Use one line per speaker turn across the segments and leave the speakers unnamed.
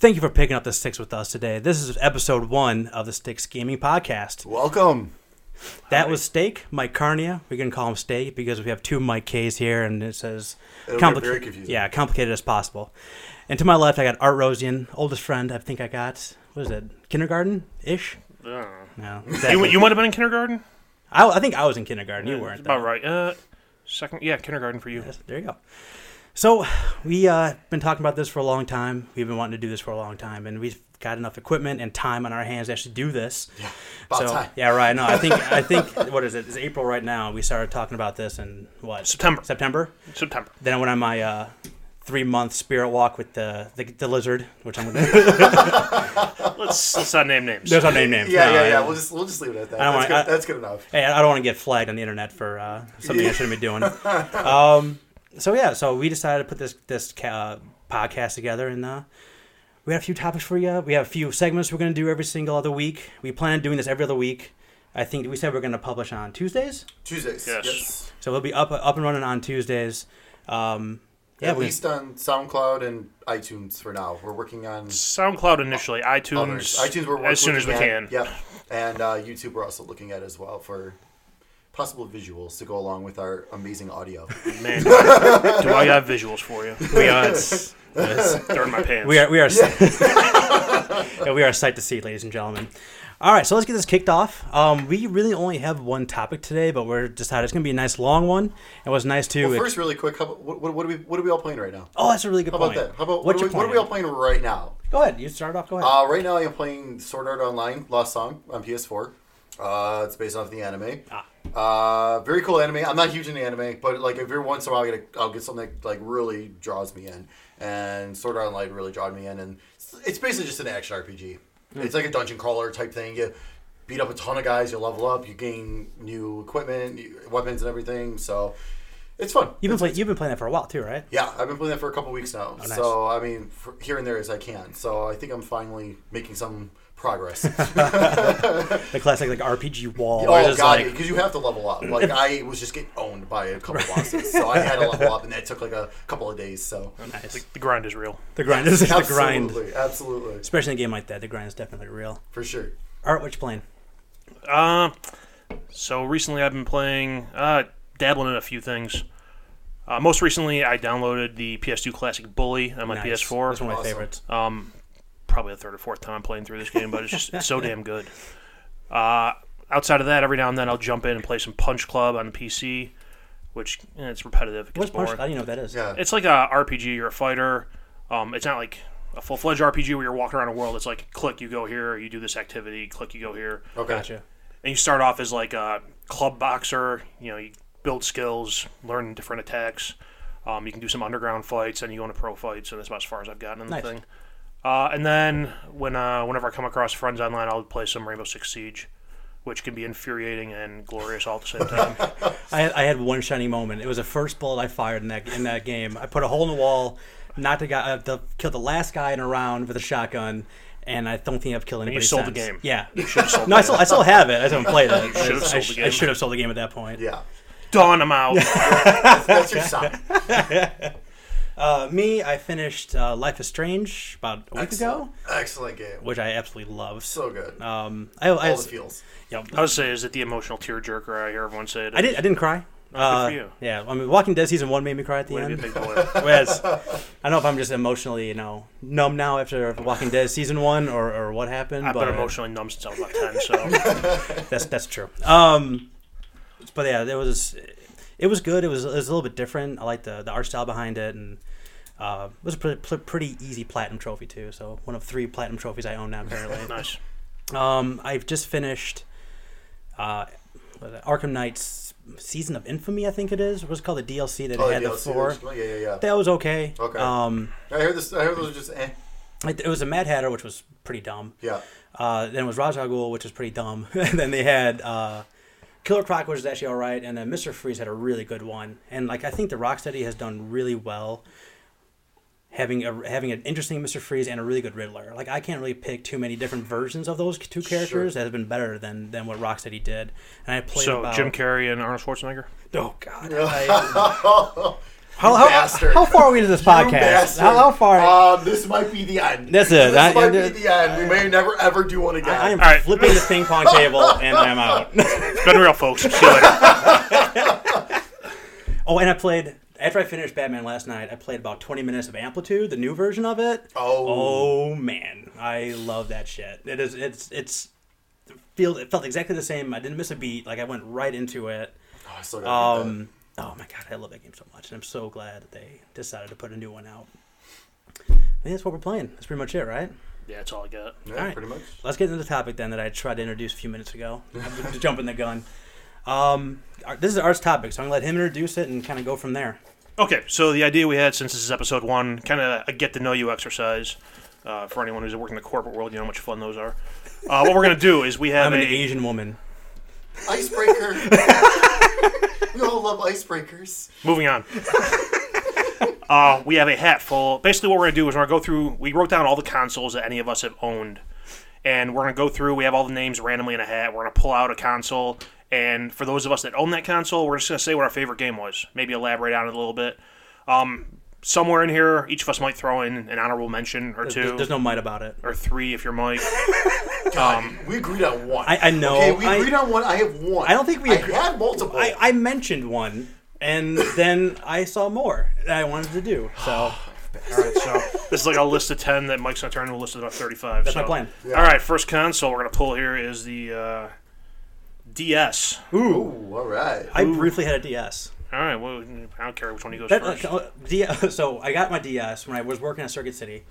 Thank you for picking up the sticks with us today. This is episode one of the Sticks Gaming Podcast.
Welcome.
That was Steak, Mike Carnia. We can call him Steak because we have two Mike K's here, and it says
It'll get very confusing.
Yeah, complicated as possible. And to my left, I got Art Rosian, oldest friend I think I got. What is it? Kindergarten ish? No.
You,
exactly.
you might have been in kindergarten.
I, I think I was in kindergarten. You weren't.
about
though.
right. Uh, second, yeah, kindergarten for you.
Yes, there you go. So we uh, been talking about this for a long time. We've been wanting to do this for a long time, and we've got enough equipment and time on our hands to actually do this. Yeah,
about time.
yeah, right. No, I think I think what is it? It's April right now. We started talking about this in what
September.
September.
September.
Then I went on my uh, three month spirit walk with the, the the lizard, which I'm gonna.
Let's let's not name names.
There's our name names.
Yeah,
No,
yeah,
I-
yeah. We'll just we'll just leave it at that.
don't
That's,
wanna-
good,
I-
that's good enough.
Hey, I don't want to get flagged on the internet for uh, something I shouldn't be doing. Um, so yeah, so we decided to put this this ca- uh, podcast together, and uh, we had a few topics for you. We have a few segments we're going to do every single other week. We plan on doing this every other week. I think we said we're going to publish on Tuesdays,
Tuesdays.
Yes.
so we'll be up up and running on Tuesdays. Um, yeah,
At
we,
least on SoundCloud and iTunes for now. We're working on
SoundCloud initially, iTunes,
others. iTunes. We're
as soon as we
looking
can.
at- Yep. And uh, YouTube. We're also looking at as well for possible visuals to go along with our amazing audio.
Man, do I got visuals for you?
we are it's- it's-
They're in my pants.
we are we are Yeah, we are a sight to see, ladies and gentlemen. All right, so let's get this kicked off. Um, we really only have one topic today, but we're decided it's going to be a nice long one. And what's nice too.
Well,
it-
first, really quick, how, about- what, what, what, are we, what are we all playing right now?
oh, that's a really good
How about
point.
that? How about what,
What's
are, we,
your
what are
point?
we all playing right now?
Go ahead. You start off. Go ahead.
Uh, right now, I am playing Sword Art Online: Lost Song on PS4. Uh, it's based off the anime. Uh, very cool anime. I'm not huge into anime, but like every once in a while, I get a, I'll get something that like really draws me in, and Sword Art Online really drawed me in, and it's, it's basically just an action RPG. It's like a dungeon crawler type thing. You beat up a ton of guys, you level up, you gain new equipment, new weapons, and everything. So it's fun.
you've been playing. You've been playing that for a while too, right?
Yeah, I've been playing that for a couple weeks now.
Oh, nice.
So I mean, for here and there as I can. So I think I'm finally making some progress.
The classic like RPG wall. where
oh
it's
god,
like-
because you have to level up. Like I was just getting owned by a couple bosses, so I had to level up, and that took like a couple of days. So
The, the grind is real.
the grind is the grind.
absolutely, absolutely,
Especially in a game like that, the grind is definitely real.
for sure.
Art, what you playing?
Uh, so recently I've been playing, uh, dabbling in a few things. Uh, most recently, I downloaded the PS2 Classic Bully on my
Nice.
PS4.
That's one of my
Awesome.
favorites.
um, probably the third or fourth time I'm playing through this game, but it's just it's so damn good. Uh, outside of that, every now and then I'll jump in and play some Punch Club on PC, which eh, it's repetitive. It
What's
gets
punch? I
boring.
don't even know what that is.
Yeah,
It's like a RPG. You're a fighter. Um, it's not like a full fledged RPG where you're walking around a world. It's like click, you go here, you do this activity, click, you go here,
okay.
Gotcha.
and you start off as like a club boxer. You know, you build skills, learn different attacks. Um, you can do some underground fights, and you go into pro fights, and that's about as far as I've gotten in the
Nice.
thing. Uh, and then when uh, whenever I come across friends online, I'll play some Rainbow Six Siege, which can be infuriating and glorious all at the same time.
I, I had one shining moment. It was the first bullet I fired in that in that game. I put a hole in the wall, not to guy, uh, to kill the last guy in a round with a shotgun, and I don't think I've killed anybody.
you sold the
since.
game.
Yeah.
sold
no, I still I still have it. I just haven't played it. I,
should've sold
I
the
sh- I
game.
should have sold the game at that point.
Yeah,
Dawn, I'm out.
that's your sign.
Uh, me, I finished uh, Life is Strange about a week ago,
excellent game.
which I absolutely love.
So good.
um, I I,
All the feels.
yeah,
I would say is it the emotional tearjerker I hear everyone say it.
I didn't I didn't cry. Uh,
for you.
Yeah, I mean, Walking Dead season one made me cray at the
Way to be a
end.
big boy.
Whereas, I don't know if I'm just emotionally, you know, numb now after Walking Dead season one or, or what happened.
I've
but
been emotionally numb since I was about ten, so
That's that's true. Um, but yeah, it was it was good. It was it was a little bit different. I like the the art style behind it, and uh, it was a pretty, pl- pretty easy platinum trophy too. So one of three platinum trophies I own now currently.
nice.
um, I've just finished uh, what is it, Arkham Knight's season of Infamy. I think it is. What's it called the DLC that
Oh,
it had
yeah,
the
let's see
four.
this. Oh, yeah, yeah, yeah.
That was okay.
Okay.
Um,
I heard this. I heard those are just. Eh.
it, it was a Mad Hatter, which was pretty dumb.
Yeah.
Uh, then it was Rajah Ghul, which is pretty dumb. and then they had uh, Killer Croc, which is actually all right. And then Mr. Freeze had a really good one. And like I think the Rocksteady has done really well having a having an interesting Mr. Freeze and a really good Riddler. Like I can't really pick too many different versions of those two characters that have been better than than what Rocksteady did. And I played
So
about
Jim Carrey and Arnold Schwarzenegger.
Oh God. I- How, how,
bastard.
how far are we into this
You
podcast?
bastard.
How, how far?
Um, this might be the end.
That's it.
This
I-
might
I-
be the end. We may never ever do one again.
I am
all right.
flipping the ping pong table and I'm out.
It's been real, folks. See you later.
oh, and I played after I finished Batman last night. I played about 20 minutes of Amplitude, the new version of it.
oh,
Oh man, I love that shit. It is. It's. It's. Feel. It felt exactly the same. I didn't miss a beat. Like I went right into it.
I still gotta get
Um. Oh my god, I love that game so much, and I'm so glad that they decided to put a new one out. I think that's what we're playing. That's pretty much it, right?
Yeah, that's all I got.
that.
all
Yeah,
right.
pretty much.
Let's get into the topic then that I tried to introduce a few minutes ago. I'm just jumping the gun. Um, our- this is Art's topic, so I'm gonna let him introduce it and kind of go from there.
Okay, so the idea we had since this is episode one, kind of a get to know you exercise uh, for anyone who's working in the corporate world. You know how much fun those are. Uh, what we're gonna do is we have
I'm an
a
Asian woman.
Icebreaker. we all love icebreakers.
moving on. uh, we have a hat full. Basically, what we're gonna do is we're gonna go through. We wrote down all the consoles that any of us have owned, and we're gonna go through. We have all the names randomly in a hat. We're gonna pull out a console, and for those of us that own that console, we're just gonna say what our favorite game was. Maybe elaborate on it a little bit. Um, somewhere in here, each of us might throw in an honorable mention or two.
There's, there's no might about it.
or three if you're Mike.
God, we agreed on one.
I- I know.
Okay, we
I-
agreed on one. I have one.
I don't think we
I
agree-
had multiple.
I, I mentioned one, and then I saw more that I wanted to do. So
all right, so this is like a list of ten that Mike's gonna turn into a list of about thirty-five. That's
my plan.
All right, first console we're gonna pull here is the uh, DS.
Ooh, all right.
I briefly had a DS.
All right, well, I don't care which one he goes
That,
first.
uh, D- so I got my DS when I was working at Circuit City.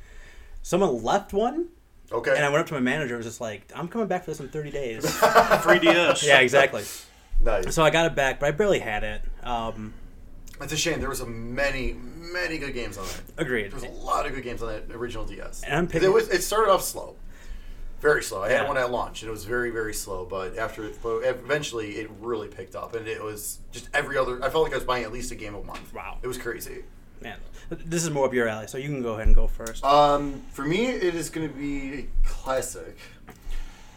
Someone left one,
okay.
and I went up to my manager and was just like, I'm coming back for this in 30 days.
3DS.
yeah, exactly.
nice.
So I got it back, but I barely had it. Um,
It's a shame. There was a many, many good games on that.
agreed.
There's a lot of good games on that original DS.
And I'm picking-
It, was, it started off slow, very slow. I
Yeah.
had one at launch, and it was very, very slow. But after it, eventually, it really picked up, and it was just every other. I felt like I was buying at least a game a month.
Wow.
it was crazy.
Man, this is more up your alley, so you can go ahead and go first.
Um, for me, it is going to be a classic.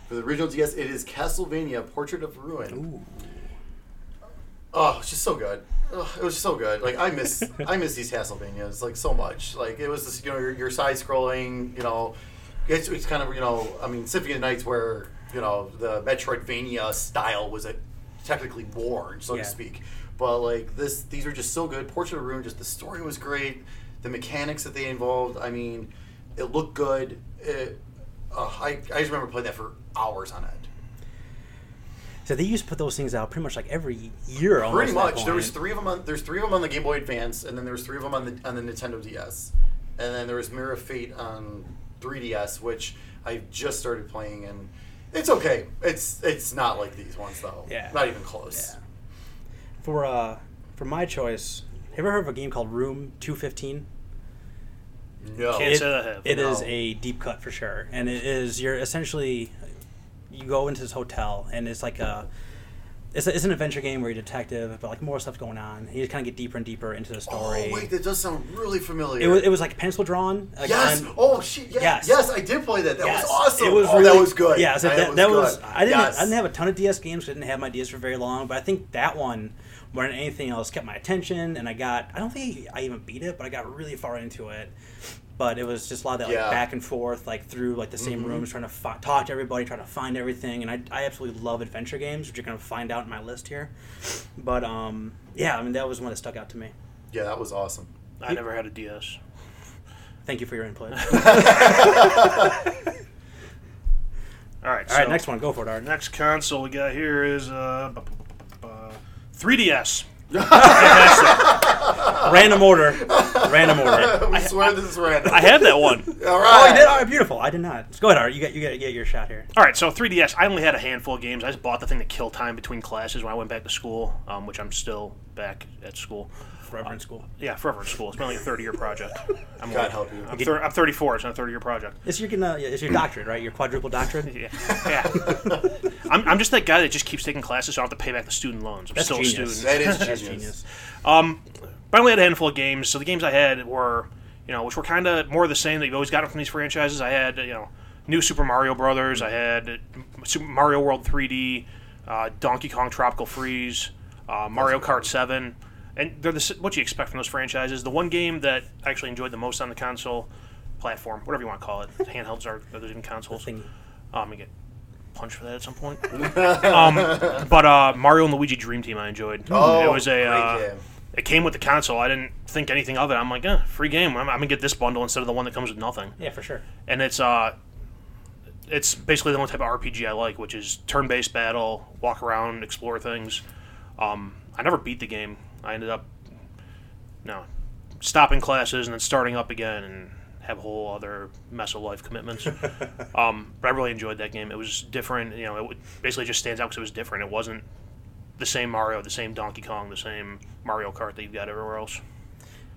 For the original DS, it is Castlevania: Portrait of Ruin. Oh, it's just so good. Ugh, it was so good. Like I miss, I miss these Castlevanias like so much. Like it was this, you know, your, your side scrolling. You know, it's, it's kind of you know, I mean, Symphony of the Night's where you know the Metroidvania style was uh technically born, so
Yeah.
to speak. But like this, these are just so good. Portrait of Ruin, just the story was great. The mechanics that they involved. I mean, it looked good. It, uh, I I just remember playing that for hours on end.
so they used to put those things out pretty much like every year. Almost
Pretty
at that
much. There was
point.
three of them. On, there's three of them on the Game Boy Advance, and then there was three of them on the on the Nintendo DS, and then there was Mirror of Fate on 3DS, which I just started playing, and it's okay. It's it's not like these ones though.
Yeah.
Not even close.
Yeah. For uh, for my choice, have you ever heard of a game called Room Two Fifteen?
No.
Can't say that I have.
It is
No.
a deep cut for sure, and it is you're essentially you go into this hotel and it's like a it's, a, it's an adventure game where you're a detective, but like more stuff's going on. You just kind of get deeper and deeper into the story.
oh wait, that does sound really familiar.
it was it was like pencil drawn. Like
Yes.
on-
oh shit. Yes.
Yes.
yes. I did play that. That
Yes.
was awesome.
It was
oh,
really-
that was good.
Yeah, so that, that was.
good.
I didn't.
Yes.
I didn't have a ton of DS games. 'cause I didn't have my DS for very long. But I think that one, more than anything else, kept my attention. And I got. I don't think I even beat it, but I got really far into it. But it was just a lot of that like,
Yeah. Mm-hmm.
back and forth, like through like the same rooms, trying to fi- talk to everybody, trying to find everything. And I, I absolutely love adventure games, which you're gonna find out in my list here. But um, yeah, I mean that was one that stuck out to me.
Yeah, that was awesome.
I never had a DS.
Thank you for your input. All
All right.
right, next one, go for it, Art.
Next console we got here is uh, bu- bu- bu- bu- bu- 3DS.
Random order. Random order.
we swear this is random.
I had that one.
All
Oh, you
right.
did. All right, beautiful. I did not. Go ahead, Art. You got you got to get your shot here.
All right, so 3DS. I only had a handful of games. I just bought the thing to kill time between classes when I went back to school, um, which I'm still back at school.
Forever in school.
Yeah, forever in school. It's been like a 30 year project. I'm
God
like-
help you.
I'm, thir- I'm 34. It's not a 30 year project.
It's your uh, it's your doctorate, right? Your quadruple doctorate.
Yeah. yeah. I'm, I'm just that guy that just keeps taking classes so I don't have to pay back the student loans. I'm
That's
still a
genius.
student.
That is
That's
genius.
genius.
Um, but I only had a handful of games, so the games I had were, you know, which were kind of more of the same that you've always gotten from these franchises. I had, you know, New Super Mario Brothers. I had uh, Super Mario World 3D, uh, Donkey Kong Tropical Freeze, uh, Mario Kart 7. and they're the, s- what you expect from those franchises. The one game that I actually enjoyed the most on the console platform, whatever you want to call it, handhelds are other than consoles.
Thingy.
I'm gonna get punched for that at some point. um, but uh, Mario and Luigi Dream Team, I enjoyed.
Oh,
it was a.
great
Uh,
game.
It came with the console. I didn't think anything of it. I'm like, eh, free game. I'm, I'm gonna get this bundle instead of the one that comes with nothing.
Yeah, for sure.
And it's uh, it's basically the only type of RPG I like, which is turn-based battle, walk around, explore things. Um, I never beat the game. I ended up, no, stopping classes and then starting up again and have whole other mess of life commitments. um, but I really enjoyed that game. It was different. You know, it w- basically just stands out because it was different. It wasn't the same Mario, the same Donkey Kong, the same Mario Kart that you've got everywhere else.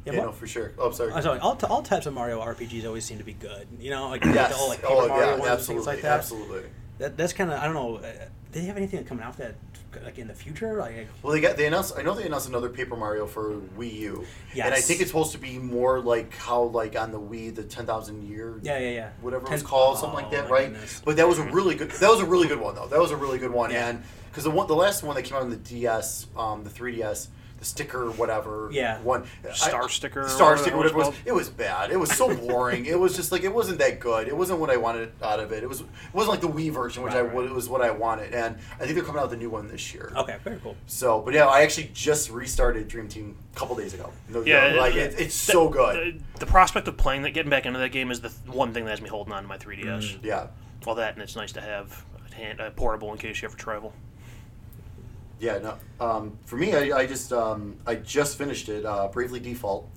Yeah,
Yeah,
but-
no, for sure. Oh, I'm sorry.
I'm sorry, all, t- all types of Mario RPGs always seem to be good. You know, like, like
Yes.
the whole like Paper
oh,
Mario
yeah,
ones and things
absolutely,
like that.
absolutely.
that that's kind of I don't know. Uh, do they have anything coming out that like in the future? Like
Well, they got they announced. I know they announced another Paper Mario for Wii U, and I
Yes.
think it's supposed to be more like how like on the Wii the ten thousand year
yeah, yeah, yeah.
whatever it
Ten-
was called, something
Oh,
like that,
my
right?
goodness.
But that was a really good. That was a really good one, though. That was a really good one,
Yeah.
and because the one, the last one that came out on the DS, um, the 3DS, the sticker, whatever,
Yeah.
one
Star sticker or
star
whatever
sticker,
that was
whatever it was.
called.
It was bad. It was so boring. it was just like it wasn't that good. It wasn't what I wanted out of it. It was it wasn't like the Wii version, which
Right,
I
right.
would- it was what I wanted, and I think they're coming out with a new one this year.
okay, very cool.
So, but yeah, I actually just restarted Dream Team a couple days ago. No,
Yeah,
joke. like
it-
it, it's so good.
The, the prospect of playing that, getting back into that game, is the th- one thing that has me holding on to my 3DS.
yeah,
Well, that and it's nice to have a, hand, a portable in case you ever travel.
yeah. No, um, for me, I, I just um, I just finished it. Uh, Bravely Default.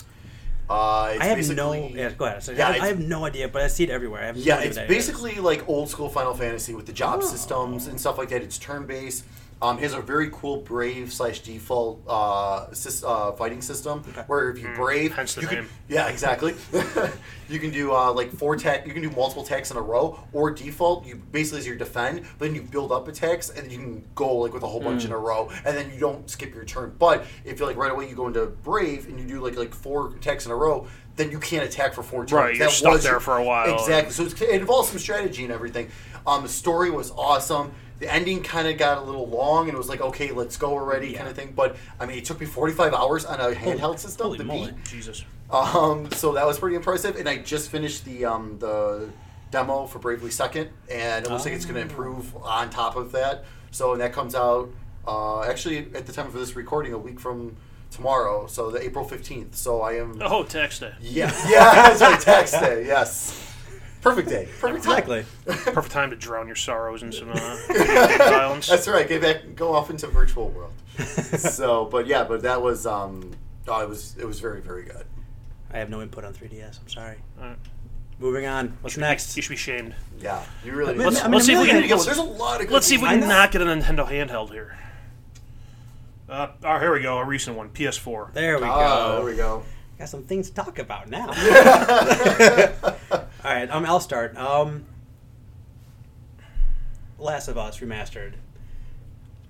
Uh, it's
I have no.
basically-
Yeah, go ahead. So,
Yeah,
I, I
it's-
have no idea, but I see it everywhere. I have no
Yeah,
idea
it's
what that is.
basically like old school Final Fantasy with the job systems and stuff like that. It's turn based. Um, it has a very cool brave slash default uh, sys, uh, fighting system where if you brave,
hence the
you can-
name.
yeah, exactly. you can do uh, like four tech. You can do multiple attacks in a row or default. You basically is your defend, but then you build up attacks and then you can go like with a whole bunch in a row, and then you don't skip your turn. But if you like right away you go into brave and you do like like four attacks in a row. Then you can't attack for four turns.
Right, you're
That
stuck
was
there
your-
for a while.
Exactly. So it's, it involves some strategy and everything. Um, the story was awesome. The ending kind of got a little long, and it was like, okay, let's go already, kind
Yeah.
of thing. But I mean, it took me 45 hours on a handheld system
holy
to
moly.
beat.
Jesus.
Um, so that was pretty impressive. And I just finished the um, the demo for Bravely Second, and it looks like it's
Ah.
going to improve on top of that. So and that comes out uh, actually at the time for this recording, a week from tomorrow, so the April 15th. So I am.
Oh, text it.
Yeah, yeah, that's right. Tax day, yes. Perfect day. Perfect time.
exactly.
Perfect time to drown your sorrows in some uh, violence.
That's right. Get back, go off into virtual world. so, but yeah, but that was um, oh, it was it was very very good.
I have no input on 3DS. I'm sorry.
All right.
Moving on. What's next?
You should be shamed.
Yeah, you really.
Let's-
need to-
I mean, let's see if we
you
can-
need to get one. There's a lot of. Good
Let's see if we
games.
can
I know.
not get a Nintendo handheld here. Uh, oh, here we go. A recent one, PS4.
There we
Ah,
go.
there we go.
Got some things to talk about now. All right, um, I'll start. Um, Last of Us remastered.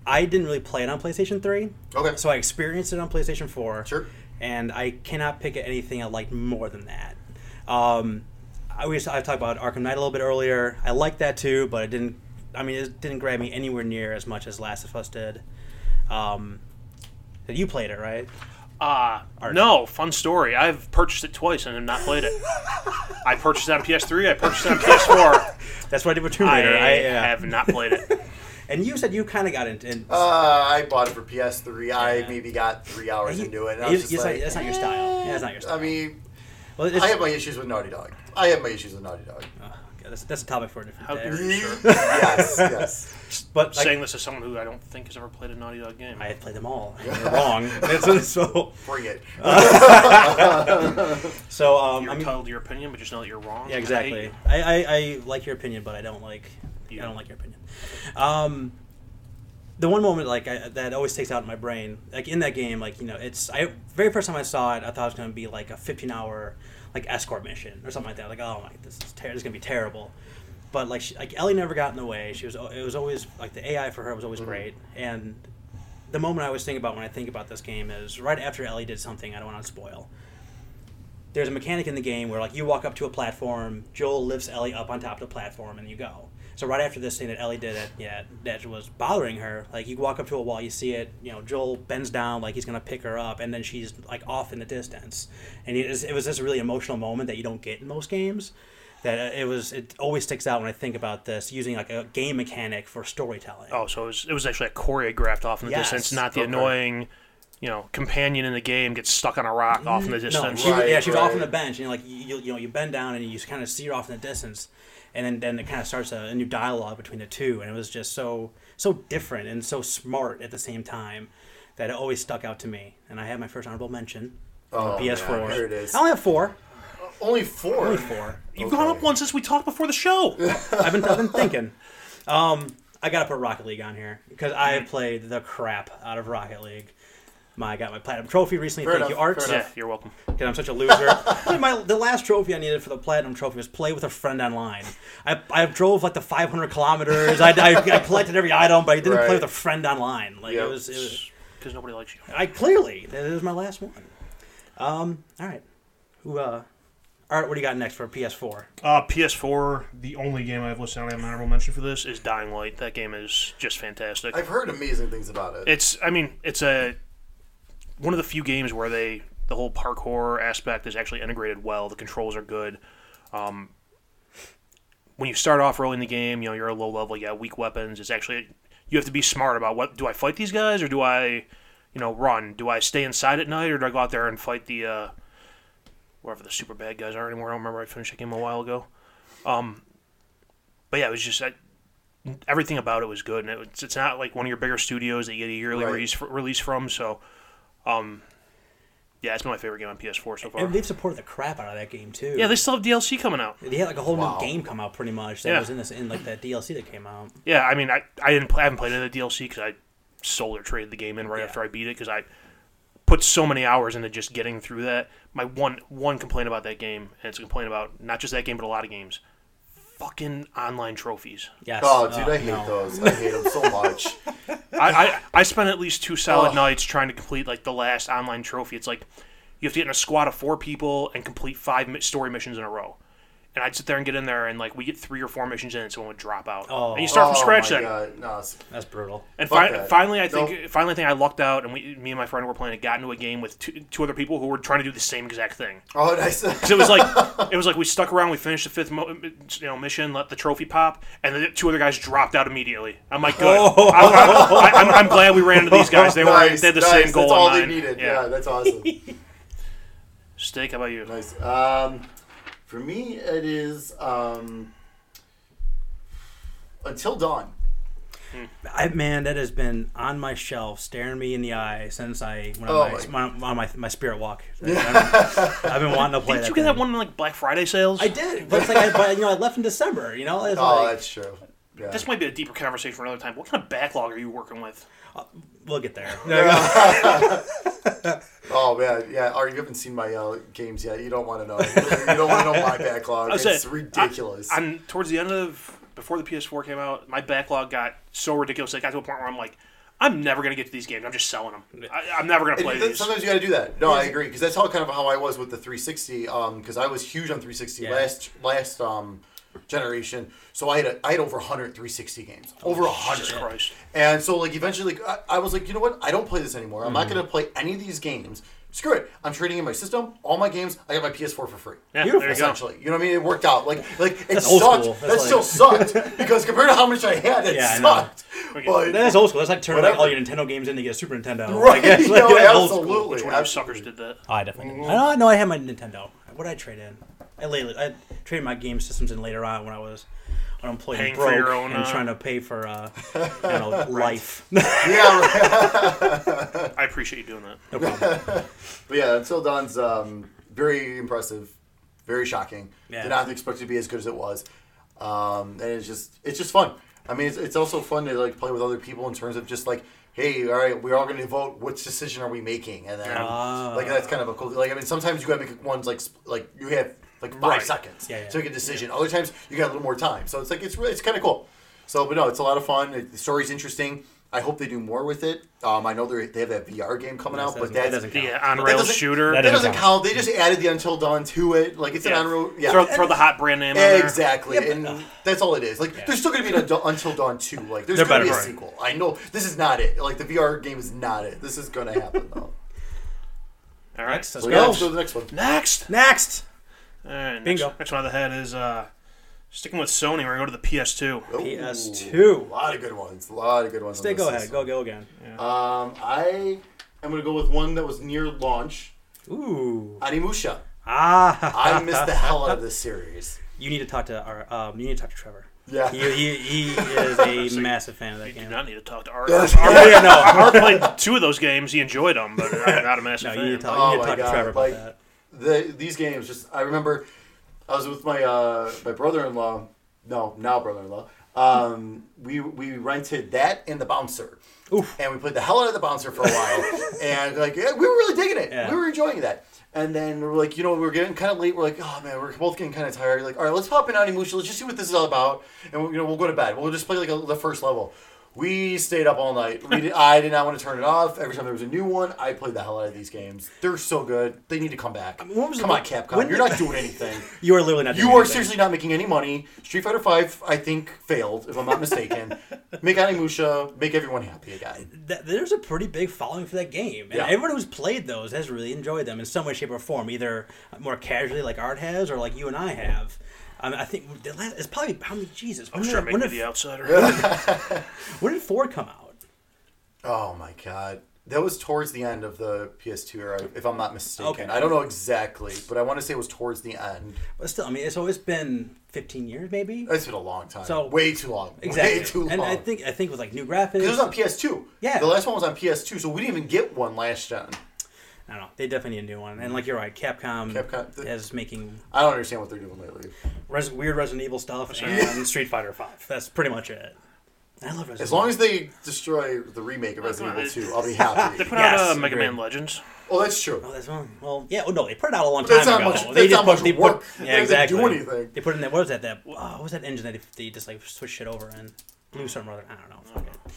I didn't really play it on PlayStation 3,
Okay.
so I experienced it on PlayStation 4.
Sure.
And I cannot pick at anything I liked more than that. Um, I was I talked about Arkham Knight a little bit earlier. I liked that too, but it didn't. I mean, it didn't grab me anywhere near as much as Last of Us did. Um, you played it, right?
Ah, no, fun story. I've purchased it twice and have not played it. I purchased it on PS3. I purchased it on PS4.
That's what I did with Tomb
I
Raider. I, yeah.
have not played it.
And you said you kind of got into. And
Uh, I bought it for PS3. I
Yeah.
maybe got three hours into it. And I
You-
was just
it's like,
like, "Eh."
that's not your style. Yeah, that's not your style.
I mean,
well, it's,
I have my issues with Naughty Dog. I have my issues with Naughty Dog.
oh, God, that's, that's a topic for a
How
different
dare
day.
you, sir?
yes, yes.
But like,
Saying this as someone who I don't think has ever played a Naughty Dog game.
I have played them all. You're wrong. That's- so,
Bring it.
so um,
you're
I mean,
entitled to your opinion, but just know that you're wrong.
yeah,
and I hate
exactly.
you.
I, I, I like your opinion, but I don't like. I don't like your opinion. Um, the one moment like I, that always sticks out in my brain, like in that game, like you know, it's I very first time I saw it, I thought it was gonna be like a 15 hour like escort mission or something like that. Like oh my, this is ter- this is gonna be terrible. But like she, like Ellie never got in the way. She was al- it was always like the AI for her was always great. And the moment I always think about when I think about this game is right after Ellie did something I don't want to spoil. there's a mechanic in the game where like you walk up to a platform, Joel lifts Ellie up on top of the platform, and you go. So right after this thing that Ellie did that yeah that was bothering her, like you walk up to a wall, you see it, you know Joel bends down like he's gonna pick her up, and then she's like off in the distance, and it, is, it was just a really emotional moment that you don't get in most games. That uh, it was it always sticks out when I think about this using like a game mechanic for storytelling.
Oh, so it was, it was actually like choreographed off in the
Yes.
distance, not the
Okay.
annoying, you know, companion in the game gets stuck on a rock off in the
No,
distance.
she,
Right,
yeah, she's off on
right.
the bench, and like you, you, you know, you bend down and you kind of see her off in the distance, and then, then it kind of starts a, a new dialogue between the two, and it was just so so different and so smart at the same time that it always stuck out to me. And I had my first honorable mention.
Oh,
on PS4.
man, here it is.
I only have four.
Only four.
Only four.
You've gone
Okay.
up one since we talked before the show.
I've been, I've been thinking. Um, I gotta put Rocket League on here because I have played the crap out of Rocket League. My I got my platinum trophy recently.
Fair
Thank you,
enough, fair
Art.
enough.
yeah, you're welcome.
because I'm such a loser. my the last trophy I needed for the platinum trophy was play with a friend online. I, I drove like the 500 kilometers. I, I, I collected every item, but I didn't play
Right.
with a friend online. Like
Yep.
it, was, it was.
Because nobody likes you.
I clearly that is my last one. Um. All right. Who? Uh. All right. What do you got next for PS4?
Uh, PS4, the only game I've listed on an honorable mention for this is Dying Light. That game is just fantastic.
I've heard amazing things about it.
it's i mean it's a one of the few games where they the whole parkour aspect is actually integrated well the controls are good um, when you start off early in the game you know you're a low level you got weak weapons it's actually you have to be smart about what do i fight these guys or do i you know run do i stay inside at night or do i go out there and fight the uh wherever the super bad guys are anymore i don't remember i finished that game a while ago um but yeah it was just I, everything about it was good, and it's it's not like one of your bigger studios that you get a yearly
Right.
release, release from. So, um, yeah, it's been my favorite game on PS4 so far.
And they've supported the crap out of that game too.
yeah, they still have DLC coming out.
They had like a whole
Wow.
new game come out pretty much that
Yeah.
was in this in like that DLC that came out.
Yeah, I mean, I, I didn't play, I haven't played any of the DLC because I sold or traded the game in right
Yeah.
after I beat it because I put so many hours into just getting through that. My one one complaint about that game, and it's a complaint about not just that game but a lot of games, fucking online trophies.
Yes.
oh, dude,
Uh,
I hate
no.
those. I hate them so much.
I, I, I spent at least two solid
Ugh.
nights trying to complete like the last online trophy. It's like you have to get in a squad of four people and complete five mi- story missions in a row. And I'd sit there and get in there, and like we get three or four missions in, and someone would drop out,
Oh.
and you start
oh,
from scratch
my
then.
God. No, it's-
That's brutal.
And
Fuck
fi-
that.
finally, I think
Nope.
finally, I think I lucked out, and we, me and my friend were playing. It got into a game with two, two other people who were trying to do the same exact thing.
oh, nice.
'Cause it was like it was like we stuck around, we finished the fifth mo- you know mission, let the trophy pop, and the two other guys dropped out immediately. I'm like, good. I'm, I'm- I'm- I'm glad we ran into these guys. They were
Oh. nice,
they had the
nice.
same goal.
That's all
in
they
mind.
needed. Yeah, that's awesome.
Steak, how about you?
nice. Um, for me, it is um, Until Dawn.
I, man, that has been on my shelf, staring me in the eye since I went
Oh
on, my, my, on my my spirit walk. I've, I've been wanting to play.
Did
that
you get that
thing.
one in, like Black Friday sales?
I did, but it's like, I, but you know, I left in December. You know, it's
Oh,
like,
that's true. Yeah.
This might be a deeper conversation for another time. What kind of backlog are you working with?
we'll get there.
Oh man, yeah. Or you haven't seen my uh, games yet. You don't want to know. you don't want to know my backlog. It's
was saying,
ridiculous.
I'm towards the end of before the PS4 came out. My backlog got so ridiculous. It got to a point where I'm like, I'm never gonna get to these games. I'm just selling them. I, I'm never gonna
And
play
that-
these.
sometimes you got to do that. No, I agree because that's how kind of how I was with the 360. Because I was huge on 360
Yeah.
last last um, generation. So I had a, I had over 100 360 games. Over 100.
Jesus Christ.
And so, like, eventually, like, I, I was like, you know what? I don't play this anymore. I'm not going to play any of these games. Screw it. I'm trading in my system, all my games. I got my PS4 for free.
Yeah,
Beautiful.
there you go.
Essentially, you know what I mean? It worked out. Like, like it
That's old
sucked.
school.
That
That's
still
like-
sucked because compared to how much I had, it
Yeah, I know.
sucked. But
That's old school. That's like turning like,
Whatever.
all your Nintendo games in to get a Super Nintendo.
right,
Like, that's
no,
like- that's old school. Oh,
absolutely, Mm-hmm.
One of you suckers did that.
I definitely. Didn't. I know. I know. I had my Nintendo. What did I trade in? I lately I traded my game systems in later on when I was unemployed
Paying
and
for
broke
your own,
and
uh,
trying to pay for uh, you know, life.
Yeah, right.
I appreciate you doing that.
No problem.
But yeah, Until Dawn's um, very impressive, very shocking.
Yeah.
Did not expect it to be as good as it was, um, and it's just it's just fun. I mean, it's, it's also fun to like play with other people in terms of just like, hey, all right, we're all going to vote. Which decision are we making? And then
Ah.
like that's kind of a cool. Like I mean, sometimes you got to make ones like sp- like you have like five
Right.
seconds
Yeah, yeah.
to make a decision. Other times you got a little more time, so it's like it's really it's kind of cool. So, but no, it's a lot of fun. It, the story's interesting. I hope they do more with it. Um, I know they they have that VR game coming out, but that
doesn't
doesn't.
count.
The on
That
rail
doesn't-
shooter.
That
That
doesn't
doesn't
count. They just added the Until Dawn to it. Like it's an on road. Yeah,
Throw, throw the hot brand name in there.
Exactly, and that's all it is. Like, there's still gonna be an Adult- Until Dawn two. Like, there's
They're
gonna be a
better for it.
sequel. I know this is not it. Like, the VR game is not it. This is gonna happen though.
All right.
Let's
So yeah,
go.
let's go to the next one.
Next.
Next.
All right,
Bingo.
Next, next one on the head is uh, sticking with Sony. We're going to go to the PS2.
Ooh,
PS2.
A lot of good ones. A lot of good ones. on
Stay.
this
Go
list.
ahead. Go. Go again.
Um, I am gonna go with one that was near launch.
Ooh.
Animusha.
Ah.
I missed the hell out of this series.
You need to talk to our. Um, you need to talk to Trevor.
Yeah.
He, he, he is a massive fan of that
You do
game.
not need to talk to Art. Art,
Yeah, no.
Art played two of those games. He enjoyed them, but I'm not a massive
No, you
fan.
need to talk,
Oh
you need to,
my
talk to
God,
Trevor about
like-
that.
the, these games just I remember I was with my uh, my brother in law, no, now brother in law. Um, we we rented that and the bouncer. And we played the hell out of the bouncer for a while. and like yeah, we were really digging it.
Yeah.
We were enjoying that. And then we were like, you know, we were getting kind of late. We're like, oh man, we're both getting kind of tired. Like, all right, let's pop in Animusha. Let's just see what this is all about. And we, you know, we'll go to bed. We'll just play like a, the first level. We stayed up all night. We did, I did not want to turn it off. Every time there was a new one, I played the hell out of these games. They're so good. They need to come back.
What was
Come
the-
on, Capcom.
when
You're
did-
not doing anything.
You are literally not. doing
You are
anything.
seriously not making any money. Street Fighter Five, I think, failed, if I'm not mistaken. make Animusha, make everyone happy again.
Th- there's a pretty big following for that game, and
Yeah.
everyone who's played those has really enjoyed them in some way, shape, or form. Either more casually, like Art has, or like you and I have. Um, I, mean, I think the last, it's probably how many Jesus. When,
I'm sure
did,
make
when,
me
did,
the outsider.
when did four come out?
Oh my god. That was towards the end of the PS2 era, if I'm not mistaken.
Okay.
I don't know exactly, but I want to say it was towards the end.
But still, I mean, so it's been 15 years, maybe.
It's been a long time.
So-
way too long.
Exactly.
Way too long.
and I think I think with like new graphics,
'Cause it was on PS2.
Yeah.
The last one was on PS2, so we didn't even get one last gen.
I don't know. They definitely need a new one. And like you're right, Capcom,
Capcom-
is making
I don't understand what they're doing lately.
res- weird Resident Evil stuff and Street Fighter Five. That's pretty much it. I love Resident
As long as they destroy the remake of Resident
come on,
Evil 2, I'll be happy.
They put
Yes,
out uh, Mega
agreed.
Man Legends.
oh, that's true.
Oh, that's one. Well, yeah. Oh no, they put it out a long time
That's not
ago.
much-
they
that's not much
they
work.
Put,
They
yeah,
didn't
exactly.
do anything.
They put in that. What was that? That oh, what was that engine that they, they just like switched shit over and blew something or other? I don't know. Fuck it.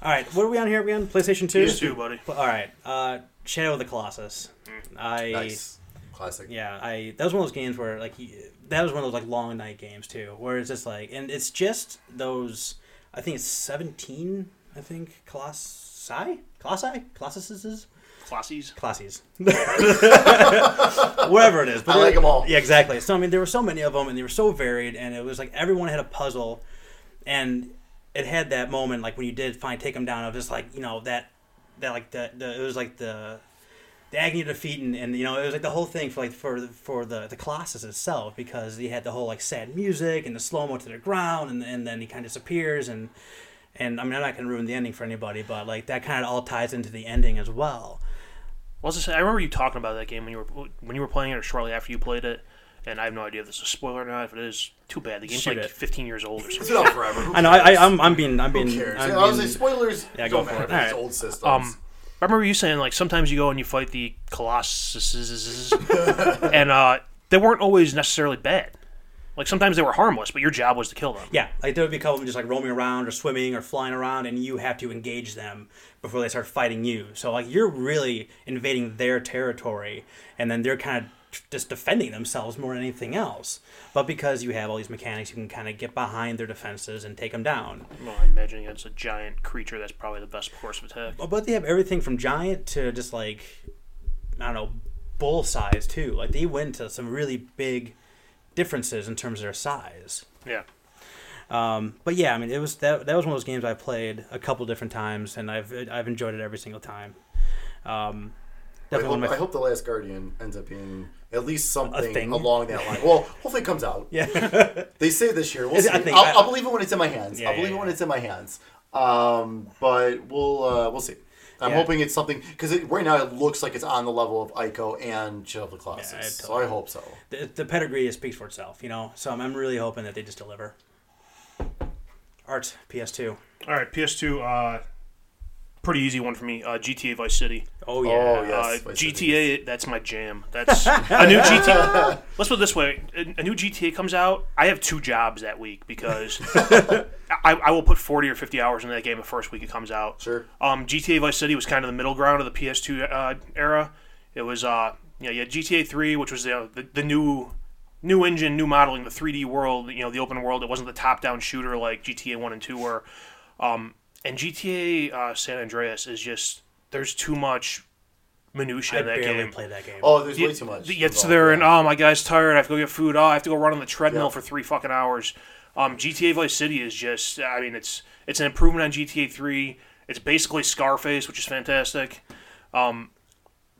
All right, what are we on here again? PlayStation Two.
PS2, buddy.
All right, uh, Shadow of the Colossus. I
Mm. Nice. Classic.
yeah, I that was one of those games where like you, that was one of those like long night games too, where it's just like and it's just those. I think it's seventeen. I think colossi, colossi, colossuses.
Classies.
Classies. Whatever it is. But
I like 'em all.
Yeah, exactly. So, I mean, there were so many of them and they were so varied, and it was like everyone had a puzzle, and it had that moment, like when you did finally take them down, of just like, you know, that, that like, the, the it was like the, the agony of defeat, and, and you know, it was like the whole thing for like, for, the- for the, the Colossus itself, because he had the whole like sad music and the slow mo to the ground, and, and then he kind of disappears, and, and I mean, I'm not going to ruin the ending for anybody, but like that kind of all ties into the ending as well.
Well, I was gonna say, I remember you talking about that game when you were when you were playing it or shortly after you played it. And I have no idea if this is a spoiler or not. If it is, too bad. The game's
Shoot
like
it.
15 years old or
It's
something.
been out forever. Who
I know. I,
cares?
I, I'm, I'm being. I'm being.
Who cares?
I'm
Yeah, Honestly,
being-
spoilers.
Yeah,
don't
go for
matter.
it. All
It's
right.
old systems.
Um, I remember you saying like sometimes you go and you fight the colossuses, and uh, they weren't always necessarily bad. Like sometimes they were harmless, but your job was to kill them.
yeah, like there would be a couple of them just like roaming around or swimming or flying around, and you have to engage them before they start fighting you. So like you're really invading their territory, and then they're kind of just defending themselves more than anything else. But because you have all these mechanics, you can kind of get behind their defenses and take them down.
Well, I'm imagining it's a giant creature. That's probably the best course of attack.
Oh, But they have everything from giant to just like I don't know, bull size too. Like they went to some really big differences in terms of their size.
Yeah.
Um, but yeah, I mean, it was that that was one of those games I played a couple different times, and I've I've enjoyed it every single time. Um,
I
definitely
hope,
one of
I
my.
hope the Last Guardian ends up being at least something
thing?
along that line. Well, hopefully it comes out.
yeah,
They say this year. We'll
Is
see.
it- I think-
I'll, I'll believe it when it's in my hands.
Yeah,
I'll believe
yeah,
it when
yeah.
it's in my hands. Um, but we'll uh, we'll see. I'm
Yeah.
hoping it's something because it, right now it looks like it's on the level of Ico and Chill of the Colossus.
Yeah, I
so
totally-
I hope so.
the, the pedigree speaks for itself, you know. So I'm, I'm really hoping that they just deliver. Art PS2.
All right, PS2. Uh, pretty easy one for me. Uh, GTA Vice City.
Oh yeah.
Oh yes,
uh,
Vice City.
GTA, that's my jam. That's a new GTA. Let's put it this way: a a new GTA comes out. I have two jobs that week because I-
I, I will put 40 or 50 hours into that game the first week it comes out.
Sure.
Um, GTA Vice City was kind of the middle ground of the PS2 uh, era. It was, uh, you know, you had GTA 3, which was you know, the, the new new engine, new modeling, the 3D world, you know, the open world. It wasn't the top down shooter like GTA 1 and 2 were. Um, and GTA uh, San Andreas is just, there's too much minutia
I
in that
barely
game.
played that game.
Oh, there's
Yeah,
way too much.
Yeah, so
involved,
they're
yeah.
in. Oh, my guy's tired. I have to go get food. Oh, I have to go run on the treadmill
Yeah.
for three fucking hours. Um, GTA Vice City is just. I mean, it's it's an improvement on GTA Three. It's basically Scarface, which is fantastic. Um,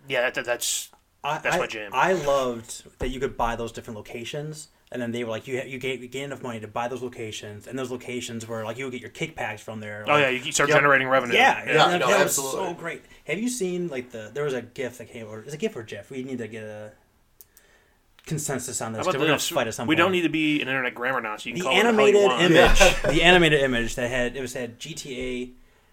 yeah, that, that, that's
I,
that's
I-
my jam.
I loved that you could buy those different locations, and then they were like, you ha- you gain, you gain enough money to buy those locations, and those locations were like you would get your kick packs from there.
oh
like-
yeah, you start
Yep.
generating revenue.
Yeah,
yeah.
yeah,
no,
that, that was
absolutely.
so great. Have you seen like the there was a GIF that came or is it GIF or GIF? We need to get a consensus on this
How
because
about
we're gonna
this?
fight at some
we
point.
don't need to be an internet grammar Nazi. You can
the
call it
animated
how you want.
image.
Yeah.
the animated image that had it was had GTA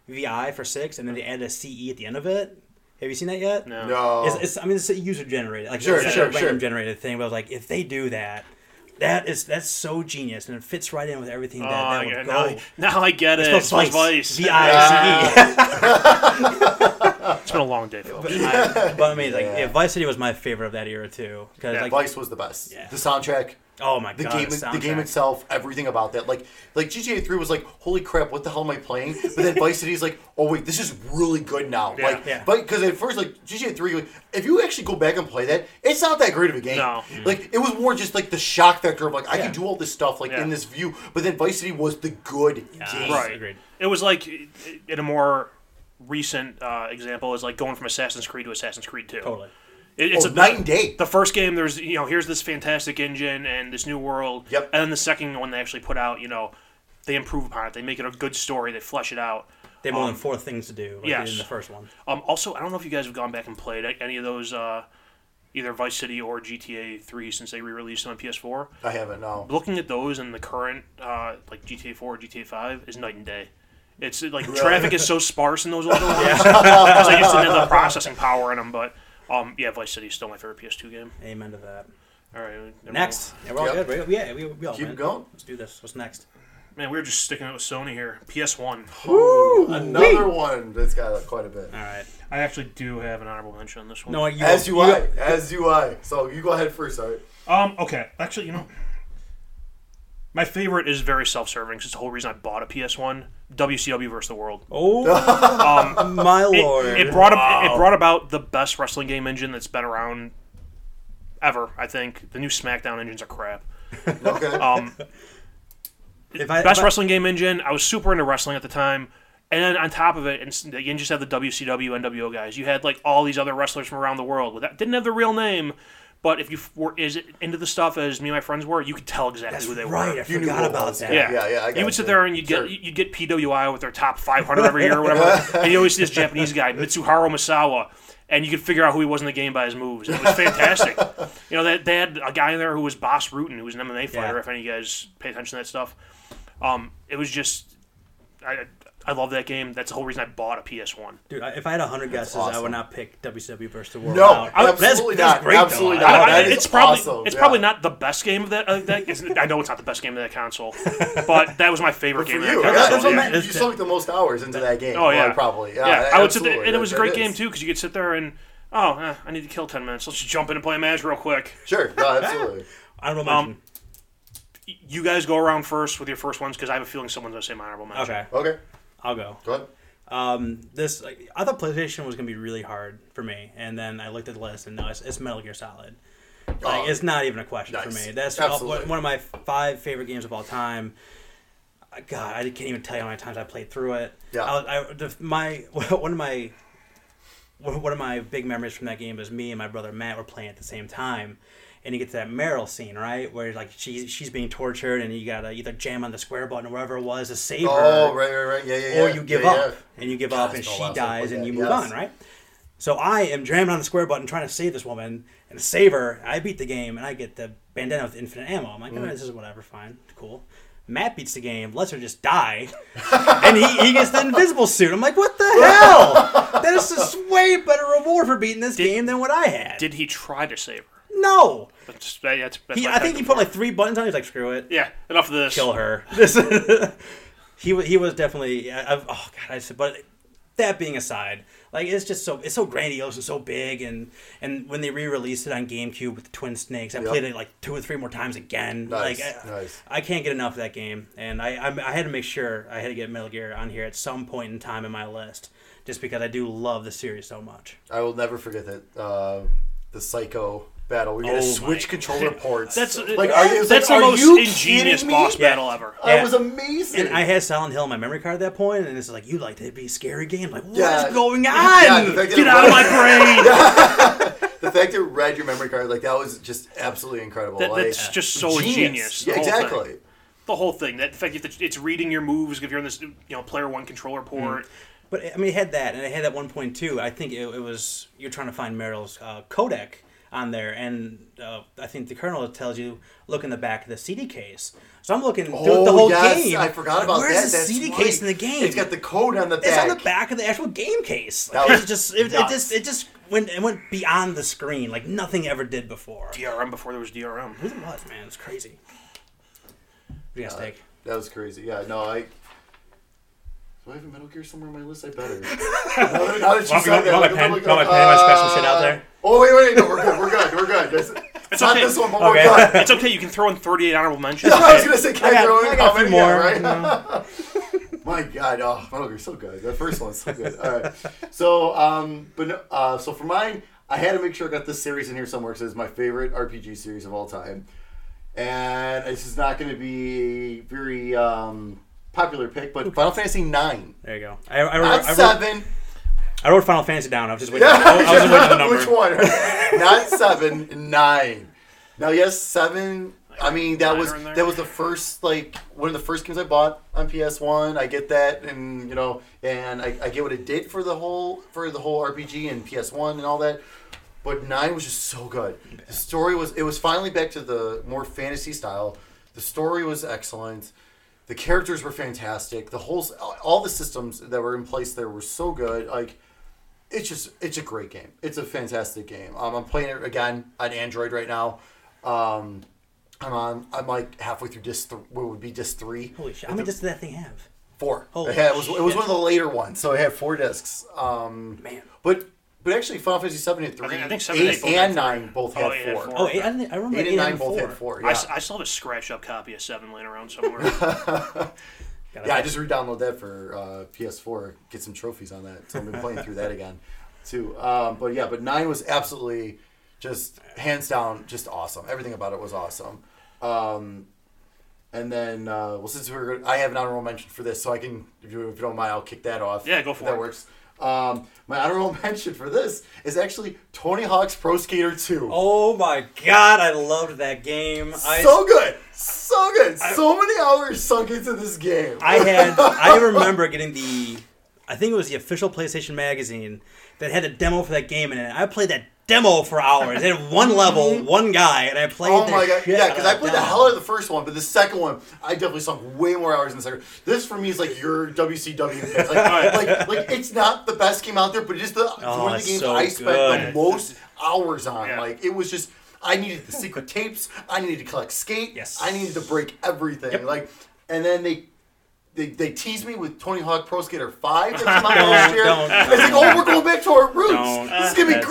VI for six, and then they added a CE at the end of it. Have you seen that yet?
No.
No.
It's, it's I mean it's a user generated like
Sure,
it's
sure,
a random
sure.
generated thing, but I was like if they do that, that is that's so genius and it fits right in with everything that,
Oh,
that would
yeah,
go.
now, now I get it.
It's called
It's Vice.
V I C E.
It's been a long day, folks.
I, but I mean, like,
Yeah.
yeah, Vice City was my favorite of that era too. Because
Yeah,
like,
Vice was the best.
Yeah.
The soundtrack,
oh my
the
god,
game, the game itself, everything about that. Like, like GTA Three was like, holy crap, what the hell am I playing? But then Vice City is like, oh wait, this is really good now.
Yeah.
like,
Yeah.
but because at first, like GTA Three, like, if you actually go back and play that, it's not that great of a game. Mm-hmm.
No. Mm-hmm.
Like, it was more just like the shock factor of like, I
Yeah.
can do all this stuff like
Yeah.
in this view. But then Vice City was the good game.
Right.
Agreed.
It was like in a more recent uh, example is like going from Assassin's Creed to Assassin's Creed Two.
Totally.
It-
Oh,
it's a
night and day.
The first game, there's you know here's this fantastic engine and this new world.
Yep.
And then the second one they actually put out, you know, they improve upon it. They make it a good story. They flesh it out.
They have more
Um,
than four things to do. Like
yes.
in the first one.
Um, also, I don't know if you guys have gone back and played any of those, uh, either Vice City or GTA Three, since they re-released them on PS4.
I haven't no.
looking at those and the current uh, like GTA Four, GTA Five is night and day. It's like traffic is so sparse in those older ones. Because I just didn't have the processing power in them. But um, yeah, Vice City is still my favorite PS2 game.
Amen to that.
All right, never
Next, yeah, we're all
Oh. Yep.
good. We, yeah, we, we all
Keep
win.
going.
Let's do this. What's next?
mind. man, we are just sticking it with Sony here. PS One.
Another one that's got uh, quite a bit.
All right.
I actually do have an honorable mention on this one.
No, you,
As you I, as you I. So you go ahead first, all right?
Um. Okay. Actually, you know, my favorite is very self-serving. 'cause it's the whole reason I bought a PS One. WCW versus the World.
Oh my
it,
lord! Ah,
it brought ab- it brought about the best wrestling game engine that's been around ever. I think the new SmackDown engines are crap.
Okay.
Um,
if I,
best
if I-
wrestling game engine. I was super into wrestling at the time, and then on top of it, and s- you just had the WCW NWO guys. You had like all these other wrestlers from around the world that didn't have the real name, but if you f- were as into the stuff as me and my friends were, you could tell exactly
That's
who they
right.
were.
I
You knew
forgot
what
about
was-
that.
Yeah,
Yeah, yeah, I
You would
gotcha.
sit there and you'd get
Sure.
you'd get PWI with their top 500 every year or whatever, and you always see this Japanese guy Mitsuharu Misawa, and you could figure out who he was in the game by his moves. It was fantastic. you know that they had a guy in there who was Boss Rutan, who was an MMA fighter.
Yeah.
If any of you guys pay attention to that stuff, um, it was just I I love that game. That's the whole reason I bought a PS One.
Dude, I- if I had hundred guesses, I
awesome.
would not pick WCW versus the World.
No,
out.
absolutely
that's,
not.
That's great, though.
Absolutely
I-
not.
I-
Oh, that
I-
is
it's probably
awesome,
it's
yeah.
probably not the best game of that. Uh, that is, I know it's not the best game of that console, but that was my favorite
Good
game.
for
of
you.
that
that's
Yeah,
what
console,
I'm
you-
meant.
you sunk the most hours into that game.
Oh yeah,
Well, probably. Yeah,
I would sit there,
absolutely.
and it was a
That-
great
that
game
is.
too because you could sit there and oh, eh, I need to kill ten minutes. Let's just jump in and play a match real quick.
Sure, no, absolutely.
I don't know.
Um,
Um,
Y- You guys go around first with your first ones because I have a feeling someone's gonna say my honorable mention.
okay,
Okay,
I'll go.
go ahead.
Um, this like, I thought PlayStation was gonna be really hard for me, and then I looked at the list, and no, it's, it's Metal Gear Solid. Like,
Oh,
it's not even a question
nice.
for me. That's
Absolutely.
one of my five favorite games of all time. Uh, God, I can't even tell you how many times I played through it.
Yeah.
I, was- I, the, my one of my one one of my big memories from that game is me and my brother Matt were playing at the same time. And you get to that Meryl scene, right, where like she's she's being tortured, and you gotta either jam on the square button or whatever it was to save her,
oh, right, right, right. Yeah, yeah, yeah.
or you give
yeah,
up
yeah.
and you give
God,
up and
it's been a
she
while since I
dies
played
and
that.
you move
Yes.
on right so i am jamming on the square button trying to save this woman and save her i beat the game and i get the bandana with infinite ammo i'm like
Mm.
"All right, this is whatever fine cool matt beats the game lets her just die and he, he gets the invisible suit i'm like what the hell that is just way better reward for beating this game than what i had
Did he try to save her?
no
That's, that- that's, that's
he,
my
i think he
pick.
put like three buttons on it. he's like screw it
yeah. Enough of this.
kill her this he wa- he was definitely. I, I've, oh god, I said. But that being aside, like it's just so it's so grandiose and so big, and and when they re-released it on GameCube with the Twin Snakes, I
Yep.
played it like two or three more times again.
Nice,
like I,
nice.
I can't get enough of that game, and I, I I had to make sure I had to get Metal Gear on here at some point in time in my list, just because I do love the series so much.
I will never forget that uh, the psycho battle. We're gonna
Oh
switch
my
controller ports.
That's
like are you, it's
that's
like,
the
are
most
you
ingenious
kidding me?
boss
Yeah.
battle ever.
That
Yeah.
was amazing.
And I had Silent Hill on my memory card at that point, and it's like you like to be scary game. Like what's
Yeah.
going on?
Yeah, the fact that
get
it
out of my
was-
brain.
the fact that it read your memory card like that was just absolutely incredible.
That-
like,
that's just so ingenius, the
Yeah,
whole thing.
exactly.
The whole thing. That in fact, you have to- it's reading your moves if you're in this, you know, player one controller
Hmm.
port.
But I mean, it had that, and it had that one point two. I think it, it was you're trying to find Meryl's uh, codec on there, and uh, I think the kernel tells you look in the back of the CD case. So I'm looking through the whole game.
Oh, I forgot about
Where's
that.
Where's the
That's
CD
right.
case in the game?
It's got the code on the back.
It's on the back of the actual game case. Like,
That was
it just it, it
nuts.
just it just went it went beyond the screen like nothing ever did before.
DRM before there was DRM.
Who it was man, it's crazy. What do
Uh,
you guys think?
That was crazy. Yeah, no, I. Do I have a Metal Gear somewhere on my list? I better. now that now that
Want-
you said
want- want
that, like,
my
I'm
pen-
looking
want
up-
my pen, my special shit out there?
Oh wait, wait, no, we're good, we're good, we're good. It's, it's not
okay.
this one, but
Okay.
we're good.
It's okay. You can throw in 38 honorable mentions.
I was gonna say, can I,
I got-
throw in
I got a
comedy?
few more.
Yeah, right?
you know.
My God, oh, Metal Gear's so good. That first one's so good. All right, so um, but no- uh, so for mine, I had to make sure I got this series in here somewhere because it's my favorite RPG series of all time, and this is not going to be a very um, popular pick, but Final Fantasy Nine,
There you go. I, I, wrote,
not
I, wrote,
seven.
I wrote Final Fantasy down. I was just waiting. I was just waiting for the number.
Which one? not seven, nine. Now, yes, seven. I mean, that
Nine
was
are in there.
that was the first like one of the first games I bought on PS One. I get that, and you know, and I, I get what it did for the whole for the whole RPG and PS One and all that. But nine was just so good. The story was it was finally back to the more fantasy style. The story was excellent. The characters were fantastic. The whole all the systems that were in place there were so good. Like it's just it's a great game. It's a fantastic game. Um, I'm playing it again on Android right now. Um, I'm on. I'm like halfway through disc. Th- what would be disc three?
Holy shit! How many discs did that thing have?
Four.
Holy
yeah, it was. It was
shit.
one of the later ones, so I had four discs. Um,
Man.
but but actually, Final Fantasy seven and three,
think- I think seven and
eight
eight both
and
had
nine both
Oh,
had
eight had
four.
four.
Oh, eight, I, didn't- I remember
Eight
eight,
and nine
and
both
four.
had four.
I,
Yeah,
s- I still have a scratch up copy of Seven laying around somewhere.
Gotta-
yeah. I just re-download that for uh, PS4. Get some trophies on that. So I've been playing through that again, too. Um, but yeah, but nine was absolutely just hands down just awesome. Everything about it was awesome. Um, and then, uh, well, since we we're, I have an honorable mention for this, so I can, if you, if you don't mind, I'll kick that off.
Yeah, go for
if That
it.
works. Um, my honorable mention for this is actually Tony Hawk's Pro Skater 2.
Oh my god! I loved that game. I,
so good, so good, so many hours sunk into this game.
I had. I remember getting the. I think it was the official PlayStation magazine that had a demo for that game in it. I played that demo for hours. It had one level, one guy, and I played.
Oh
the
my god!
shit
Yeah,
out of
because I
that
played the
demo.
hell out of the first one, but the second one, I definitely sunk way more hours in the second. This for me is like your WCW. pick. Like, like, like it's not the best game out there, but it is the it's
Oh,
one of
it's
the games
so
I spent
good.
the most hours on.
Yeah.
Like it was just. I needed the secret tapes. I needed to collect skate.
Yes.
I needed to break everything. Like, and then they they, they teased me with Tony Hawk Pro Skater 5 that came out last year.
don't,
It's like, oh, we're going back to our roots.
Don't.
This is gonna be
Yes.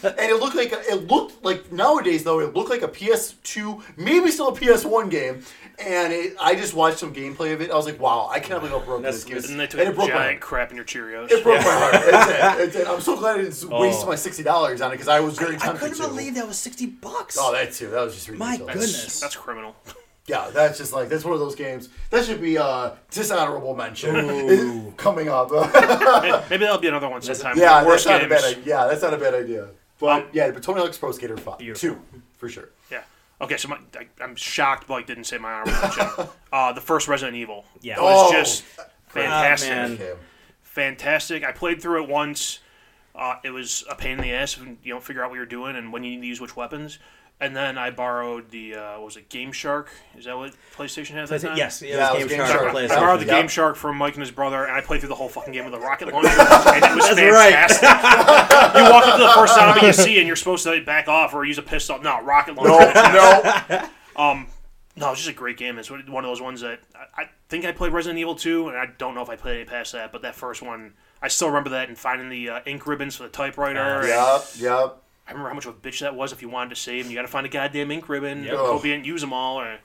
great. And it looked like a, it looked like nowadays though it looked like a PS2, maybe still a PS1 game. And it, I just watched some gameplay of it. I was like, wow, I cannot believe how broken this game is.
and they took
And
a
it broke my
giant
heart.
crap in your Cheerios.
It broke my heart. It's it. It's it. I'm so glad I didn't waste
Oh.
my sixty dollars on it because I was very
I
tempted
couldn't
to.
believe that was sixty bucks.
Oh, that too. That was just
My
ridiculous.
goodness.
That's, that's criminal.
Yeah, that's just like that's one of those games. That should be uh, dishonorable mention coming up.
May- Maybe that'll be another one sometime.
yeah,
Worst
that's not a
games.
bad. i- Yeah, that's not a bad idea. But yeah, but Tony Hawk's Pro Skater Five,
Beautiful.
two for sure.
Yeah. Okay, so my, I, I'm shocked Blake didn't say my honorable mention. uh, the first Resident Evil.
Yeah.
It was
Oh.
just fantastic.
man.
Okay.
Fantastic. I played through it once. Uh, it was a pain in the ass and you don't figure out what you're doing and when you need to use which weapons. And then I borrowed the uh, what was it Game Shark? Is that what PlayStation has? At that time?
yes, yeah,
Yeah,
it was Game Shark.
Shark.
plays
I
Yeah.
borrowed the
something.
Yeah.
Game Shark from Mike and his brother, and I played through the whole fucking game with a rocket launcher, and it was fantastic. you walk up to the first zombie you see, and you're supposed to back off or use a pistol. No, rocket launcher.
No,
Um, No, it's just a great game. It's one of those ones that I, I think I played Resident Evil 2, and I don't know if I played any past that, but that first one, I still remember that and finding the uh, ink ribbons for the typewriter. and
Yep, yep.
I remember how much of a bitch that was if you wanted to save them. You got to find a goddamn ink ribbon.
Yep.
Hope you didn't use them all. Or,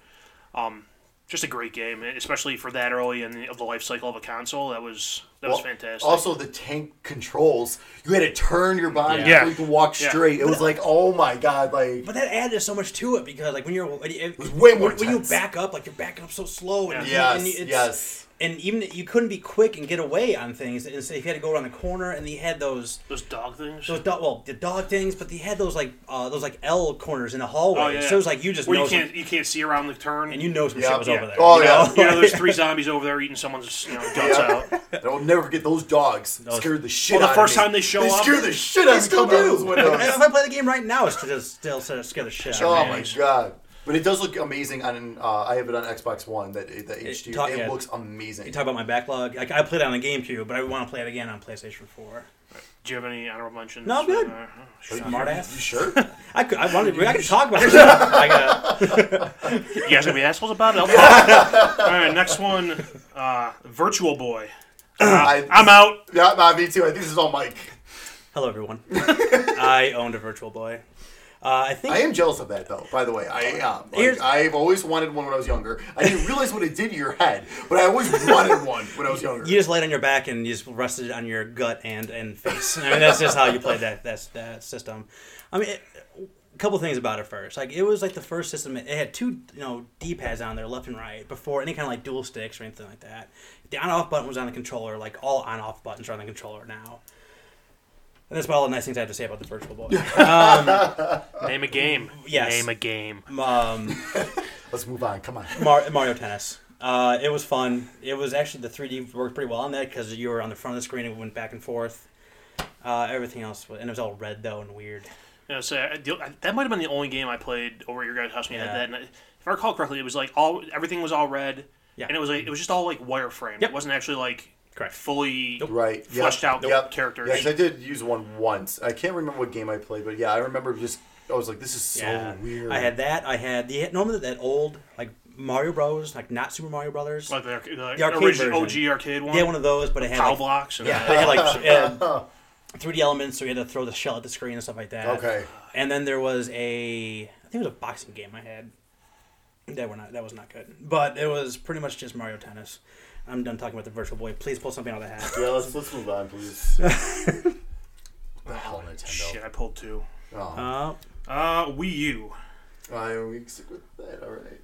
um, just a great game, especially for that early in the, of the life cycle of a console. That was that was
Well,
fantastic.
Also, the tank controls. You had to turn your body
Yeah.
so you could walk
Yeah.
straight. It was like, oh my god, like
But that added so much to it because, like, when you're when you-
was way more
when, when you
tense.
back up, like you're backing up so slow, and,
Yeah.
and
Yes,
it's,
yes.
and even you couldn't be quick and get away on things. And so if you had to go around the corner, and they had those
Those dog things.
those dog, well the dog things, but they had those like uh, those like L corners in the hallway.
Oh, yeah, yeah.
So it was like you just
Where
know
you can't
some-
you can't see around the turn.
and you know some
Yeah.
shit was
Yeah.
over there.
Oh,
you
yeah.
know?
you know, there's three zombies over there eating someone's you know, guts
Yeah.
out.
I will never forget those dogs. scared the shit
Well, the
out
first
of me.
time they show
they
up-
scared the shit out
I
of
still
me. out of those
do. Like,
windows.
if I play the game right now, it's just still sort of scare the shit out
Oh
of me.
my god! But it does look amazing on. Uh, I have it on Xbox One. That the HD. It,
talk- yeah.
looks amazing.
You talk about my backlog. Like I played it on the GameCube, but I want to play it again on PlayStation Four.
Do you have any honorable mentions?
No, I'm good.
Uh,
you
Smartass.
sure?
I could. I wanted. I could talk about it. I got.
You guys gonna be assholes about it? I'll talk. All right, next one. Uh, Virtual Boy.
I,
I'm out.
Yeah, nah, me too. I think this is all Mike.
Hello, everyone. I owned a Virtual Boy. Uh, I think
I am jealous of that, though. By the way, I am.
Oh,
Here's-
Like, I've always wanted one when I was younger. I didn't realize what it did to your head, but I always wanted one when I was younger.
you just laid on your back and you just rested it on your gut and and face. I mean, that's just how you played that that's that system. I mean. It, a couple things about it first like it was like the first system it had two you know d-pads on there left and right before any kind of like dual sticks or anything like that the on-off button was on the controller like all on-off buttons are on the controller now and that's about all the nice things i have to say about the virtual boy
Name a game.
Yes.
Name a game.
um,
Let's move on. Come on.
Mar- Mario Tennis. Uh, it was fun. It was actually the 3D worked pretty well on that because you were on the front of the screen and it went back and forth. Uh, everything else, was, and it was all red though and weird.
Yeah, so I, the- I- that might have been the only game I played over at your guys' house when you
Yeah.
had that. And I, if I recall correctly, it was like all everything was all red,
Yeah.
and it was like it was just all like wireframe.
Yep.
It wasn't actually like
Correct.
fully
Right. Yep.
fleshed out
yep.
characters.
Yes, I did use one once. I can't remember what game I played, but yeah, I remember just. I was like, this is so weird.
I had that. I had the normally that old like Mario Bros, like not Super Mario Brothers.
like the, arc- the,
arcade
original
version.
OG arcade one.
they had one of those, but it had
Tile
like,
blocks. And
yeah, they had like it had 3D elements, so you had to throw the shell at the screen and stuff like that.
Okay.
And then there was a, I think it was a boxing game I had. That were not that was not good, but it was pretty much just Mario Tennis. I'm done talking about the Virtual Boy. Please pull something out of the hat.
Yeah, let's, let's move on, please. the hell, Nintendo.
Shit, I pulled two.
Oh,
Uh,
Uh, Wii U.
I we can stick with that. All right.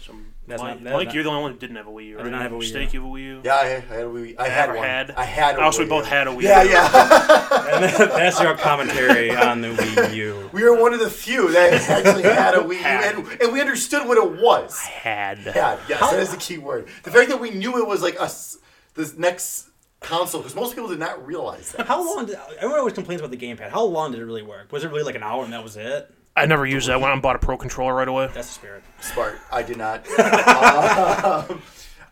Some
That's
Mike,
not- that's
Mike,
not-
you're the only one who didn't have a Wii U.
I
Right?
did not have a Wii U.
Mistake, you have a Wii U.
Yeah, I, I had a Wii. I had
Or
one.
had.
I had. A
Also,
Wii
we both
U.
had a Wii.
Yeah,
U.
yeah.
and that's your commentary on the Wii U.
We were one of the few that actually had a Wii U,
Had.
and, and we understood what it was.
Had.
Had, yes, that is the key word. The fact that we knew it was like us, this next console, because most people did not realize that.
How long? Did, everyone always complains about the gamepad. How long did it really work? Was it really like an hour and that was it?
I never used that one. I bought a Pro controller right away.
That's the spirit.
Smart. I did not. Um,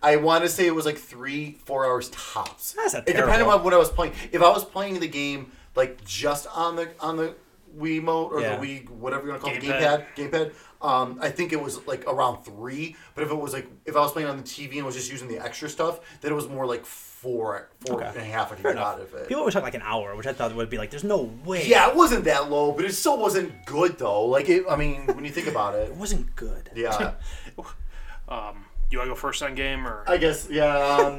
I want to say it was like three, four hours tops.
That's not
It depended
terrible.
on what I was playing. If I was playing the game like just on the on the Wiimote or
Yeah.
the Wii, whatever you want to call
Gamepad.
it, gamepad, gamepad. Um, I think it was like around three. But if it was like if I was playing on the TV and was just using the extra stuff, then it was more like four, four and a half. I could get out of it.
People always talk like an hour, which I thought would be like, there's no way.
Yeah, it wasn't that low, but it still wasn't good though. Like it, I mean, when you think about it,
it wasn't good.
yeah.
Um, you want to go first on game or?
I guess yeah. Um,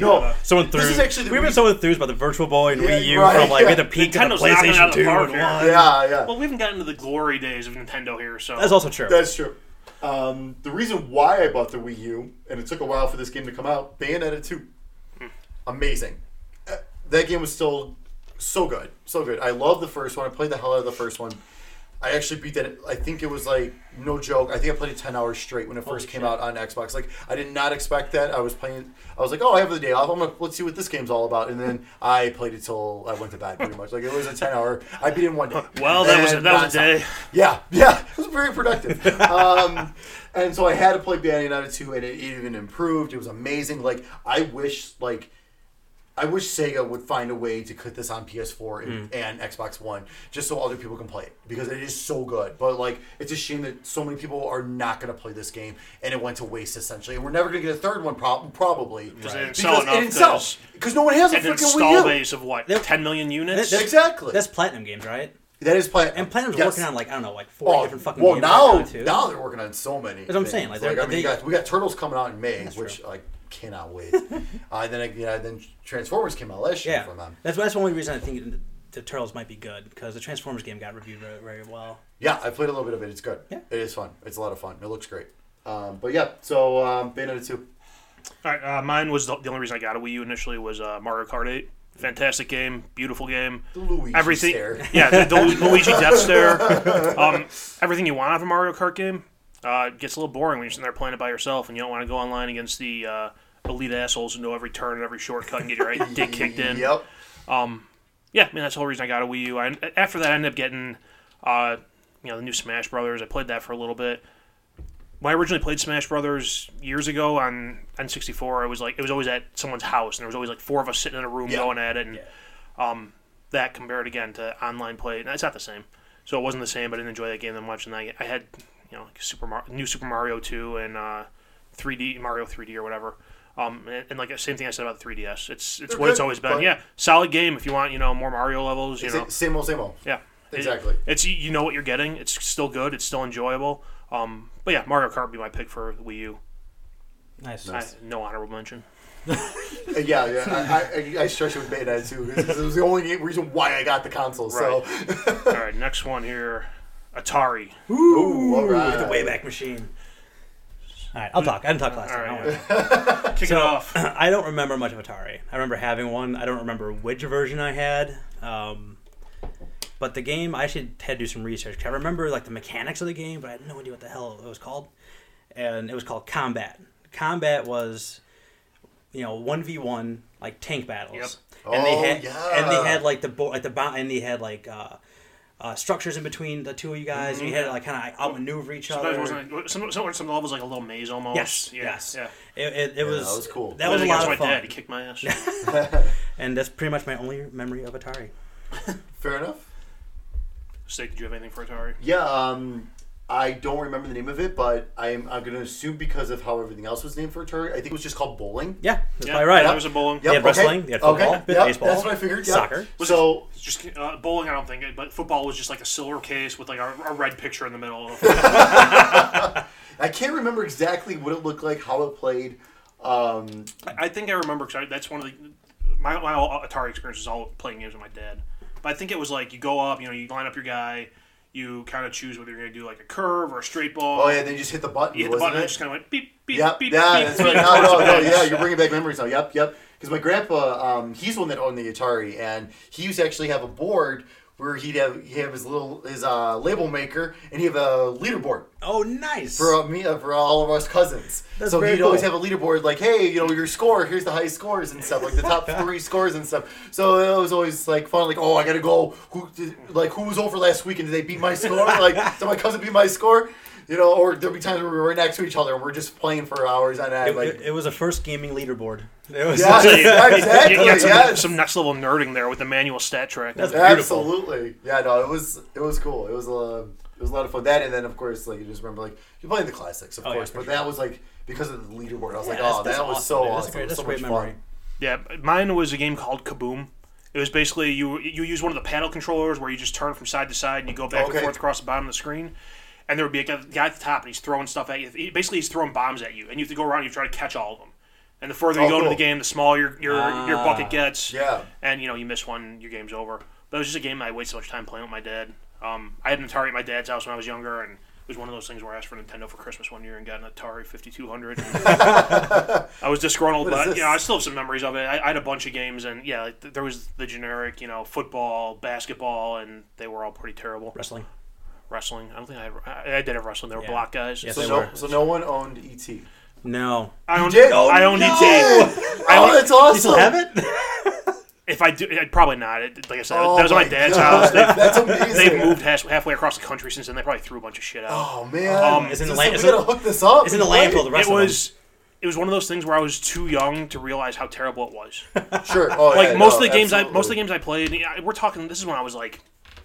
no,
Someone threw.
This is actually the
we've been
Wii-
so enthused by the Virtual Boy and
Yeah,
Wii U
right,
from like we had to
yeah.
peak to the
Nintendo's knocking it out
PlayStation
of
Two
the park
and
here.
one.
yeah, yeah.
Well, we haven't gotten to the glory days of Nintendo here, so
That's also true.
That's true. Um, the reason why I bought the Wii U, and it took a while for this game to come out, Bayonetta 2.
Hmm.
Amazing. Uh, That game was still so good. So good. I love the first one. I played the hell out of the first one. I actually beat that. I think it was like, no joke, I think I played it 10 hours straight when it first came out on Xbox. Like, I did not expect that. I was playing, I was like, oh, I have the day off. I'm going to, let's see what this game's all about. And then I played it till I went to bed, pretty much. Like, it was a 10 hour, I beat it in one day.
well, that was
And
that was a
nonstop.
day.
Yeah, yeah, it was very productive. um, and so I had to play Bayonetta 2, and it even improved. It was amazing. Like I wish, like I wish Sega would find a way to put this on PS4 and,
Mm.
and Xbox One just so other people can play it because it is so good. But like, it's a shame that so many people are not going to play this game and it went to waste essentially. And we're never going to get a third one, prob- probably.
Because it didn't sell
Because
enough,
it didn't sell
'cause-
because no one has a
an
freaking Wii
install
U.
base of what
They-
10 million units.
They- they-
Exactly.
That's Platinum Games, right?
that is Platinum.
And Platinum's
Yes.
working on like I don't know, like four
Oh,
different fucking
well,
games.
now,
right too.
now they're working on so many.
what I'm saying,
things.
like, they're-
I mean,
they-
you got, we got Turtles coming out in May,
That's
which
true.
I cannot wait. uh, and then, I- yeah, then Transformers came out last year
yeah,
from them.
that's that's the only reason I think the- the Turtles might be good because the Transformers game got reviewed very, very well.
Yeah, I played a little bit of it. It's good.
Yeah.
It is fun. It's a lot of fun. It looks great. Um, but yeah, so um, Bayonetta 2.
All right, uh, mine was the, the only reason I got a Wii U initially was uh, Mario Kart 8. Fantastic game, beautiful game.
The Luigi
everything,
stare.
yeah, the, the Lu- Luigi Death Stare. Um, everything you want out of a Mario Kart game. Uh, it gets a little boring when you're sitting there playing it by yourself, and you don't want to go online against the uh, elite assholes who know every turn and every shortcut and get your dick kicked in.
Yep.
Yeah, I mean that's the whole reason I got a Wii U. I, after that, I ended up getting, uh, you know, the new Smash Brothers. I played that for a little bit. When I originally played Smash Brothers years ago on N64, I was like, it was always at someone's house, and there was always like four of us sitting in a room
Yeah.
going at it, and um, that compared again to online play, and it's not the same. So it wasn't the same, but I didn't enjoy that game that much. And I, I had, you know, like Super Mar- new Super Mario 2 and uh, 3D Mario 3D or whatever. Um, and, and like the same thing I said about the 3DS. It's it's
They're
what it's
good,
always been.
but-
Yeah, solid game if you want, you know, more Mario levels. You
Sa-
know,
Same old, same old.
yeah, It-
Exactly.
it's you know what you're getting. It's still good. It's still enjoyable. Um, but yeah, Mario Kart would be my pick for Wii U.
Nice.
I, no honorable mention.
Uh, Yeah, yeah. I, I, I, I stretched it with Bayonetta 2 because it was the only reason why I got the console. So,
All right, next one here, Atari.
Ooh, all right.
The Wayback Machine. All right, I'll talk. I didn't talk last
Hmm. All
time.
right.
don't worry.
Kick it off.
I don't remember much of Atari. I remember having one. I don't remember which version I had. Um, but the game, I actually had to do some research. 'cause I remember like the mechanics of the game, but I had no idea what the hell it was called. And it was called Combat. Combat was, you know, one v one like tank battles.
Yep.
And they
Oh,
had
yeah.
and they had like the bo- at the bo- and they had like uh, uh, structures in between the two of you guys. And you had to, like kind of outmaneuver each
Sometimes
other.
Mm-hmm. it wasn't like- some, some, some levels like a little maze almost.
uh, Yes.
Yeah,
yes.
Yeah.
It, it, it was.
that was cool.
That was a
I think
lot
that's
of
my
fun.
dad. He kicked my ass.
And that's pretty much my only memory of Atari.
fair enough.
Steak, did you have anything for Atari?
Yeah, um, I don't remember the name of it, but I'm, I'm going to assume because of how everything else was named for Atari, I think it was just called bowling.
Yeah, that's
Yeah,
probably right.
That was a bowling.
They had
Yep, okay,
wrestling, they had football,
okay,
they
yep,
had baseball,
That's what I figured. Yep.
soccer.
So
It's Just uh, bowling, I don't think, but football was just like a silver case with like a, a red picture in the middle.
I can't remember exactly what it looked like, how it played. Um,
I think I remember because that's one of the my, my whole Atari experience was all playing games with my dad. But I think it was like you go up, you know, you line up your guy, you kind of choose whether you're going to do like a curve or a straight ball.
oh yeah, then you just hit the button.
you hit the
wasn't
button and it
it?
just kind of went beep beep
Yep.
beep
yeah,
beep.
that's
beep.
right. No, no, no.
Yeah.
Yeah, you're bringing back memories now. Yep, yep. Because my grandpa, um, he's the one that owned the Atari, and he used to actually have a board where he'd have he have his little his uh, label maker, and he'd have a leaderboard
Oh, nice.
for uh, me uh, for all of us cousins.
That's
so
very
he'd always
cool.
have a leaderboard like, hey, you know, your score. Here's the high scores and stuff, like the top three scores and stuff. So it was always like fun, like, oh, I gotta go. Who did, like who was over last week and did they beat my score? Like, did my cousin beat my score? You know, or there'll be times where we're right next to each other and we're just playing for hours on end.
it,
Like,
it- it was a first gaming leaderboard. It was
Yeah.
So you- you-
Exactly,
You got some,
yes.
some next level nerding there with the manual stat track.
That's- beautiful.
absolutely, yeah. No, it was it was cool. It was a it was a lot of fun. That and then of course, like you just remember like you're playing the classics, of
Oh, yeah,
course.
for
but that was like because of the leaderboard. I was like,
Yeah, that's-
oh,
that's
that was
awesome,
so
dude. That's
awesome.
great-
It was
that's
so
a great
much
memory.
fun.
yeah, mine was a game called Kaboom. It was basically you you use one of the paddle controllers where you just turn from side to side and you go back
Okay.
and forth across the bottom of the screen. And there would be a guy guy at the top and he's throwing stuff at you. He- basically, he's throwing bombs at you, and you have to go around and you try to catch all of them. And the further you
Oh,
go into
cool.
the game, the smaller your your, your
Ah,
bucket gets.
yeah.
And you know you miss one, your game's over. But it was just a game I wasted so much time playing with my dad. Um, I had an Atari at my dad's house when I was younger, and it was one of those things where I asked for Nintendo for Christmas one year and got an Atari 5200. I was disgruntled,
What is
but
this?
you know, I still have some memories of it. I, I had a bunch of games, and yeah, like, th- there was the generic, you know, football, basketball, and they were all pretty terrible.
wrestling.
Wrestling, I don't think I had, I, I did have wrestling. They were block guys.
Yes,
So
They
no,
were.
so no one owned ET.
No.
I owned,
did?
I
Oh,
owned E
no!
ET.
Oh, that's awesome.
You still have it?
If I do, I'd probably not. It, like I said,
Oh
that was at my
my
dad's
God,
house. They,
That's amazing.
they've moved hash, halfway across the country since then. They probably threw a bunch of shit out.
Oh man,
It's in the land-
Just like,
it's
we
in-
gotta hook this up.
It's in the
Right?
landfill. The
it
rest of
was it was one of those things where I was too young to realize how terrible it was.
Sure. Oh,
like
yeah, no,
most of the games I
absolutely.
most of the games I played, yeah, we're talking. This is when I was like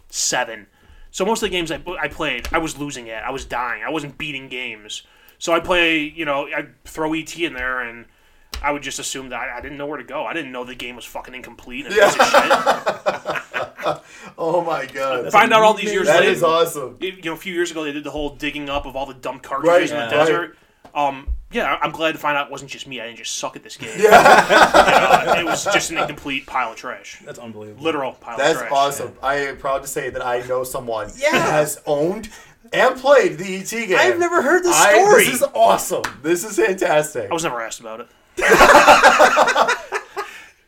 seven. So most of the games I, I played, I was losing it. I was dying. I wasn't beating games. So I play, you know, I throw ET in there, and I would just assume that I, I didn't know where to go. I didn't know the game was fucking incomplete. And a piece of shit.
Oh my god.
Find out all these years
That
later.
is awesome.
you know, a few years ago they did the whole digging up of all the dumped cartridges
Right,
in the
yeah.
desert. Um, yeah, I'm glad to find out it wasn't just me. I didn't just suck at this game. You know, it was just an incomplete pile of trash,
That's unbelievable.
literal pile
That's
of trash.
awesome. I am proud to say that I know someone who has owned and played the ET game.
I've never heard this
I-
story.
this is awesome. This is fantastic.
I was never asked about it.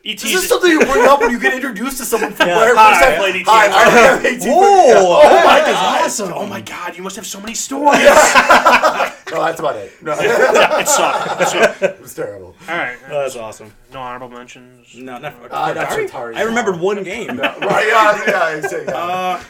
E ET
Is this something you bring up when you get introduced to someone from where E
Hi, I
Hi,
played ET.
Hi, I have AT.
Whoa!
Oh my
that is
god.
awesome.
Oh my god, you must have so many stories.
No, that's about it. No,
it sucked. It sucked.
it was terrible.
All right,
Oh, that's awesome.
no honorable mentions.
No, not
Ah, that's
Atari?
Atari.
I remembered one game.
Right, yeah, yeah, I say, yeah.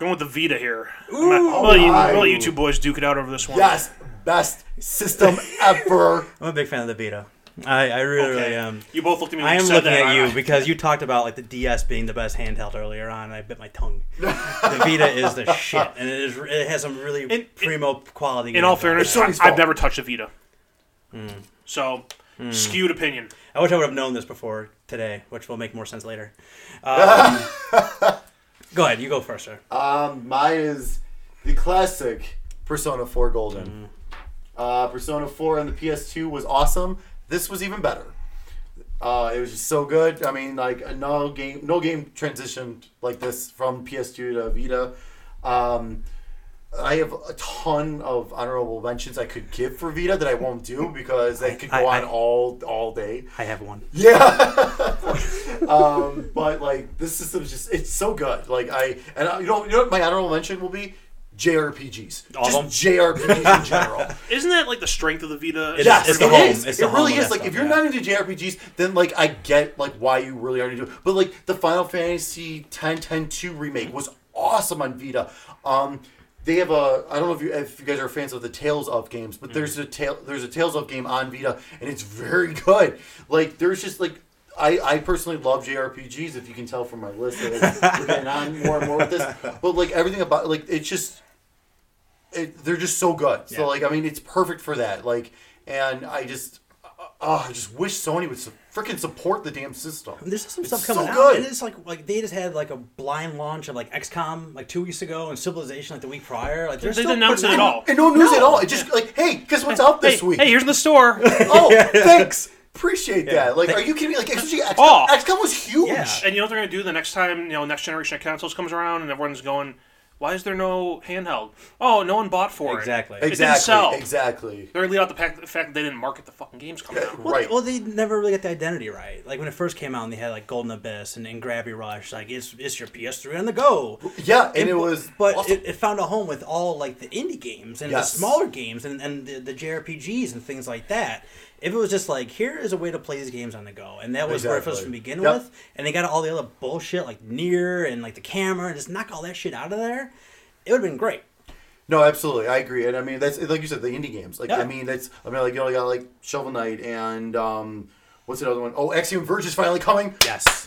Going with the Vita here. Ooh, I'm gonna let you, I'm gonna let you two boys duke it out over this one.
Oh. yes, best system ever.
I'm a big fan of the Vita. I, I really,
Okay.
really am.
You both looked at me. When
I
you
am
said
looking
that.
at
I-
you
I-
because you talked about like the DS being the best handheld earlier on. and I bit my tongue. the Vita is the shit, and it is. It has some really
it-
primo quality.
In all
games on it.
fairness,
It's
I,
Sony's
I've
fault.
never touched a Vita. So, skewed opinion.
I wish I would have known this before today, which will make more sense later. Um, go ahead, you go first, sir.
Um, mine is the classic Persona 4 Golden.
Mm-hmm.
Uh, Persona 4 on the PS2 was awesome. This was even better. Uh, it was just so good. I mean, like uh, no game, no game transitioned like this from PS2 to Vita. Um, I have a ton of honorable mentions I could give for Vita that I won't do because they could go
I- I-
on all all day.
I have one.
Yeah. um, but like this system's just it's so good. Like I and I, you know you know what my honorable mention will be JRPGs.
All of
just
them?
JRPGs in general.
Isn't that like the strength of the Vita?
It
Yes,
It's
it's
the
it
home.
is.
It's
it
the home
really
of
is.
that
Like,
stuff,
if you're
yeah.
not into JRPGs, then like I get like why you really aren't into it. But like the Final Fantasy 10 10 2 remake was awesome on Vita. Um, they have a I don't know if you if you guys are fans of the Tales of games, but there's a
Mm-hmm.
tail there's a Tales of game on Vita, and it's very good. Like there's just like. I, I personally love JRPGs, if you can tell from my list. That we're getting on more and more with this, but like everything about like it's just it, they're just so good.
Yeah.
So like, I mean, it's perfect for that. Like, and I just, oh, I just wish Sony would su- freaking support the damn system.
There's just some
It's
stuff
so
coming out.
good.
And it's like like they just had like a blind launch of like XCOM like two weeks ago and Civilization like the week prior. Like they're
They
still
didn't announce it
putting
at
out-
all.
And no news at all. It just like, hey, guess what's out
Hey,
this week?
hey, here's in the store. and
oh, thanks. Appreciate that. Like, are you kidding me? Like, especially XCOM,
Oh.
XCOM was huge.
Yeah.
you know what they're gonna do the next time you know next generation of consoles comes around and everyone's going, why is there no handheld? Oh, no one bought for
Exactly.
it. It didn't sell.
Exactly. Exactly.
They're gonna lead out the fact, the fact that they didn't market the fucking games coming out.
Well,
Right.
well, they never really got the identity right. Like when it first came out, and they had like Golden Abyss and, and Gravity Rush. Like it's it's your PS3 on the go.
Yeah, and it was.
But
awesome.
it, it found a home with all like the indie games and
Yes.
the smaller games and, and the, the JRPGs and things like that. If it was just like here is a way to play these games on the go, and that was where it was
Exactly.
from begin
Yep.
with, and they got all the other bullshit like near and like the camera and just knock all that shit out of there, it would have been great.
No, absolutely, I agree, and I mean that's like you said, the indie games. Like
Yeah.
I mean that's I mean like you know, you got like Shovel Knight and um, what's the other one? Oh, Axiom Verge is finally coming.
Yes,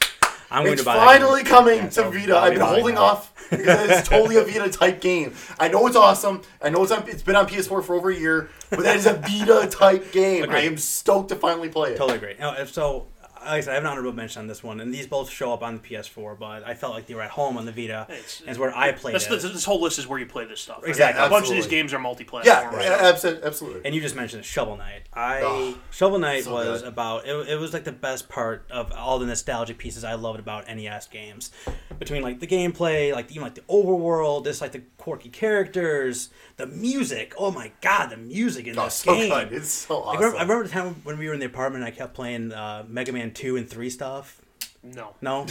I'm going
It's
to buy. that game.
finally coming to
so
Vita.
I'll
I've
be
been
buying
holding
that.
off because it's totally a Vita type game. I know it's awesome. I know it's on, it's been on PS4 for over a year, but that is a Vita type game. I
Agreed.
am stoked to finally play it.
Totally agree. Now, if so, like I said, I have an honorable mention on this one, and these both show up on the PS4, but I felt like they were at home on the Vita,
It's-
and it's where I played
That's,
it.
this, this whole list is where you play this stuff.
Exactly.
A bunch of these
Absolutely.
games are multiplayer.
Yeah, absolutely, absolutely.
and you just mentioned Shovel Knight. I
Ugh,
Shovel Knight
so
was
good.
about it, it was like the best part of all the nostalgia pieces I loved about NES games. Between like the gameplay, like even like the overworld, just like the quirky characters, the music. Oh my god, the music in
Oh,
this
so
game.
good. It's so
I
awesome.
remember, I remember the time when we were in the apartment and I kept playing uh, Mega Man 2 and 3 stuff.
No.
No,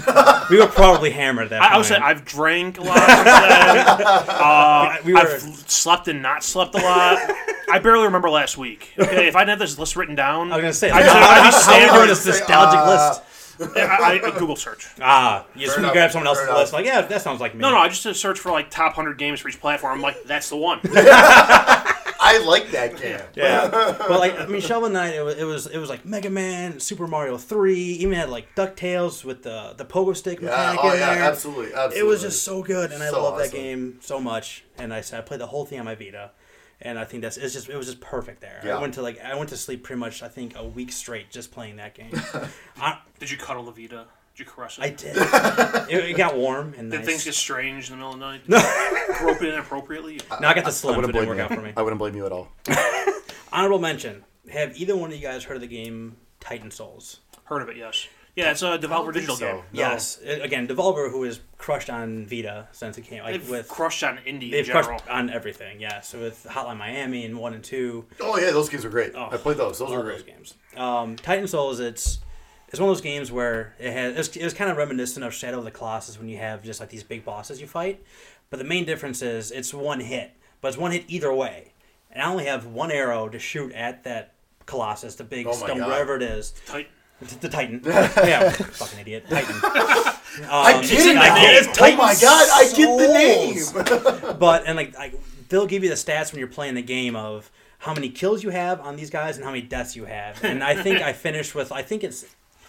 we were probably hammered at that.
I, I
point.
would say I've drank a lot. Since then. Uh,
We were-
I've slept and not slept a lot. I barely remember last week. Okay, if I didn't have this list written down,
I was gonna say,
I'd,
like,
I'd be
how are you doing
stammering.
this nostalgic
uh,
list?
I, I, Google search.
Ah, you just
Fair enough,
grab someone else's
fair enough.
list. Like, yeah, that sounds like me.
No, no, I just did a search for like top hundred games for each platform. I'm like, that's the one.
I I like that game.
Yeah. well, like, I mean, Shovel Knight, it was, it was it was like Mega Man, Super Mario Three, even had like Ducktales with the the pogo stick
Yeah,
mechanic
oh
in
yeah,
there.
absolutely, absolutely.
It was just so good, and I
So
love that
awesome.
game so much. And I said I played the whole thing on my Vita, and I think that's it's just it was just perfect there.
Yeah.
I went to like I went to sleep pretty much I think a week straight just playing that game. I,
Did you cuddle the Vita? Did you caress it?
I did. it, it got warm and
Did
nice.
things get strange in the middle of the night? No. Grope in inappropriately?
no, I got the slim, so it
wouldn't
didn't
blame
work
you.
out for me.
I wouldn't blame you at all.
Honorable mention: Have either one of you guys heard of the game Titan Souls?
Heard of it, yes. Yeah, it's a developer digital
so.
game.
No.
Yes. A- Again, developer who is crushed on Vita since it came like
They've
with
crushed on indie in
they've
general.
crushed on everything. Yeah. So with Hotline Miami and one and two,
Oh yeah, those games were great. I played those. Those
all
were
those
great.
games. Um, Titan Souls, it's it's one of those games where it has it's, it's kind of reminiscent of Shadow of the Colossus when you have just like these big bosses you fight, but the main difference is it's one hit, but it's one hit either way, and I only have one arrow to shoot at that Colossus, the big
Oh my
stone,
God.
whatever it is,
Tight.
the, the Titan. yeah, fucking idiot, Titan. Uh, Um,
I get it
in that
now.
game. It's
Oh my
Titan
god, I get the name.
Souls. But and like I, they'll give you the stats when you're playing the game of how many kills you have on these guys and how many deaths you have. And I think I finished with I think it's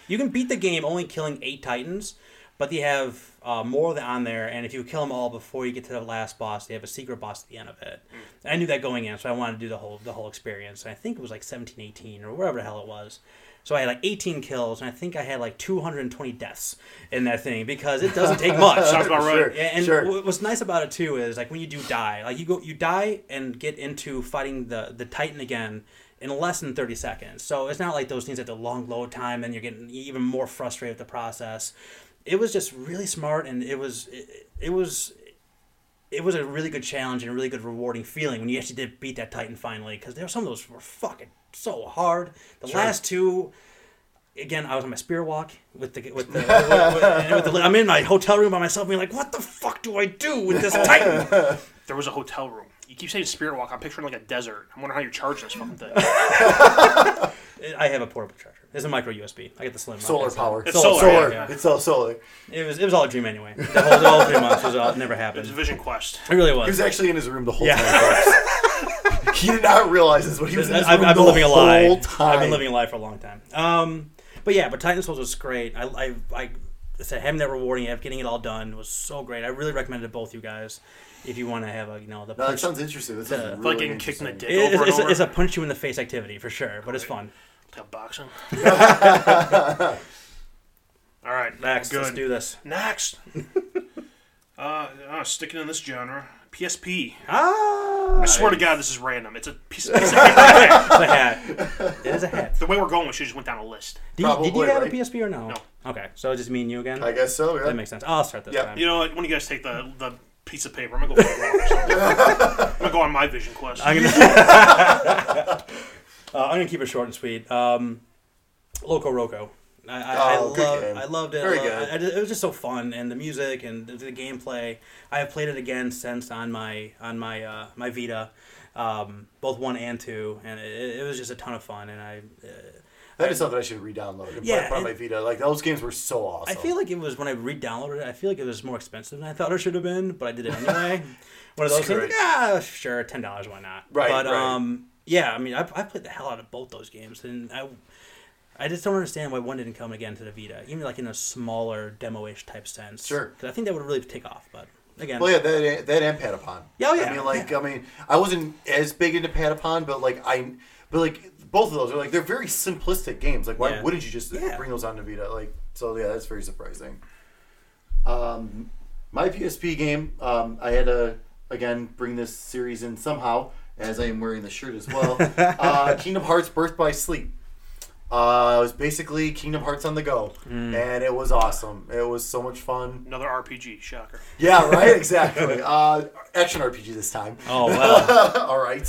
you can beat the game only killing eight titans, but they have uh, more than on there. And if you kill them all before you get to the last boss, they have a secret boss at the end of it. I knew that going in, so I wanted to do the whole the whole experience. And I think it was like 17, 18, or whatever the hell it was. So I had like 18 kills, and I think I had like 220 deaths in that thing because it doesn't take much.
Sounds about right.
Sure,
Yeah, and
sure.
what- what's nice about it too is like when you do die, like you go, you die and get into fighting the the Titan again in less than thirty seconds. So it's not like those things at the long load time, and you're getting even more frustrated with the process. It was just really smart, and it was it, it was it was a really good challenge and a really good rewarding feeling when you actually did beat that Titan finally because there were some of those were fucking so hard. The last two, again, I was on my spear walk with the with the, with, with- with the I'm in my hotel room by myself, being like, what the fuck do I do with this Titan?
There was a hotel room. You keep saying Spirit Walk. I'm picturing like a desert. I'm wondering how you're charging this fucking thing.
I have a portable charger. It's a micro USB. I get the slim.
Solar
It's-
power.
It's
solar,
Solar.
yeah.
It's all solar.
It was it was all a dream anyway. The whole, the whole three months was all, it never
It's a
happened.
Vision Quest.
It really
He was
was.
actually in his room the whole
Yeah.
time. he did not realize this, but he was in his
I've,
room
I've
the
been living a
whole
lie.
time.
I've been living a lie for a long time. Um, but yeah, but Titan Souls was great. I, I, I said having that rewarding, of getting it all done was so great. I really recommend it to both you guys if you want to have a you know the
No, that
push-
sounds interesting. This is
Uh,
really
Like getting kicked in the
interesting.
dick
It- it's,
over and
it's, a,
over.
it's a punch you in the face activity for sure, but it's fun.
Like boxing. All right,
Max,
good.
let's do this.
Next. uh, uh, sticking in this genre, PSP.
Ah,
I swear to God, this is random. It's a piece of, piece of paper.
it's
Okay.
a hat. It is a hat.
The way we're going, we should just went down a list.
Did, you- did you
Probably,
have a
right?
PSP or no?
No.
Okay, so just me and you again.
I guess so. Yeah.
that makes sense. I'll start this
Yeah.
time.
You know what? When you guys take the, the piece of paper, I'm gonna go. For a walk or something. I'm gonna go on my Vision Quest.
I'm gonna, uh, I'm gonna keep it short and sweet. Um, Loco Roco. I, I,
Oh,
I,
good
loved,
game.
I loved it.
Very
I loved-
good.
I- I just- it was just so fun, and the music and the, the gameplay. I have played it again since on my on my uh, my Vita, um, both one and two, and it, it was just a ton of fun. And I uh,
That is something I should re-download. And
Yeah,
yeah, play,
and-
my Vita. Like those games were so awesome.
I feel like it was when I re-downloaded it. I feel like it was more expensive than I thought it should have been, but I did it anyway. One of those
Screw
things. Like,
it.
ah, sure, ten dollars, why not?
Right,
But
right.
um, yeah, I mean, I, I played the hell out of both those games, and I, I just don't understand why one didn't come again to the Vita, even like in a smaller demo-ish type sense.
Sure.
'Cause I think that would really take off. But again,
Well, yeah, that that and Patapon.
Yeah, oh, yeah,
I mean, like, I mean, I wasn't as big into Patapon, but like, I, but like, both of those are like they're very simplistic games. Like, why
Yeah.
wouldn't you just
Yeah.
bring those on to Vita? Like, so yeah, that's very surprising. Um, my PSP game, um, I had to again bring this series in somehow, as I am wearing the shirt as well. uh, Kingdom Hearts: Birth by Sleep. Uh, it was basically Kingdom Hearts on the go,
Hmm.
and it was awesome. It was so much fun.
Another RPG. Shocker.
Yeah, right. Exactly. uh, action RPG this time.
oh well,
All right.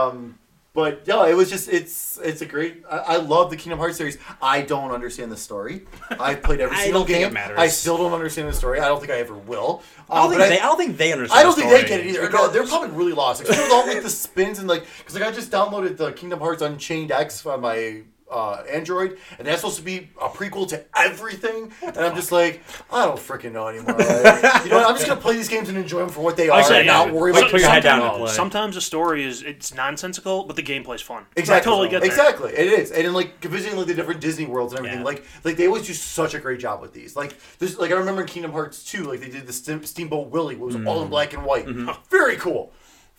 um, but no, it was just it's it's a great. I, I love the Kingdom Hearts series. I don't understand the story. I've played every
I
single
don't
game.
think it matters.
I still don't understand the story. I don't think I ever will.
I don't
Uh,
think
but
they, I don't think they understand.
I don't
the
think they
story.
get it either. No, they're probably really lost. Especially with all like the spins and like, because like I just downloaded the Kingdom Hearts Unchained X on my uh, Android, and that's supposed to be a prequel to everything. And I'm just like, I don't freaking know anymore. Like, you know, what? I'm just gonna play these games and enjoy them for what they are,
I said,
and
yeah.
not worry
Like,
about
put your head down
something
and
else.
play.
Sometimes the story is it's nonsensical, but the gameplay's fun.
Exactly.
I totally get that.
Exactly. It is. And in like visiting like the different Disney worlds and everything,
Yeah.
like like they always do such a great job with these. Like this like I remember in Kingdom Hearts 2, like they did the Steam, Steamboat Willie, which was
Mm-hmm.
all in black and white. Very cool.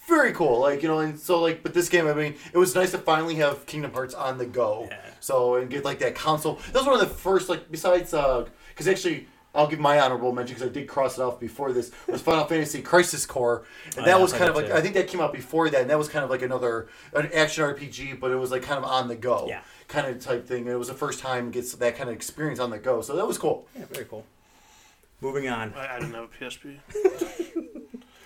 Very cool. Like, you know, and so like but this game, I mean, it was nice to finally have Kingdom Hearts on the go. So and get like that console. That was one of the first like besides uh cuz actually I'll give my honorable mention because I did cross it off before this. Was Final Fantasy Crisis Core,
Oh,
and that
yeah,
was
I
kind of
played that
like I
too.
think think that came out before that, and that was kind of like another an action RPG, but it was like kind of on the go,
Yeah.
kind of type thing. It was the first time gets that kind of experience on the go, so that was cool.
Yeah, very cool. Moving on.
I, I didn't have a PSP.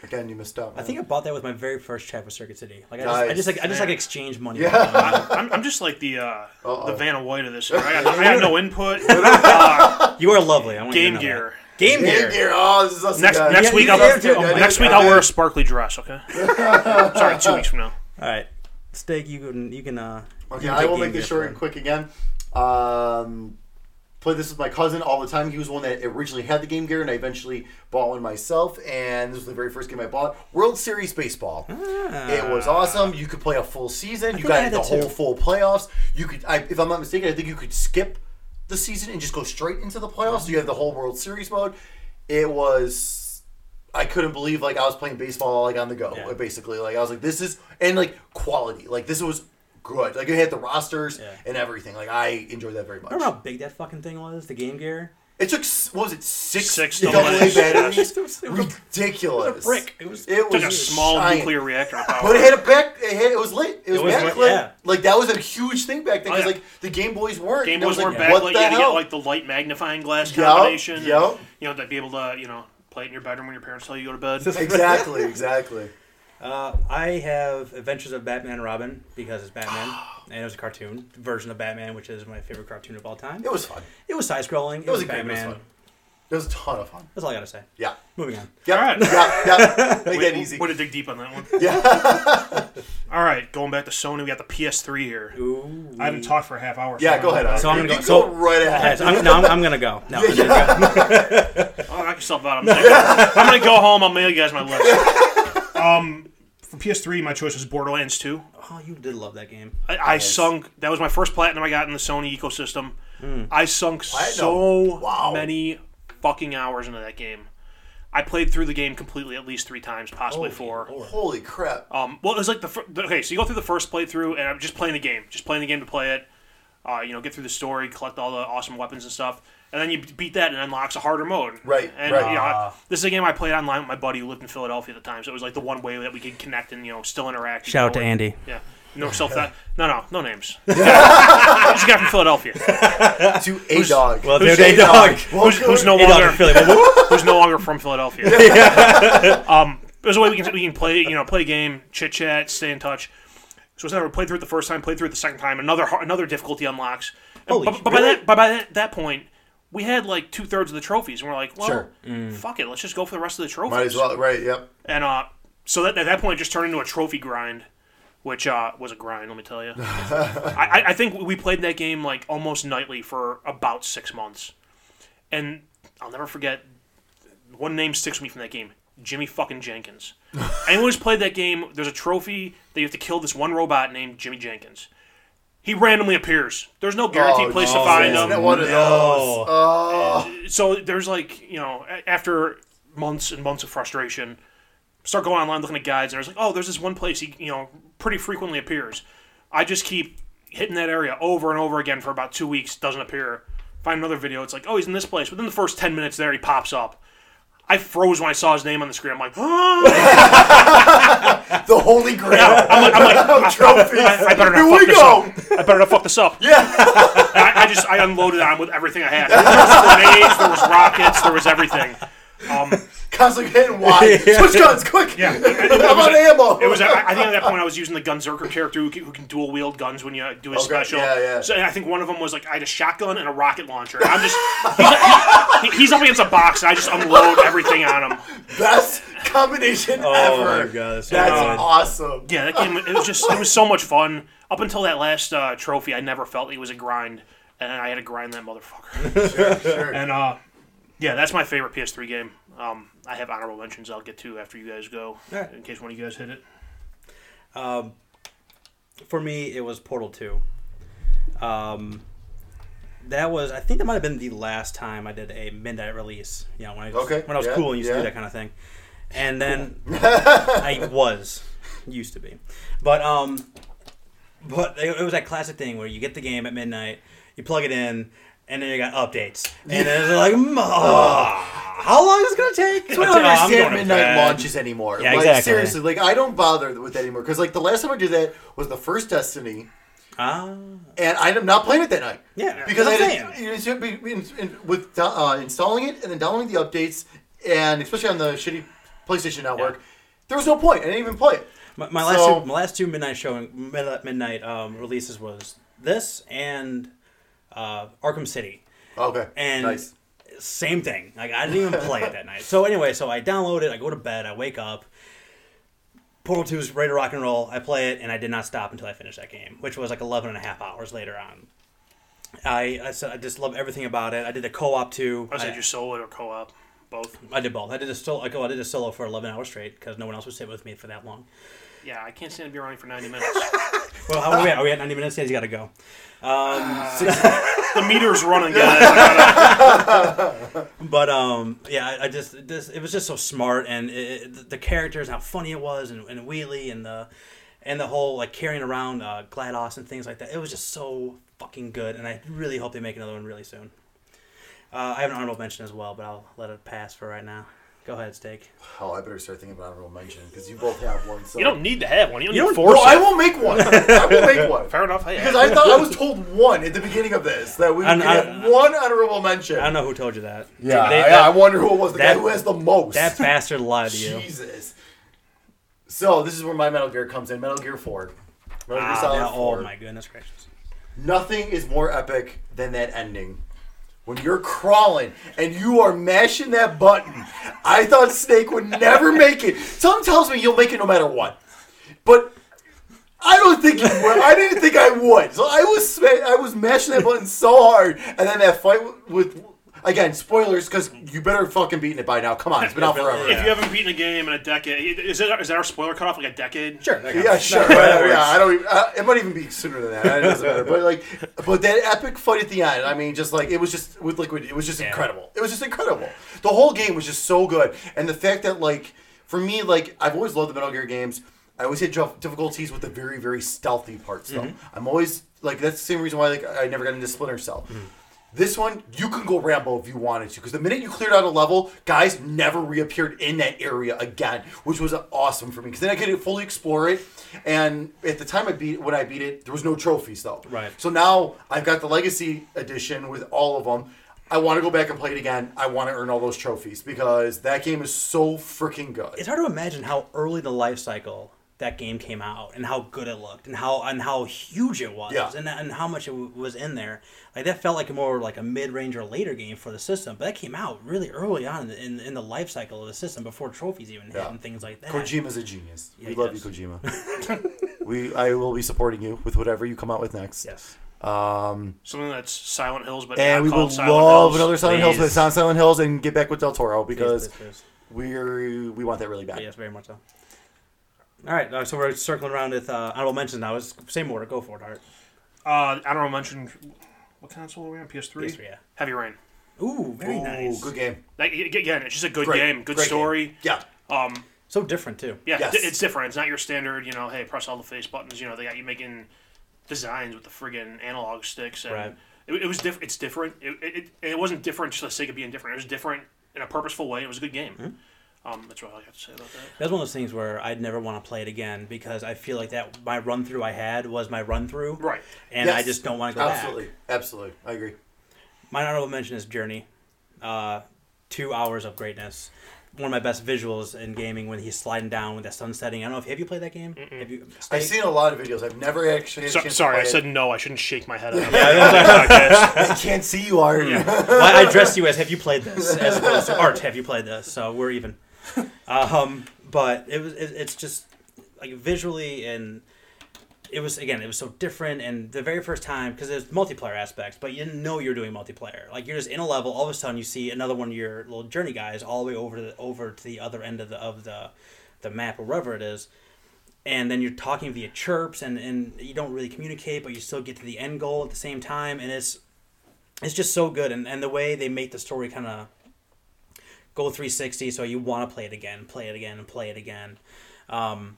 Again, you missed out.
I think I bought that with my very first chat with Circuit City. Like I just, I
Nice.
just like I just like
Yeah.
exchange money.
Yeah.
I, I'm, I'm just like the uh,
Uh-oh.
the Vanna White of this. Year. I got, I got no input. Uh,
You are lovely. I want you to
Game
know
Gear.
that. Game
Game
Gear.
Gear. Oh, this is us
Next
again.
next
Yeah,
week
you
I'll
guys do. Oh my
next week I'll wear a sparkly dress. Okay. Sorry, two weeks from now.
All right, steak. You can you can. Uh, you
Okay,
can
I
take
will
Game
make
Gear
this short and
for-
quick again. Um, played this with my cousin all the time. He was one that originally had the Game Gear, and I eventually bought one myself. And this was the very first game I bought: World Series baseball. It was awesome. You could play a full season. you
think Ah. I
got
had
the
that too.
whole full playoffs. You could, I, if I'm not mistaken, I think you could skip the season and just go straight into the playoffs. you have the whole World Series mode. It was I couldn't believe like I was playing baseball like on the go
Yeah.
basically like I was like this is and like quality like this was good like it had the rosters
Yeah.
and everything like I enjoyed that very much.
Remember how big that fucking thing was? The Game Gear.
It took s- what was it six
Six
double
double
A
A's, yeah.
batteries?
It was- it was a-
Ridiculous.
it was a brick. It was-
It was
Like a small
giant.
nuclear reactor. Power.
But it had a back. It, had, it was lit. It was,
was
backlit.
lit, yeah.
Like that was a huge thing back then
Oh,
because
yeah.
like the Game Boys weren't.
Game
That
Boys
was
weren't
like, What
backlit.
the
You had to get
hell?
like the light magnifying glass
Yup,
combination.
yup.
You know, to be able to you know play it in your bedroom when your parents tell you to go to bed.
exactly. Exactly.
Uh, I have Adventures of Batman and Robin because it's Batman, and it was a cartoon version of Batman, which is my favorite cartoon of all time.
It was fun.
It was side scrolling. It,
It was
was
a great. It was
Batman.
fun. It was a ton of fun.
That's all I gotta say.
Yeah.
Moving on.
Yeah.
All right.
Yeah. Yeah. Make that
Way-
easy.
Way to dig deep on that one.
Yeah.
All right, going back to Sony, we got the PS3 here.
Ooh.
I haven't talked for a half hour.
Yeah. Go ahead. Oscar.
So I'm
you
gonna go-
go
so-
right
Okay,
ahead.
so I'm, no, I'm, I'm gonna go. No, I'm gonna go.
Oh, knock yourself out. I'm, taking- I'm gonna go home. I'll mail you guys my list. Um,
For PS3, my choice was Borderlands 2.
Oh, you did love that game.
I, I sunk. That was my first platinum I got in the Sony ecosystem. I sunk
Hmm.
so
Platinum. Wow.
many fucking hours into that game. I played through the game completely at least three times, possibly four.
Holy crap.
Um, well, it was like the fir- the- okay. So you go through the first playthrough, and I'm just playing the game, just playing the game to play it. Uh, you know, get through the story, collect all the awesome weapons and stuff, and then you beat that, and it unlocks a harder mode.
Right,
And
right.
you know, I- this is a game I played online with my buddy who lived in Philadelphia at the time, so it was like the one way that we could connect and you know still interact.
Shout out to
You know,
Andy.
Yeah. No self that. No, no, no names. This guy from Philaduphia,
To a dog.
Well,
Who's
dude, a dog.
who's, who's no
Hey, dog,
longer
Philly, what- what-
who's no longer from Philadelphia. um, there's a way we can we can play you know play a game, chit chat, stay in touch. So it's never played through it the first time, played through it the second time. Another har- another difficulty unlocks. And-
Holy
but,
sh-
but by
really?
that by, by that, that point, we had like two thirds of the trophies, and we're like, well,
Sure.
fuck it, let's just go for the rest of the trophies.
Might as well. Right. Yep.
And uh, so that, at that point, it just turned into a trophy grind, which uh, was a grind. Let me tell you. I, I- I think we played that game like almost nightly for about six months, and I'll never forget. One name sticks with me from that game: Jimmy fucking Jenkins. Anyone who's played that game, there's a trophy that you have to kill this one robot named Jimmy Jenkins. He randomly appears. There's no guaranteed
Oh,
place to
Jesus.
find
Isn't
him
that one of those? Oh.
so there's like you know a- after months and months of frustration start going online looking at guides and there's like oh there's this one place he you know pretty frequently appears i just keep hitting that area over and over again for about two weeks doesn't appear find another video it's like oh he's in this place within the first 10 minutes there he pops up i froze when i saw his name on the screen i'm like
The Holy Grail.
i'm like, I'm like I-
Trophies.
I, I better not
Here
fuck
we
this
go.
up. I better not fuck this up.
Yeah.
And I, I just I unloaded on with everything I had. There was grenades, there was rockets, there was everything. Um,
Constantly hitting Y. Switch guns, quick.
yeah,
I'm on ammo.
It was. I I think at that point I was using the Gunzerker character who can, who can dual wield guns when you uh, do a special.
yeah, yeah.
So I think one of them was like I had a shotgun and a rocket launcher. I'm just he's, he- he's up against a box and I just unload everything on him.
Best combination ever.
Oh, my Oh, God, that's so
That's
good.
awesome.
Yeah, that game. It was just it was so much fun up until that last uh, trophy. I never felt it was a grind, and I had to grind that motherfucker.
Sure.
And uh, yeah, that's my favorite PS3 game. Um, I have honorable mentions I'll get to after you guys go,
Alright.
in case one of you guys hit it.
for me it was portal 2 um, that was i think that might have been the last time i did a midnight release you know when i was,
Okay,
when I was
yeah,
cool and used to
yeah.
do that kind of thing and then i was used to be but um but it, it was that classic thing where you get the game at midnight you plug it in and then you got updates and then it's like "Mwah, how long is it gonna take
I
Oh,
don't
I'm going
understand
to
midnight
bed."
launches anymore.
Yeah,
like,
exactly.
Seriously, like I don't bother with that anymore because like the last time I did that was the first Destiny,
ah
and I'm not playing it that night.
Yeah,
because I
that's
had to, you know, be- be- in- in- with do- uh, installing it and then downloading the updates, and especially on the shitty PlayStation Network, there was no point. I didn't even play it.
My, my last
So-
two, my last two midnight showing mid- midnight um, releases was this and uh, Arkham City.
Okay,
And
nice.
same thing. Like I didn't even play it that night. So anyway, so I download it. I go to bed. I wake up. Portal 2 is ready to rock and roll. I play it, and I did not stop until I finished that game, which was like 11 and a half hours later on. I, I, said- I just love everything about it. I did the co-op too.
I said you solo or co-op, both.
I did both. I did a solo. I go- I did a solo for 11 hours straight because no one else would sit with me for that long.
Yeah, I can't stand to be around you for ninety minutes.
Well, how are we at? Are we at 90 minutes? He's got to go.
the meter's running, guys.
But um, yeah, I, I just this it was just so smart, and it, it, the characters, how funny it was, and, and Wheelie, and the and the whole like carrying around uh, Glados and things like that. It was just so fucking good, and I really hope they make another one really soon. Uh, I have an honorable mention as well, but I'll let it pass for right now. Go ahead, Steak.
Oh, I better start thinking about honorable mention because you both have one. So.
You don't need to have one. You don't,
You
need
don't-
to force
No, I
it.
will make one. I will make one.
Fair enough. Hey,
Because I thought I was told one at the beginning of this that we
And
would
I-
get one honorable mention.
I don't know who told you that.
Yeah,
They-
yeah, I
that,
wonder who it was. The
that-
guy who has the most.
that bastard lied to you.
Jesus. So this is where my Metal Gear comes in. Metal Gear Four. Metal Gear
Ah,
Solid
now-
Four.
oh my goodness gracious!
Nothing is more epic than that ending. When you're crawling and you are mashing that button, I thought Snake would never make it. Something tells me you'll make it no matter what, but I don't think you would. I didn't think I would. So I was sma- I was mashing that button so hard, and then that fight with again spoilers because you better fucking beaten it by now. Come on, it's been out forever.
If you haven't beaten a game in a decade, is it is that our spoiler cutoff like a decade?
Sure.
Yeah, sure. whatever, yeah, I don't. Even, uh, it might even be sooner than that. It doesn't matter. But like, but that epic fight at the end. I mean, just like it was just with Liquid. It was just incredible. It was just incredible. The whole game was just so good, and the fact that like for me, like I've always loved the Metal Gear games. I always hit dif- difficulties with the very very stealthy parts though. I'm always like that's the same reason why like I never got into Splinter Cell. This one, you can go Rambo if you wanted to, because the minute you cleared out a level, guys never reappeared in that area again, which was awesome for me. Because then I could fully explore it, and at the time I beat when I beat it, there was no trophies though.
Right.
So now I've got the Legacy Edition with all of them. I want to go back and play it again. I want to earn all those trophies because that game is so freaking good.
it's hard to imagine how early the life cycle that game came out and how good it looked and how and how huge it was
Yeah.
and, and how much it w- was in there like that felt like more like a mid-range or later game for the system but that came out really early on in, in, in the life cycle of the system before trophies even hit
Yeah.
and things like that
Kojima's a genius. we
he
love
is.
you, Kojima. we I will be supporting you with whatever you come out with next.
yes
Something that's Silent Hills, but
And
not
we
called
will
Silent
love
Hills.
another Silent Hills, but it's
please.
not Silent Hills, and get back with Del Toro because
Please, please,
we we want that really bad.
please. yes very much so all right uh, so we're circling around with uh, honorable mentions now it's same order go for it Art.
Uh, I don't know. Mention what console were we on? PS3.
PS3, yeah.
Heavy Rain.
ooh very
Ooh,
nice
good game.
Like, y- again, it's just a good
Great
game, good
great
story.
game. Yeah.
Um,
so different too
yeah,
Yes.
di- it's different. It's not your standard. You know, hey, press all the face buttons. You know, they got you making designs with the friggin' analog sticks. And
Right.
It, it was different. It's different. It, it, it, and it wasn't different just for the sake of being different. It was different in a purposeful way. It was a good game. Um, that's what I have to say about that.
That's one of those things where I'd never want to play it again because I feel like that my run through I had was my run through,
Right.
And I
Yes.
just don't want to go
Absolutely,
back.
absolutely, I agree.
My honorable mention is Journey. Uh, two hours of greatness. One of my best visuals in gaming when he's sliding down with that sun setting. I don't know if have you played that game. Have you?
I've seen a lot of videos. I've never actually. had a
So-
chance to
sorry,
play
I
it.
said no. I shouldn't shake my head. At yeah,
I can't see you, Arden.
Well, I addressed you as "Have you played this?" as opposed to "Art, have you played this?" So we're even. Um, but it was it, it's just like visually and it was again it was so different and the very first time because there's multiplayer aspects but you didn't know you're doing multiplayer like you're just in a level all of a sudden you see another one of your little journey guys all the way over to the over to the other end of the of the the map or wherever it is and then you're talking via chirps and and you don't really communicate but you still get to the end goal at the same time and it's it's just so good and, and the way they make the story kind of go 360 so you want to play it again play it again and play it again um,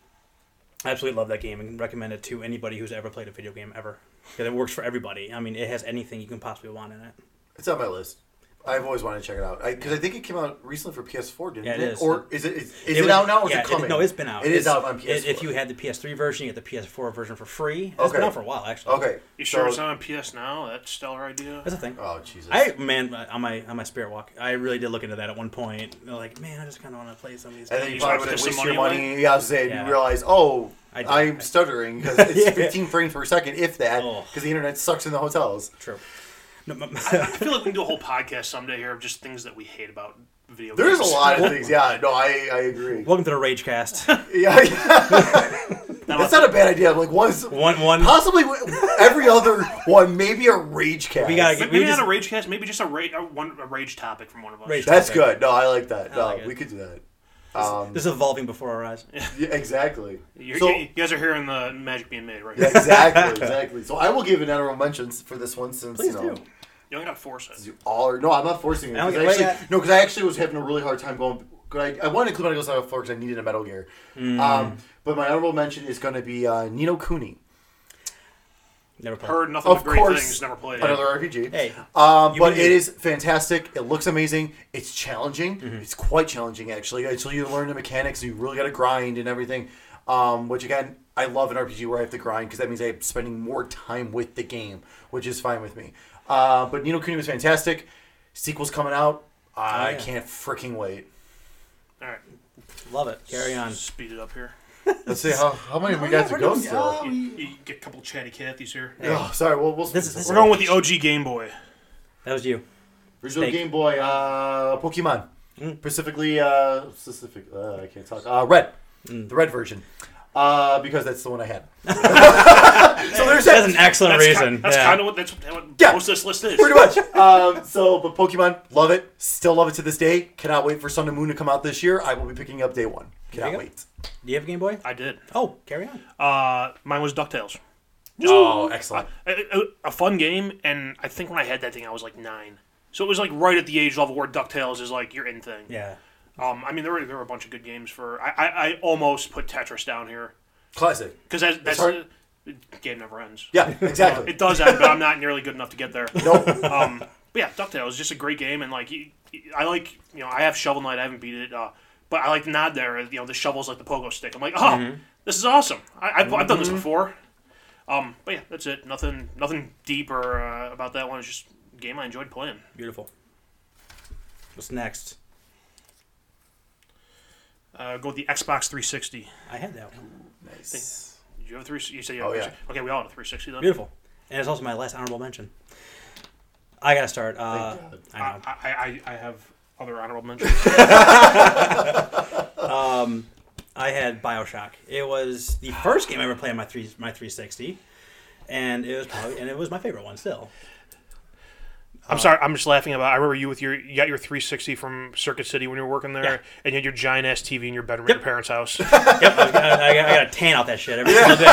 i absolutely love that game and recommend it to anybody who's ever played a video game ever because it works for everybody i mean it has anything you can possibly want in it
It's on my list. I've always wanted to check it out because I, think it came out recently for PS4, didn't
Yeah,
it?
it is.
Or is it is, is it,
was-
out now? Or
yeah,
is it coming?
no it's been out
It
It's-
is out on
i-
PS4.
if you had the ps3 version you get the ps4 version for free It's been
Okay.
out for a while actually
okay,
you sure
so-
it's not on PS now? That stellar idea.
that's a thing
Oh Jesus!
I man on my on my spirit walk, I really did look into that at one point. Like, man, I just kind of want to play some of these.
and
games.
then you
You
probably
tried
would
to
have
put
wasted
some
your
money
money. Yeah, I was saying
Yeah.
you realize, oh,
I did.
I'm stuttering because it's
Yeah.
15 frames per second, if that,
Oh.
because the internet sucks in the hotels.
True. No, m-
I feel like we can do a whole podcast someday here of just things that we hate about video
There's
games.
a lot of things. Yeah, no, I, I agree.
Welcome to the Rage Cast.
Yeah, that's not a bad idea. Like once,
One one.
possibly w- every other one, maybe a rage cast.
We gotta get-
Maybe
We
not
just-
a rage cast, maybe just a, ra- a, one, a rage topic from one of us.
Rage-
That's good. No, I like that. no,
like it.
we could do that. Um,
This is evolving before our eyes. Yeah.
yeah, exactly.
You're,
so,
you guys are hearing the magic being made right
Yeah,
now.
exactly, exactly. So I will give an honorable mention for this one since
Please
you know.
do.
You don't got to force it.
you all are- no, I'm not forcing it.
I don't
'cause
get-
I
wait,
actually,
I-
no, because I actually was having a really hard time going. 'cause I, I wanted to include Metal Gear Solid 4 because I needed a Metal Gear.
Hmm.
Um, but my honorable mention is going to be uh, Nino Cooney.
Never played.
Heard nothing but
Of
great
course.
things, never played
another RPG.
Hey,
Um,
you
but
can-
it is fantastic. It looks amazing. It's challenging. It's quite challenging actually. Until you learn the mechanics, you really got to grind and everything. Um, which again, I love an RPG where I have to grind because that means I'm spending more time with the game, which is fine with me. Uh, but Nino Kuni was fantastic. Sequel's coming out. I
yeah.
can't freaking wait.
All right,
love it. Carry on.
speed it up here.
Let's see how, how
Oh,
many we got to go still.
You, you get a couple chatty Cathy's here.
Oh, sorry. We'll, we'll
This is- this
We're going with the OG Game Boy.
That was you. Mm.
Original
Steak.
Game Boy, uh, Pokemon. Specifically, uh, specific, uh, I can't talk. Uh, red.
Mm.
The red version. Uh, because that's the one I had. so
That's
there's that.
an excellent
That's,
reason.
kind, that's
yeah.
kind of what that's what, what
Yeah.
most of this list is.
Pretty much. Um, so, but Pokemon, love it. Still love it to this day. Cannot wait for Sun and Moon to come out this year. I will be picking up day one.
you
Cannot
go.
wait.
Do you have a Game Boy?
I did.
Oh, carry on.
Uh, mine was Ducktales.
Oh, excellent.
a, a, a fun game, and I think when I had that thing, I was like nine. So it was like right at the age level where Ducktales is like your in thing.
Yeah.
Um, I mean there were there were a bunch of good games for. I I, I almost put Tetris down here
Classic.
because that, that's
hard.
the game never ends.
Yeah, exactly.
It does end, but I'm not nearly good enough to get there.
nope.
Um, but yeah, Ducktales is just a great game, and like you- you- I like you know I have Shovel Knight, I haven't beat it, uh, but I like the nod there. You know the shovel's like the pogo stick. I'm like, oh,
Mm-hmm.
this is awesome. I, I've, I've done this before. Um, but yeah, that's it. Nothing nothing deep or uh, about that one. It's just a game I enjoyed playing.
Beautiful. What's next?
Uh, go with the Xbox 360.
I had that one.
Nice.
Did you have a 360? You said you
Oh,
had a
yeah.
360. Okay, we all had a 360 then.
Beautiful. And it's also my last honorable mention. I gotta start. Uh,
God.
I know.
I, I, I, I have other honorable mentions.
I had Bioshock. It was the first game I ever played on my three my 360, and it was probably and it was my favorite one still.
I'm sorry, I'm just laughing about. I remember you with your you got your 360 from Circuit City when you were working there,
Yeah.
and you had your giant ass TV in your bedroom at your parents' house.
Yep, I, I, I gotta tan out that shit every single day.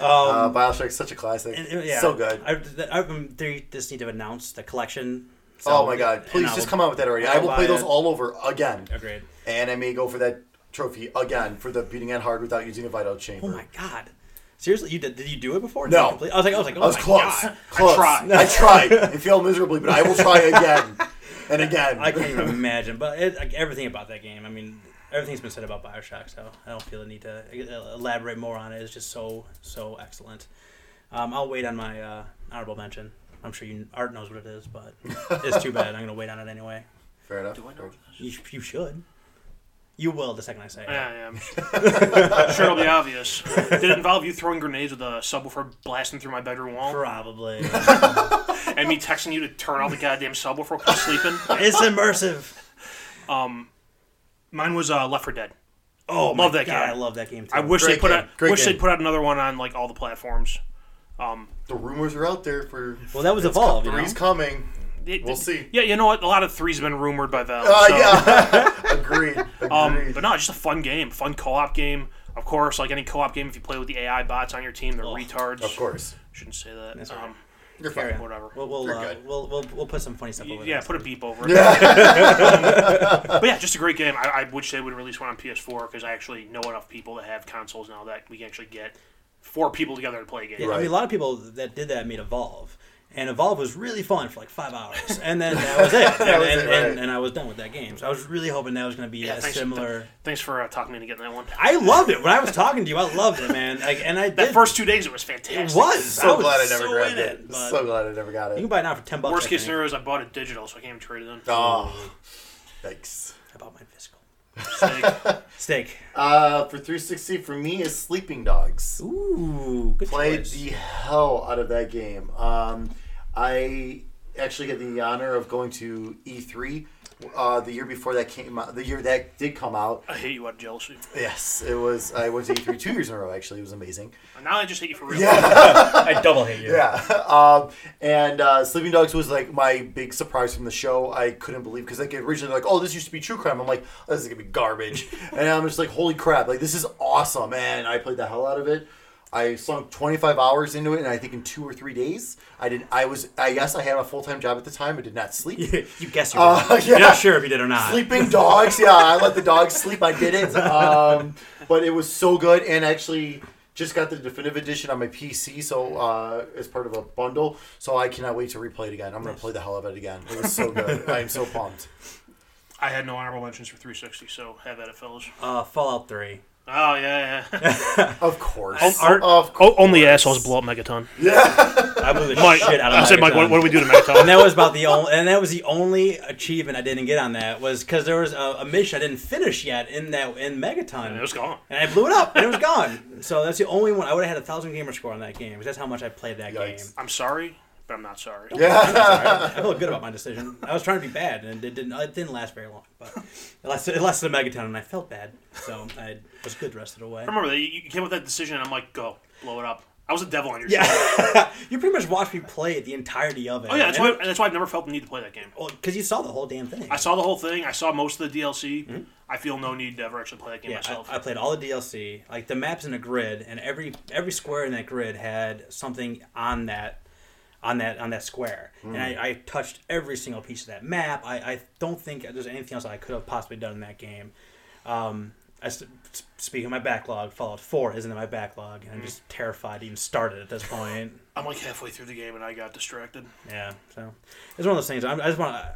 uh, Bioshock's such a classic.
Um, And it- yeah,
So good.
I, I, I, they just need to announce the collection. So-
oh my god.
and
Please
I
just
will-
come out with that already. I
I'll
will
buy
play those
it.
all over again.
Agreed.
And I may go for that trophy again for the beating it hard without using a vital chamber.
Oh my god! Seriously, you did? Did you do it before? Did
No.
you complete- I was like, I was like, oh
I was
my
close.
god!
close.
I tried.
I tried and failed miserably, but I will try again and again.
I can't even imagine. But it, like, everything about that game, I mean, everything's been said about Bioshock, so I don't feel the need to uh, elaborate more on it. It's just so so excellent. Um, I'll wait on my uh, honorable mention. I'm sure you Art knows what it is, but it's too bad. I'm gonna wait on it anyway.
Fair enough.
Do I know this?
You, you should. You will the second I say it.
Yeah, yeah. I'm sure, I'm sure it'll be obvious. Did it involve you throwing grenades with a subwoofer blasting through my bedroom wall
Probably.
and me texting you to turn off the goddamn subwoofer while sleeping?
it's immersive.
Mine was uh, Left 4 Dead.
Oh,
Love
my
that
God,
game.
I love that game too.
I wish
Great
they put
game.
out
Great
wish
game.
they put out another one on like all the platforms.
The rumors are out there for
Well, that was Evolve, you know?
three's coming.
It-
We'll
it-
see.
Yeah, you know what? A lot of threes have been rumored by Valve.
Uh,
so-
yeah. Agreed. Agreed.
Um, but no, it's just a fun game, fun co-op game. Of course, like any co-op game, if you play with the AI bots on your team, they're retards.
of course.
Shouldn't say that.
That's all
um,
You're
Carry
fine.
on.
whatever.
We'll we'll,
You're
uh,
good.
we'll we'll we'll put some funny stuff over.
yeah,
this.
put a beep over it. Um, but yeah, just a great game. I, I wish they would release one on PS4 because I actually know enough people that have consoles now that we can actually get four people together to play a game.
Yeah, I
Right.
mean, a lot of people that did that made Evolve, and Evolve was really fun for like five hours, and then that was it. and,
was
and,
it, right.
and, and I was done with that game. So I was really hoping that was going to be
Yeah,
a
thanks,
similar.
th- thanks for uh, talking me into getting that one.
I loved it when I was talking to you. I loved it, man. Like, and I
That
did.
first two days, it was fantastic.
it was I
So
was
glad I never
so
grabbed
in
it.
but
So glad I never got
you can
it.
buy it now for ten bucks. I
Worst case
think.
scenario is I bought it digital, so I can't even trade it in.
Oh, yikes.
I bought mine physical.
Sick.
Steak.
Uh, for 360, for me, is Sleeping Dogs.
Ooh, good
Played
choice.
the hell out of that game. Um, I actually had the honor of going to E3 uh, the year before that came out. The year that did come out.
I hate you out of jealousy.
Yes, it was. I went to E3 two years in a row. Actually, it was amazing.
Now I just hate you for real.
I double hate you.
Yeah. Um, and uh, Sleeping Dogs was like my big surprise from the show. I couldn't believe because like originally like, oh, this used to be true crime. I'm like, oh, this is gonna be garbage, and I'm just like, holy crap, like this is awesome, man. I played the hell out of it. I sunk 25 hours into it, and I think in two or three days, I did. I was, I yes, I had a full time job at the time. I did not sleep.
you guess you.
Uh,
were. You're
yeah.
not sure if you did or not.
Sleeping dogs. Yeah, I let the dogs sleep. I did it. Um, but it was so good, and actually just got the definitive edition on my PC. So uh, as part of a bundle, so I cannot wait to replay it again. I'm gonna play the hell out of it again. It was so good. I am so pumped.
I had no honorable mentions for 360, so have at it, fellas.
Uh, Fallout Three.
Oh yeah, yeah.
Of course.
Art-
of
Oh, only assholes blow up Megaton.
I blew the
Mike,
shit out of.
I said, Mike,
Megaton.
what, what do we do to Megaton?
and that was about the only and that was the only achievement I didn't get on that was because there was a, a mission I didn't finish yet in that in Megaton.
it was gone.
And I blew it up and it was gone. So that's the only one I would have had a thousand gamer score on that game. 'cause That's how much I played that
Yikes.
game.
I'm sorry, but I'm not sorry.
Yeah.
I felt good about my decision. I was trying to be bad and it didn't it didn't last very long. But it lasted it lasted a Megaton and I felt bad. So I was good the rest of the way.
I remember that you you came with that decision, and I'm like, go blow it up. I was a devil on your side.
Yeah. you pretty much watched me play the entirety of it.
Oh yeah, that's why. That's why I've never felt the need to play that game.
because you saw the whole damn thing.
I saw the whole thing. I saw most of the DLC. I feel no need to ever actually play that
Hmm?
game
Yeah,
myself.
I, I played all the DLC. Like the maps in a grid, and every every square in that grid had something on that on that on that square. And I, I touched every single piece of that map. I, I don't think there's anything else I could have possibly done in that game. Um, I s- s- speaking of my backlog, Fallout Four isn't in my backlog, and I'm just terrified to even start it at this point.
I'm like halfway through the game, and I got distracted.
Yeah, so it's one of those things. I'm, I just want to.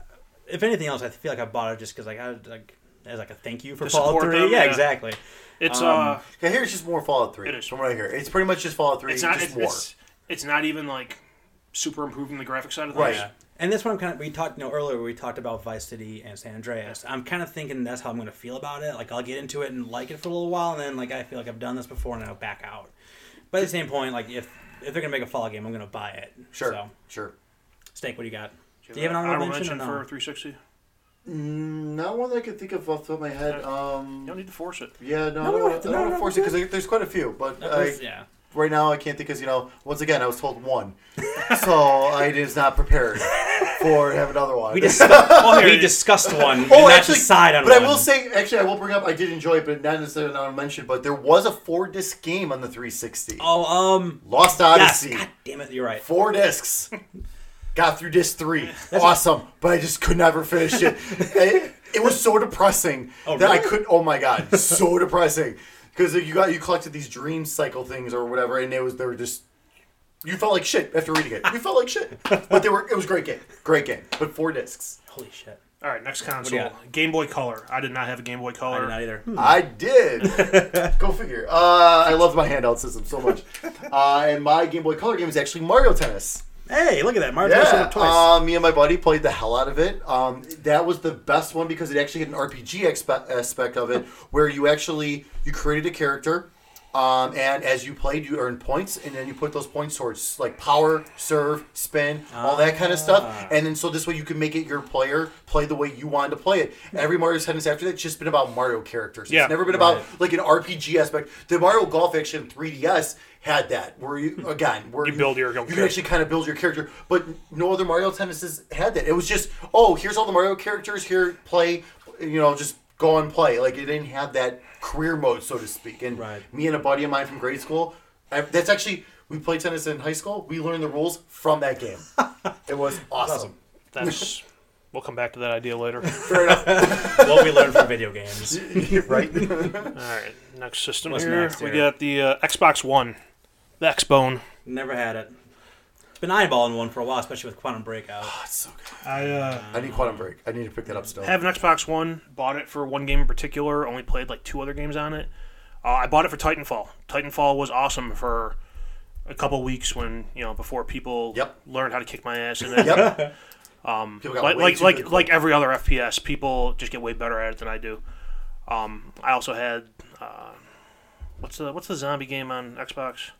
If anything else, I feel like I bought it just because like I like as like a thank you for
To
Fallout
support
Three.
them,
yeah,
yeah.
exactly.
It's
Um,
uh,
Okay, here's just more Fallout Three.
It is.
From what I hear, it's pretty much just Fallout Three.
it's not.
just
It's,
more.
it's, it's not even like super improving the graphic side of things.
Right.
Yeah. And that's what I'm kind of. We talked, you know, earlier we talked about Vice City and San Andreas. I'm kind of thinking that's how I'm going to feel about it. Like I'll get into it and like it for a little while, and then like I feel like I've done this before, and I'll back out. But at the same point, like if if they're going to make a Fallout game, I'm going to buy it.
Sure.
So,
Sure.
Steak, what do you got? Do you have an honorable,
honorable
mention?
mention
or
for
no?
360? You
Mm, Not one that I could think of off the top of my head. Um,
don't need to force it.
No,
Yeah, no, I
we
don't
don't
want
have to-
to I
no,
don't wanna
no,
force it
we're
because
good.
there's quite a few. But
That
I,
was- yeah.
right now, I can't think because you know, once again, I was told one, so I is not prepared for have another one.
We just we discussed one.
Oh,
and
actually,
not decide on
but I
one.
will say, actually, I will bring up. I did enjoy it, but not necessarily not mentioned. But there was a four disc game on the 360.
Oh, um,
Lost
yes.
Odyssey,
God damn it, you're right.
four discs. Got through disc three, awesome, but I just could never finish it. it, it was so depressing that I
really?
couldn't. Oh my god, so depressing because you got you collected these dream cycle things or whatever, and it was they were just you felt like shit after reading it. You felt like shit, but they were it was a great game, great game, but four discs.
Holy shit.
All right, next
do you
console, Game Boy Color. I did not have a Game Boy
I
Color.
did not either. Hmm.
I did. Go figure. Uh, I love my handheld system so much. Uh, and my Game Boy Color game is actually Mario Tennis.
Hey, look at that. Mario Bros. showed
Yeah,
up twice.
uh, me and my buddy played the hell out of it. Um, that was the best one because it actually had an RPG expe- aspect of it, where you actually you created a character, um, and as you played, you earned points, and then you put those points towards like power, serve, spin, all that kind of
Ah.
stuff. And then so this way you can make it your player play the way you wanted to play it. Every Mario sentence after that's just been about Mario characters.
Yeah,
it's never been about like an RPG aspect. The Mario Golf Action 3DS had that, where you again where
Hmm. You build your own
you
character.
actually kind of build your character. But no other Mario tennises had that. It was just, oh, here's all the Mario characters. Here, play. You know, just go and play. Like it didn't have that career mode, so to speak. And
Right.
me and a buddy of mine from grade school, I, that's actually we played tennis in high school. We learned the rules from that game. it was awesome.
That's. We'll come back to that idea later. All
what we learned from video games.
right?
right, next system
What's
here.
next
we
here?
got the uh, Xbox One, the Xbone.
Never had it. Been eyeballing one for a while, especially with Quantum Breakout.
That's so good.
I uh,
I need Quantum Break. I need to pick that up still.
have an Xbox One. Bought it for one game in particular. Only played like two other games on it. Uh, I bought it for Titanfall. Titanfall was awesome for a couple weeks when you know before people
Yep.
learned how to kick my ass. And then,
Yep. Um,
like like like, like every other FPS, people just get way better at it than I do. Um, I also had uh, what's the what's the zombie game on Xbox?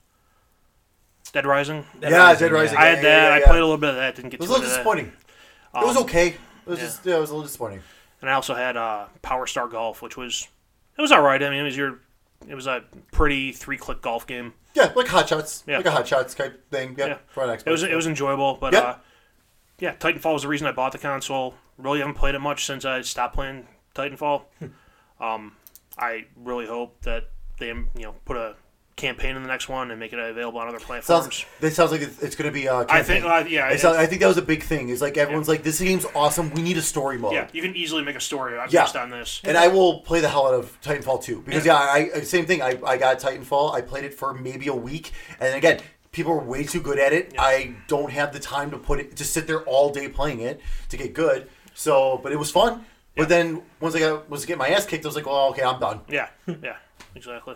Dead Rising.
Dead
Yeah,
Rising,
Dead Rising.
yeah.
I had
yeah,
that.
yeah,
I
yeah.
played a little bit of that. Didn't
It
get
was
too
a
much
little
of that.
disappointing. it was
Um,
okay. It was
yeah.
just yeah, it was a little disappointing.
and I also had uh, Power Star Golf, which was it was all right. I mean, it was your it was a pretty three click golf game.
Yeah, like hot shots,
Yeah.
like a hot shots type thing. Yeah,
Yeah.
for an Xbox.
It was it was enjoyable, but
Yeah.
uh, yeah, Titanfall was the reason I bought the console. Really haven't played it much since I stopped playing Titanfall. um,
Hmm.
I really hope that they you know put a campaign in the next one and make it available on other platforms.
sounds. That sounds like it's, it's going to be. Uh,
I think uh, yeah,
It's-
it's-
I think that was a big thing. Is like everyone's like, this game's awesome. We need a story mode.
yeah, you can easily make a story based
Yeah.
on this.
And I will play the hell out of Titanfall 2 because yeah, I, I same thing. I, I got Titanfall. I played it for maybe a week, and again, people are way too good at it. I don't have the time to put it to sit there all day playing it to get good. So, but it was fun. But then once I got was getting my ass kicked, I was like, well, okay, I'm done.
Yeah, yeah, exactly.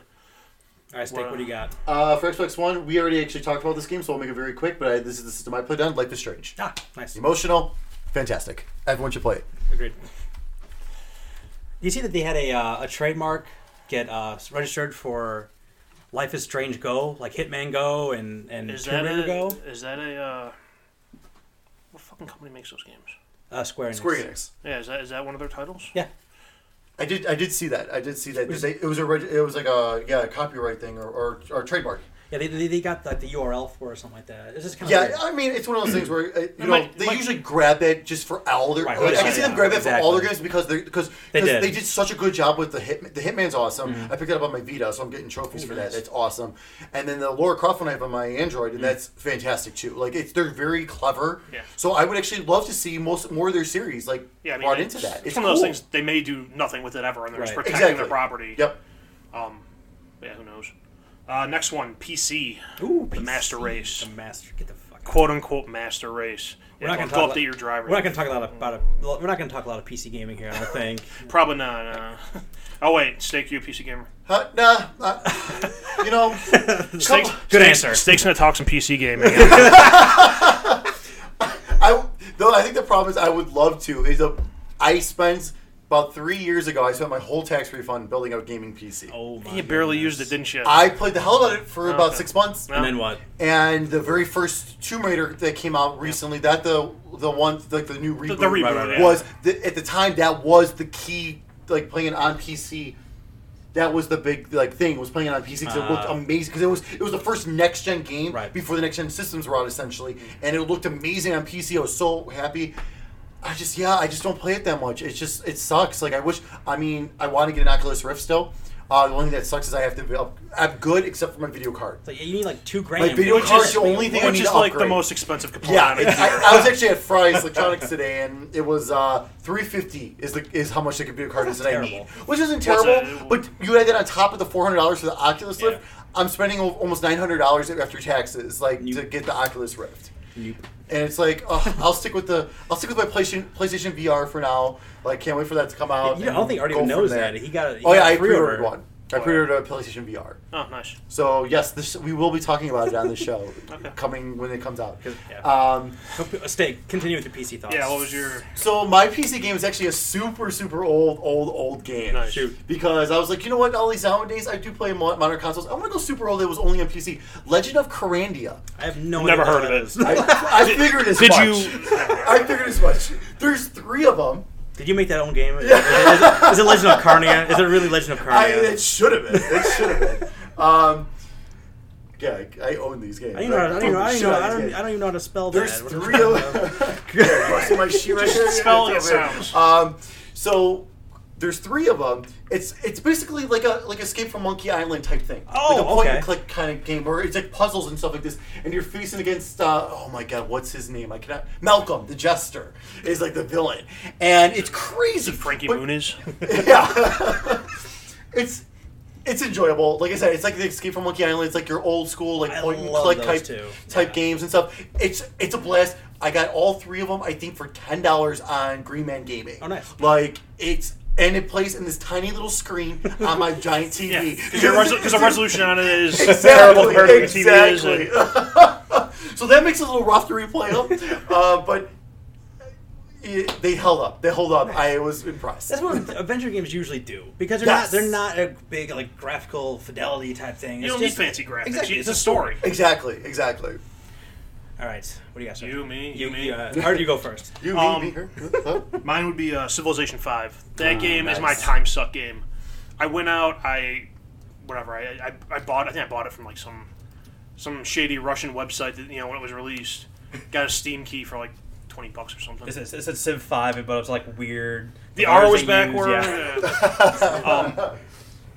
All right, Stick, what do you got?
Uh, for Xbox One, we already actually talked about this game, so I'll make it very quick. But I, this is the system I played on. Life is Strange.
Ah, nice.
Emotional, fantastic. Everyone should play it.
Agreed. You see that they had a, uh, a trademark get uh, registered for Life is Strange Go, like Hitman Go and, and
Is
Tomb
that
Raider
a,
Go?
is that a uh, what fucking company makes those games?
Uh, Square Enix.
Square Enix.
Yeah, is that is that one of their titles?
Yeah.
I did. I did see that. I did see that. They, it was a. reg- It was like a yeah a copyright thing or or, or trademark.
Yeah, they, they, they got like the URL for it or something like that. It's just kind of
Yeah, I mean it's one of those things where uh, you know
might-
they
might-
usually grab it just for all their.
Right,
like, I
yeah,
can see
yeah,
them grab it for all their
exactly.
games because they because
They
because
did.
they did such a good job with the hit. The Hitman's awesome.
Mm-hmm.
I picked it up on my Vita, so I'm getting trophies for that. That's awesome. And then the Laura Croft one I have on my Android, and that's fantastic too. Like it's they're very clever.
Mm. Yeah.
So I would actually love to see most more of their series like
Yeah, I mean,
brought
it's,
into that.
It's, one of those
cool.
things they may do nothing with it ever, and they're just
Right.
protecting
Exactly.
their property.
Yep.
Yeah, who knows? Uh, next one, PC,
Ooh,
The
PC,
master race.
The master. Get the fuck.
quote unquote master race.
We're
Yeah,
not
don't
gonna
go
talk
update
about-
your driver.
We're not going to talk a lot about it. We're not going to talk a lot of PC gaming here. I don't think.
Probably not. Uh, oh wait, Stake, you a PC gamer?
Huh, nah, uh, you know,
Stake's,
Good
Stake's-
answer.
Stake's gonna talk some PC gaming.
I though I think the problem is I would love to is a I spent about three years ago I spent my whole tax refund building out a gaming PC.
Oh my.
you barely
goodness.
used it, didn't you?
I played the hell out of it for about
Okay.
six months,
No.
And then what?
and the very first Tomb Raider that came out recently, that the the one like the new reboot,
the reboot,
Right, right, right.
yeah.
was the, at the time that was the key like playing it on PC. That was the big like thing was playing it on PC because it looked
Ah.
amazing because it was it was the first next gen game
Right.
before the next gen systems were out essentially and it looked amazing on PC. I was so happy. I just yeah I just don't play it that much. It's just it sucks. Like I wish I mean I want to get an Oculus Rift still. Uh, the only thing that sucks is I have to be up, I'm good except for my video card.
It's like you need like two grand.
My video
which
card's
is-
the only thing I
Which
need
is
to
like the
upgrade.
most expensive component.
Yeah,
on a
it's,
computer.
I, I was actually at Fry's Electronics today, and it was uh, three fifty is the is how much the computer card is that I need,
terrible. uh,
which isn't
What's
terrible.
that?
But you add that on top of the four hundred dollars for the Oculus
Yeah.
Rift, I'm spending al- almost nine hundred dollars after taxes, like to
Nope.
get the Oculus Rift.
Nope.
And it's like, oh, I'll stick with the I'll stick with my PlayStation PlayStation VR for now. Like, can't wait for that to come out.
You know, I
and
don't think Artie
go
even
from
knows
there.
that. He got a he
Oh yeah,
got a
I pre-ordered one. I pre-ordered a PlayStation VR.
Oh, nice.
So yes, this we will be talking about it on the show coming when it comes out.
Yeah.
Um,
Hope- uh, Stay. Continue with your PC thoughts.
Yeah, what was your.
so my PC game is actually a super super old old old game.
Nice.
Shoot.
Because I was like, you know what? All these nowadays, I do play mo- modern consoles. I'm gonna go super old. It was only on PC. Legend of Corandia.
I have no.
Never
idea what
heard of
that
it.
is.
I, I figured as
Did
much.
you? Oh,
I figured as much. There's three of them.
Did you make that own game? Is it- Is it, is it Legend of Carnia? Is it really Legend of
I,
Carnia?
it should have been. It should have been. Um, yeah, I, I own these games.
I don't even know. I don't,
own
even know-
the
I don't,
shit
even know-
out
I
of these
don't,
games.
I don't even know how to spell
There's
that. What are we
three
talking
of
about?
them. Yeah, busting my shit right here.
spelling
It's
it
over.
sounds.
Um, so there's three of them. It's it's basically like a like Escape from Monkey Island type thing.
Oh,
like a point
okay.
and click kind of game where it's like puzzles and stuff like this, and you're facing against uh, oh my god, what's his name? I cannot. Malcolm the Jester is like the villain, and it's crazy.
Frankie
but-
Moon is?
yeah. it's it's enjoyable. Like I said, it's like the Escape from Monkey Island. It's like your old school, like
I
point and
love
click
those
type
too.
type
Yeah.
games and stuff. It's it's a blast. I got all three of them. I think for ten dollars on Green Man Gaming.
Oh, nice.
Like it's. And it plays in this tiny little screen on my giant TV.
Yeah. Because the resolution on it is terrible
Exactly.
compared to the TV is.
Exactly.
And,
so that makes it a little rough to replay them, uh, but it, they held up. They hold up. I was impressed.
That's what adventure games usually do because they're
Yes.
not they're not a big like graphical fidelity type thing.
you
It's
don't
just,
need fancy graphics.
Exactly,
It's a story.
Exactly, exactly.
All right, what do you got? Sir?
You, me, you,
you,
me.
you, uh, Hard, you go first.
You
Um,
me, her. Huh?
Mine would be uh, Civilization Five. That game is my
nice.
time suck game. I went out. I whatever. I, I I bought. I think I bought it from like some some shady Russian website that you know when it was released. Got a Steam key for like twenty bucks or something.
It said, it said Civ 5, but it was like weird.
the
letters
R was
they used,
backward.
yeah.
yeah. um,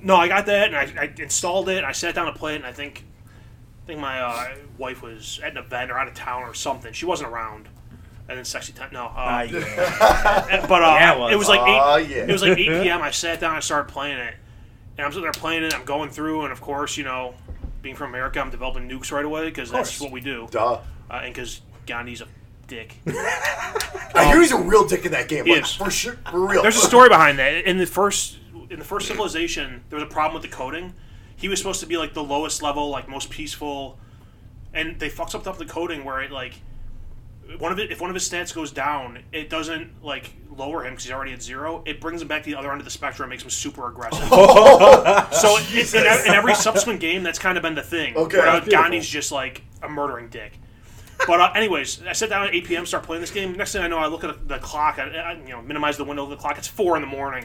no, I got that and I, I installed it. and I sat down to play it, and I think I think my uh, wife was at an event or out of town or something. She wasn't around. And then sexy time. No, uh,
Ah, yeah.
Uh, but uh,
Yeah, it
it
was.
was, like eight.
Aw, Ah, yeah.
It was like eight p.m. I sat down, I started playing it, and I'm sitting there playing it. I'm going through, and of course, you know, being from America, I'm developing nukes right away because that's
course.
what we do, uh,
Duh.
and because Gandhi's a dick.
I hear he's
Um,
a real dick in that game. Like,
is.
for sure, for real.
There's a story behind that. In the first, in the first civilization, there was a problem with the coding. He was supposed to be like the lowest level, like most peaceful, and they fucks up up the coding where it like one of it if one of his stats goes down, it doesn't like lower him because he's already at zero. It brings him back to the other end of the spectrum and makes him super aggressive.
Oh,
so it, in, ev- in every subsequent game, that's kind of been the thing.
Okay,
where, uh,
that's beautiful.
Gandhi's just like a murdering dick. But uh, anyways, I sat down at 8 p.m. start playing this game. Next thing I know, I look at the clock. I, I you know minimize the window of the clock. It's four in the morning,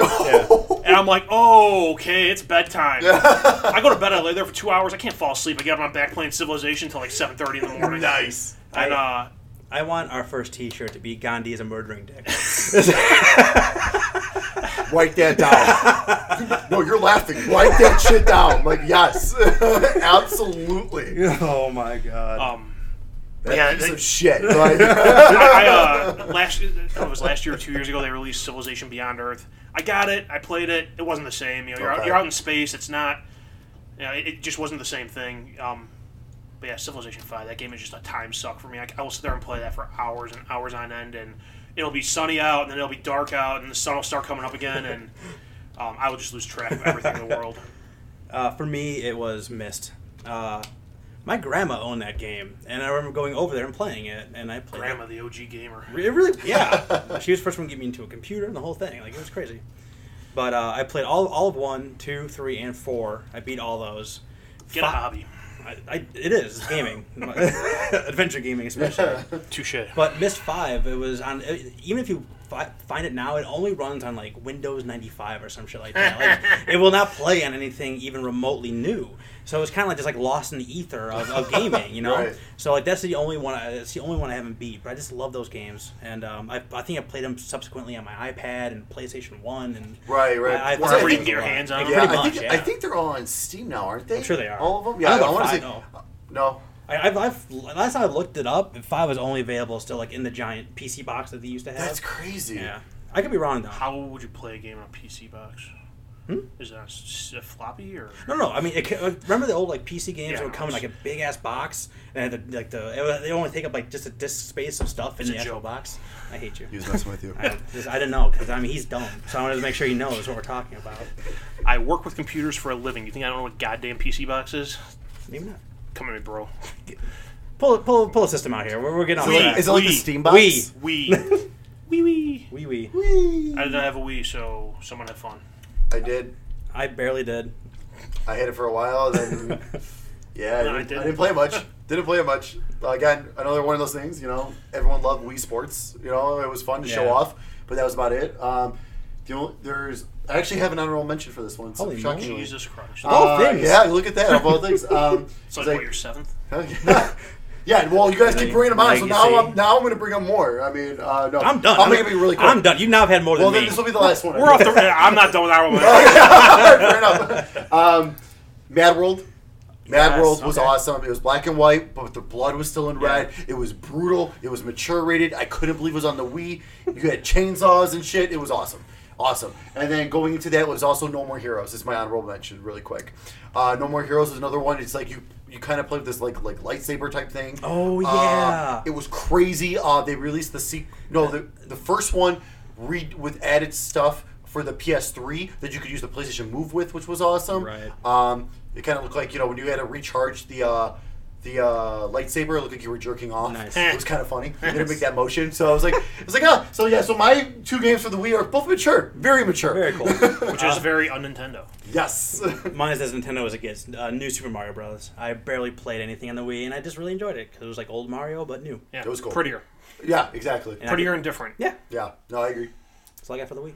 and I'm like, oh okay, it's bedtime. I go to bed. I lay there for two hours. I can't fall asleep. I get on my back playing Civilization until like 7:30 in the morning.
nice.
And uh,
I want our first T-shirt to be Gandhi is a murdering dick.
Write that down. no, you're laughing. Write that shit down. Like, yes. Absolutely.
oh my god!
um,
That
Yeah,
piece
they-
of shit. Like,
I, I uh, last it was last year or two years ago they released Civilization Beyond Earth. I got it. I played it. It wasn't the same. You know, you're, out,
Okay.
you're out in space. It's not. You know, it, it just wasn't the same thing. Um, but yeah, Civilization Five. That game is just a time suck for me. I, I will sit there and play that for hours and hours on end, and it'll be sunny out, and then it'll be dark out, and the sun will start coming up again, and um, I will just lose track of everything in the world.
Uh, for me, it was Mist. Uh, my grandma owned that game, and I remember going over there and playing it, and I played. it.
Grandma, the OG gamer.
It really, yeah. she was the first one to get me into a computer and the whole thing. Like it was crazy. But uh, I played all, all of one, two, three, and four. I beat all those.
Get a
Fi-
hobby.
I, I, it is it's gaming, adventure gaming especially.
Touche.
But Mist Five, it was on. It, even if you fi- find it now, it only runs on like Windows ninety five or some shit like that. Like, it will not play on anything even remotely new. So it's kind of like just like lost in the ether of, of gaming, you know.
Right.
So like that's the only one. I, it's the only one I haven't beat. But I just love those games, and um, I, I think I played them subsequently on my iPad and PlayStation One and
Right, right.
I- I-
Wherever
I
you
think-
can get your
hands on 'em.
yeah,
Pretty
I
much,
think,
yeah.
I think they're all on Steam now, aren't they?
I'm sure they are.
All of them?
I don't
Yeah, I,
know about
want to
five,
say.
though.
No.
I, I've, I've last time I looked it up, if I was only available still like in the giant PC box that they used to have.
That's crazy.
yeah. I could be wrong though.
How would you play a game on a PC box?
Hmm?
Is it a, s- a floppy or?
No, no. I mean, it, ca- uh, remember the old like PC games
Yeah,
that would come in like a big ass box, and had the, like the it would, they only take up like just a disk space of stuff in
It's a
the actual
joke.
box. I hate you.
He was messing with you.
I, just, I didn't know because I mean he's dumb, so I wanted to make sure he knows what we're talking about.
I work with computers for a living. You think I don't know what goddamn PC box is?
Maybe not.
Come at me, bro.
Pull pull pull a system out here. We're, we're getting off
Is it-
track.
is it like the
We-
Steam box?
we
Wii. wee wee.
we we.
I didn't have a Wii, so someone had fun.
I did.
I barely did.
I had it for a while, and then yeah, I,
No, I
didn't, I
didn't.
didn't play it much. Didn't play it much. Again, another one of those things. You know, everyone loved Wii Sports. You know, it was fun to show
Yeah.
off, but that was about it. Um, the only, there's I actually have an honorable mention for this one. So
Holy
shockingly.
Jesus Christ.
Of all
Uh,
things.
Yeah, look at that. Of all things. Um,
it's like,
it's
what, your seventh?
like- yeah, well, you guys keep bringing them out, so now
Legacy.
I'm now I'm going to bring up more. I mean, uh, no,
I'm done.
I'm, going to be really quick.
I'm done. You now have had more than
Well,
me.
then this will be the last one.
We're off the. I'm not done with our one.
Fair enough. Um, Mad World. Mad
Yes,
World was
okay.
awesome. It was black and white, but the blood was still in red. It was brutal. It was mature rated. I couldn't believe it was on the Wii. You had chainsaws and shit. It was awesome. Awesome. And then going into that was also No More Heroes. It's my honorable mention, really quick. Uh, no More Heroes is another one. It's like you you kind of play with this like like lightsaber type thing.
Oh,
Uh,
yeah.
it was crazy. Uh, they released the se- no the the first one re- with added stuff for the PS3 that you could use the PlayStation Move with, which was awesome.
Right.
Um, it kind of looked like you know when you had to recharge the uh, the uh, lightsaber, it looked like you were jerking off.
Nice.
It was kind of funny. You didn't make that motion, so I was like, I was like, ah. So yeah, so my two games for the Wii are both mature, very mature.
Very cool.
Which is very un Nintendo.
Yes.
Mine is as Nintendo as it gets. Uh, new Super Mario Bros. I barely played anything on the Wii, and I just really enjoyed it because it was like old Mario but new.
Yeah,
It was cool.
Prettier.
yeah, exactly.
And I-
Prettier and different.
yeah,
Yeah. No, I agree.
that's all I got for the Wii.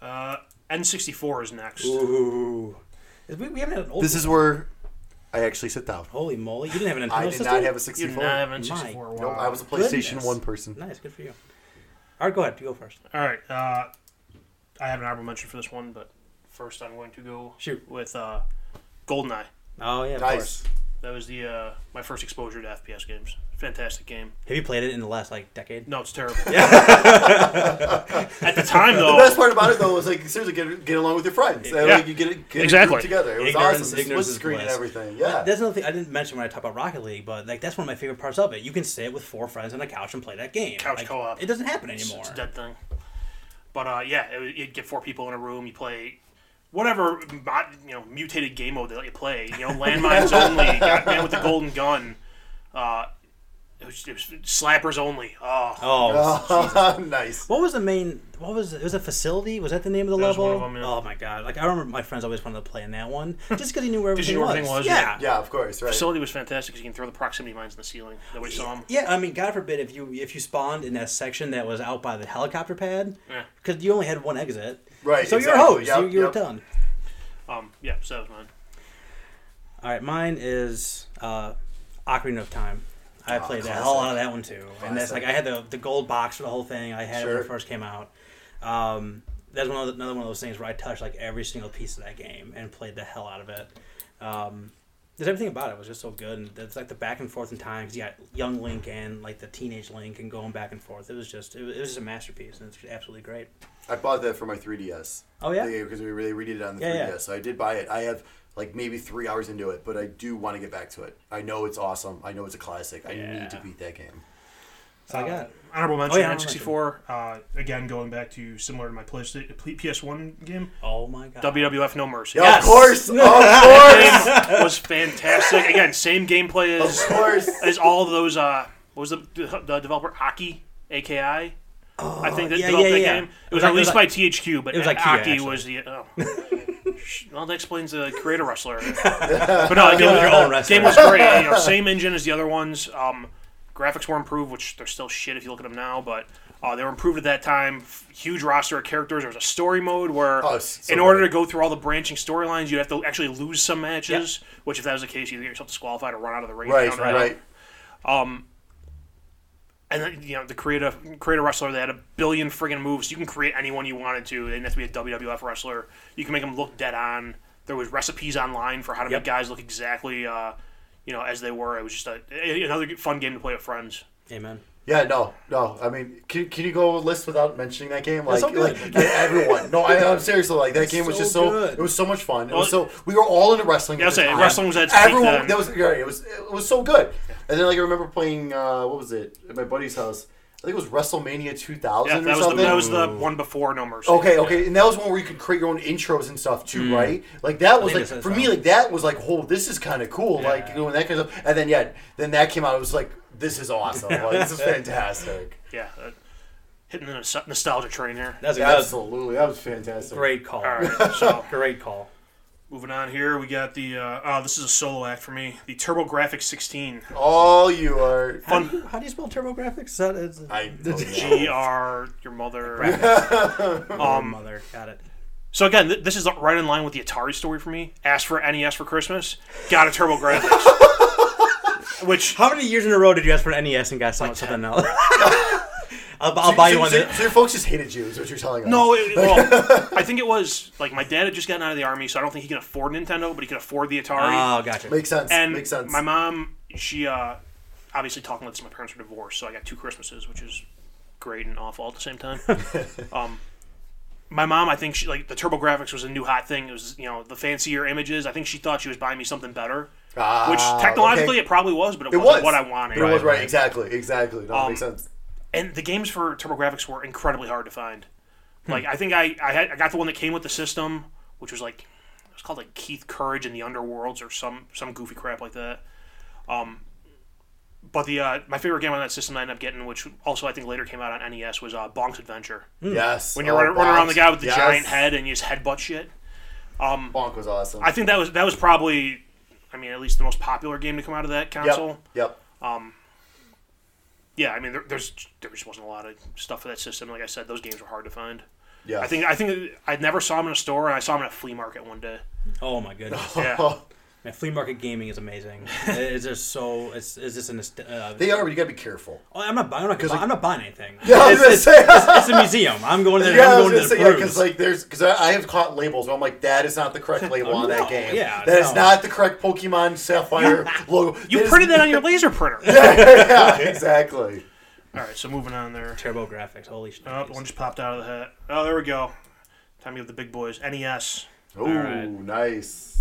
Uh, N64 is next.
Ooh, we, we haven't had an old.
This is where I actually sit down.
holy moly! You didn't have an Nintendo
I did
system.
not have a
You did
64.
not have an
My
N64. Wow.
Nope, I was a PlayStation
Goodness.
1 person.
Nice, good for you. All right, go ahead. You go first.
All right. Uh, I have an honorable mention for this one, but first I'm going to go
Shoot.
with uh, GoldenEye.
Oh yeah, of
Nice.
course.
That was the uh, my first exposure to FPS games. Fantastic game.
Have you played it in the last like decade?
No, it's terrible. At the time, though,
The best part about it though was like seriously get, get along with your friends. Yeah.
Yeah.
Like, you get it get
Exactly.
it together. It was
Ignorance-
awesome. Just
ignorance
split
is
screen and
bliss.
everything. Yeah.
That's another thing I didn't mention when I talk about Rocket League, but like that's one of my favorite parts of it. You can sit with four friends on the couch and play that game.
Couch
Like,
co-op.
It doesn't happen
it's,
anymore.
it's a dead thing. But uh, yeah, it, you'd get four people in a room. You play whatever mod, you know mutated game mode they let you play. You know, landmines only. Got man with the golden gun. Uh, it was, it was slappers only. Oh,
oh,
nice.
What was the main? What was it? Was a facility? Was that the name of the
That was
level?
one of them, yeah.
Oh my god! Like I remember my friends always wanted to play in that one just because he knew where
Did you
everything,
know
was.
everything was?
Yeah.
Yeah, of course, right.
facility was fantastic because you can throw the proximity mines in the ceiling. Nobody saw them.
Yeah, I mean, God forbid if you if you spawned in that section that was out by the helicopter pad,
Yeah.
because you only had one exit.
Right,
So
exactly.
you're hosed.
Yep,
you you're
yep.
done.
Um, yeah, so that was mine.
All right, mine is uh, Ocarina of Time. I played the hell out of that one too, and that's like I had the, the gold box for the whole thing. I had it when
Sure.
it first came out. Um, that's one of the, another one of those things where I touched like every single piece of that game and played the hell out of it. Um, there's everything about it was just so good, and it's like the back and forth in time because you got young Link and like the teenage Link and going back and forth. It was just it was, it was just a masterpiece, and it's absolutely great.
I bought that for my 3DS.
Oh, yeah?
Because we really redid it on the
Yeah,
3DS.
yeah.
So I did buy it. I have like maybe three hours into it, but I do want to get back to it. I know it's awesome. I know it's a classic. I need to beat that game.
So I got it.
Honorable mention,
Oh, yeah,
N64. Uh, again, going back to similar to my PlayStation, PS1 game,
Oh my god!
WWF No Mercy.
Yeah,
Yes.
Of course, of course,
Game was fantastic. Again, same gameplay
of
as
course.
as all of those. Uh, what was the the developer Aki, AKI? I think that
Oh, yeah,
developed
yeah,
that
yeah.
game. It was
It was
released by
like-
THQ, but
it was like Kia,
Aki
actually.
was the. Oh. Sh- well, that explains the creator wrestler. but no, the game was,
Your own wrestler.
game was great. You know, same engine as the other ones. Um, graphics were improved, which they're still shit if you look at them now, but. Uh, they were improved at that time. F- Huge roster of characters. There was a story mode where,
Oh, it's so
in order
good.
to go through all the branching storylines, you'd have to actually lose some matches. Which, if that was the case, you'd get yourself disqualified or run out of the ring.
Right,
Count it
right,
out. And then, you know, the creative creator wrestler, they had a billion friggin' moves. You can create anyone you wanted to. They didn't have to be a WWF wrestler. You can make them look dead on. There was recipes online for how to
Yep.
make guys look exactly, uh, you know, as they were. It was just a, a- another fun game to play with friends.
Amen.
Yeah, no, no. I mean, can, can you go a list without mentioning that game? Like,
so good.
like yeah, everyone. No, I, I'm seriously like that game was
so
just so.
good.
It was so much fun. It was so we were all into wrestling.
Yeah, I
at
was
the
saying,
time.
wrestling was at its peak
everyone.
then.
That was yeah, it was it was so good. And then like I remember playing uh, what was it at my buddy's house? I think it was WrestleMania 2000
Yeah,
or
that was, the,
something.
that was the one before No Mercy.
Okay, okay, and that was one where you could create your own intros and stuff
Mm.
too, right? Like that was
think
like
it says
for
that.
me, like that was like, oh, this is kind of cool, like you know, and that kind of stuff. And then yeah, then that came out. It was like, this is awesome. Like, this is fantastic.
Yeah. uh, hitting the nos- nostalgia train here.
That's a that's a
Absolutely, that was fantastic.
great call.
All right. So
Great call.
moving on here, we got the. Uh, oh, this is a solo act for me. The TurboGrafx 16.
All you are.
How do you, how do you spell TurboGrafx? Is that, is,
I don't know.
G R your mother.
oh, mother. Got it.
So again, th- this is right in line with the Atari story for me. Asked for NES for Christmas, got a TurboGrafx. Which
How many years in a row did you ask for an NES and got some, something else? I'll, I'll buy you
so,
one.
so,
that-
so your folks just hated you, is what you're telling us.
no, it, well, I think it was like my dad had just gotten out of the army, so I don't think he could afford Nintendo, but he could afford the Atari.
Oh, gotcha.
makes sense.
and
Ah, makes sense.
my mom, she uh, obviously talking about this. My parents were divorced, so I got two Christmases, which is great and awful all at the same time. um, my mom, I think she like the TurboGrafx was a new hot thing. It was you know the fancier images. I think she thought she was buying me something better.
Ah,
which technologally
okay.
it probably was, but it,
it
wasn't
was
what I wanted.
It was right,
right.
exactly, exactly. No,
Um,
makes sense.
And the games for TurboGrafx were incredibly hard to find.
Hmm.
Like I think I I, had, I got the one that came with the system, which was like it was called like Keith Courage and the Underworlds or some some goofy crap like that. Um, but the uh, my favorite game on that system I ended up getting, which also I think later came out on NES, was uh, Bonk's Adventure.
Yes.
When you're
oh,
running, running around the
Bonk.
guy with the
Yes.
giant head and you just headbutt shit.
Bonk was awesome.
I think that was that was probably, I mean, at least the most popular game to come out of that console.
yep. Yep.
yeah, I mean, there, there's there just wasn't a lot of stuff for that system. Like I said, those games were hard to find.
Yeah.
I think I think I never saw them in a store, and I saw them at a flea market one day.
Oh my goodness.
Yeah,
Man, flea market gaming is amazing. It's just so. It's is this an? est- Uh,
they are, but you gotta be careful.
oh, I'm not. buying- I'm not. Buy,
like-
I'm not buying anything.
Yeah, I was gonna
it's,
say.
it's, it's a museum. I'm going there.
Yeah, I
I'm
was
going
gonna
to the
say yeah,
cruise.
because like there's because I, I have caught labels where I'm like, that is not the correct label
no,
on that game.
yeah,
that is
no.
not the correct Pokemon Sapphire logo.
you
is-
printed that on your laser printer.
yeah, exactly.
All right, so moving on there.
Turbo graphics. Holy shit.
Uh,
Oh, one just popped out of the hat. Oh, there we go. Time you have the big boys. E NES.
Ooh,
right.
nice.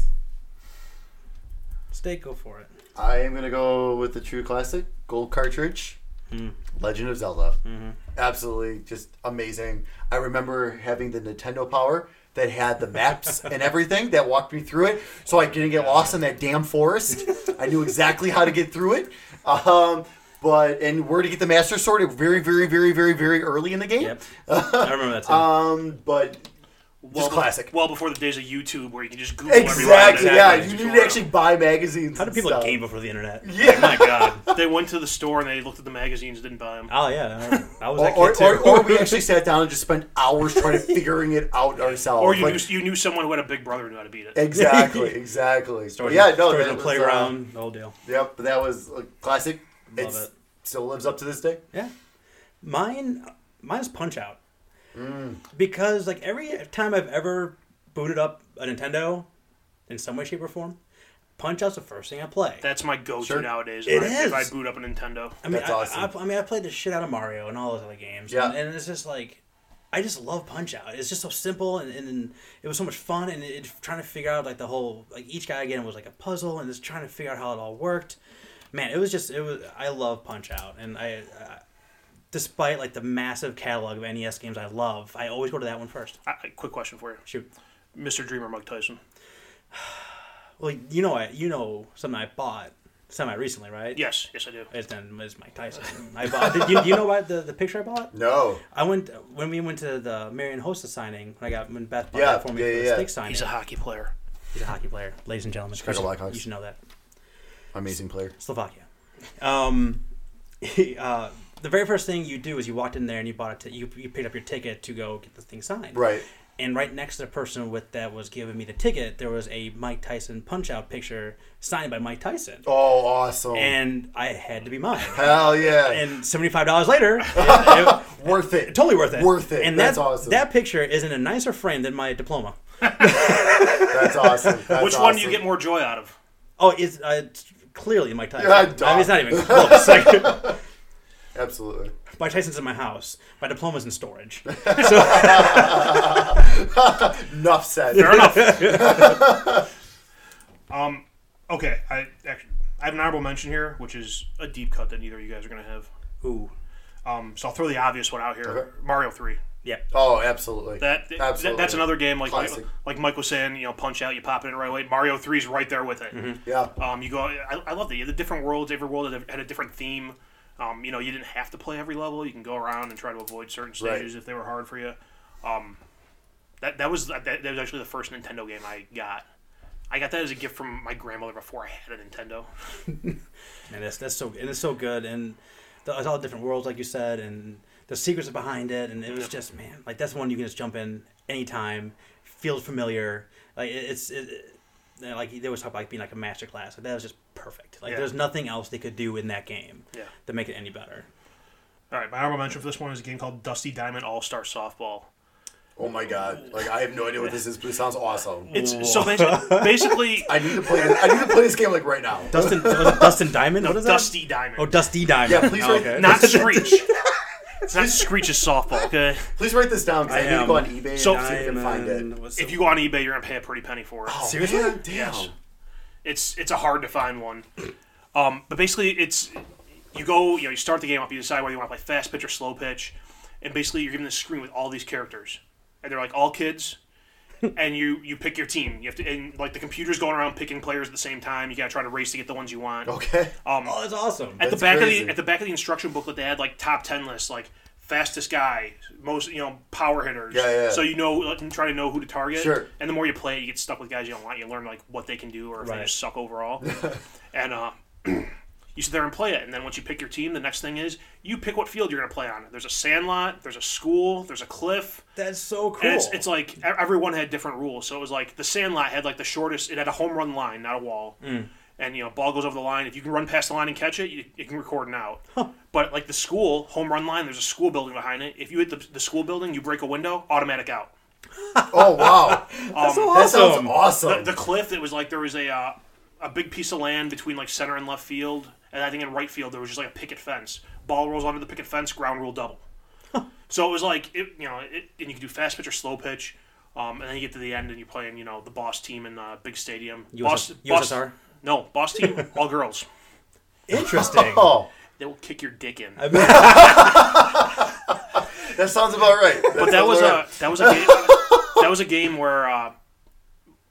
Steak. Go for it.
I am gonna go with the true classic gold cartridge,
Hmm.
Legend of Zelda.
Mm-hmm.
Absolutely, just amazing. I remember having the Nintendo Power that had the maps and everything that walked me through it, so I didn't get lost in that damn forest. I knew exactly how to get through it. Um, but and where to get the Master Sword very, very, very, very, very early in the game.
Yep. I remember that. Too.
Um, but
Well,
just classic.
Well before the days of YouTube, where you can just Google
Exactly.
everything.
Yeah,
exactly.
you need to actually buy magazines.
How do
and
people
stuff.
game before the internet?
Yeah.
My God.
They went to the store and they looked at the magazines, didn't buy them.
Oh yeah. I- I was
Or,
that
or,
kid too.
or, or we actually sat down and just spent hours trying to figuring it out ourselves.
Or you
Like,
knew, you knew someone who had a big brother who knew how to beat it.
exactly, exactly.
Stories
But yeah,
in-
no,
stories
that
in the
was,
playground, the whole deal.
uh, yep, but that was a classic.
Love
It's-
it.
Still lives up to this day.
Yeah. Mine mine's punch out.
Mm.
Because like every time I've ever booted up a Nintendo in some way, shape or form, punch out's the first thing I play.
That's my go-to
Sure.
nowadays.
It
If, I, if I
is.
boot up a Nintendo,
I mean
That's
I,
awesome.
I, I mean I played the shit out of Mario and all those other games.
Yeah.
And, and it's just like I just love Punch Out. It's just so simple, and, and, and it was so much fun. And it, trying to figure out like the whole like each guy again was like a puzzle, and just trying to figure out how it all worked. Man, it was just it was. I love Punch Out, and I, I despite like the massive catalog of NES games I love, I always go to that one first.
I, I- quick question for you.
Shoot,
Mr. Dreamer Mike Tyson.
well you know I you know something I bought semi recently, right?
Yes, yes I do.
It's, then it's Mike Tyson. I bought. Did you, do you know about the, the picture I bought?
No.
I went when we went to the Marion Hostess signing when I got when Beth bought
Yeah,
that for me
yeah,
for the
yeah.
steak signing.
He's a hockey player.
He's a hockey player, ladies and gentlemen.
Chicago
You should-
Blackhawks.
You should know that.
Amazing player.
Slovakia. Um, uh, the very first thing you do is you walked in there and you bought a t- you, you picked up your ticket to go get this thing signed.
Right.
And right next to the person with that was giving me the ticket, there was a Mike Tyson punch out picture signed by Mike Tyson.
Oh, awesome.
And I had to be mine.
Hell yeah.
and seventy five dollars later, it- it-
worth it.
totally worth it.
Worth it.
And
That's
that,
awesome.
That picture is in a nicer frame than my diploma.
That's awesome. That's
Which one do you
awesome.
get more joy out of?
Oh, it's, uh, it's clearly Mike Tyson.
Yeah,
I mean,
duh.
it's not even close. Like,
Absolutely.
My Tyson's in my house. My diploma's in storage.
Enough said.
Fair enough.
Um, okay, I actually I have an honorable mention here, which is a deep cut that neither of you guys are gonna have.
Ooh.
Um, so I'll throw the obvious one out here:
Okay.
Mario Three.
Yep.
Oh, absolutely.
That, th-
Absolutely.
that's another game like
Classic.
like Mike was saying. You know, punch out, you pop it in the right away. Mario Three's right there with it.
Yeah.
Um, you go. I, I love the the different worlds. Every world had a- had a different theme. Um, you know, you didn't have to play every level. You can go around and try to avoid certain
Right.
stages if they were hard for you. Um, that that was that, that was actually the first Nintendo game I got. I got that as a gift from my grandmother before I had a Nintendo.
And that's that's so and it's so good and the, it's all different worlds like you said and the secrets behind it and it was just man like that's one you can just jump in anytime feels familiar like it, it's it, it- and, like they always talk about like, being like a master class like that was just perfect like
Yeah.
there's nothing else they could do in that game
Yeah.
to make it any better
All right, my honorable mention for this one is a game called Dusty Diamond All Star Softball.
Oh my god. Like I have no idea what this is, but it sounds awesome.
It's so basically, basically
I need to play. This, I need to play this game like right now.
Dustin was it Dustin Diamond what is that
Dusty Diamond.
oh Dusty Diamond
Yeah, please
oh,
write-
okay.
not Screech. it's not Screech's softball. Okay,
Please write this down because I, need to
am
go on eBay
so
and see if I can find it.
Diamond was-
if you go on eBay, you're gonna pay a pretty penny for it.
Oh,
Seriously?
man, damn.
Yes. It's it's a hard to find one. Um, but basically, it's you go, you know, you start the game up, you decide whether you want to play fast pitch or slow pitch, and basically you're given this screen with all these characters, and they're like all kids, and you you pick your team. You have to and like the computer's going around picking players at the same time. You gotta try to race to get the ones you want.
Okay.
oh that's awesome
At the
That's
back of
crazy.
the at the back of the instruction booklet, they had like top ten lists, like fastest guy, most you know power hitters.
Yeah, yeah.
So you know, like, you try to know who to target.
Sure.
And the more you play, it, you get stuck with guys you don't want. You learn like what they can do, or if they
Right.
just suck overall. and uh, you sit there and play it. And then once you pick your team, the next thing is you pick what field you're going to play on. There's a sand lot. There's a school. There's a cliff.
that's so cool
And it's, it's like e- everyone had different rules. So it was like the Sandlot had like the shortest. It had a home run line, not a wall. And you know, ball goes over the line. If you can run past the line and catch it, you, you can record an out. But like the school home run line, there's a school building behind it. If you hit the, the school building, you break a window, automatic out.
Oh wow.
so
That sounds
awesome
awesome.
The cliff, it was like there was a uh, a big piece of land between like center and left field, and I think in right field there was just like a picket fence. Ball rolls onto the picket fence, ground rule double. so it was like it, you know, it, and you could do fast pitch or slow pitch, um, and then you get to the end and you're playing, you know, the boss team in the big stadium. boss,
USSR?
Boss, no, boss team, all girls.
interesting
oh,
They will kick your dick in.
I mean,
that sounds about right.
But that
sounds
was
about
a that was a game, that was a game where uh,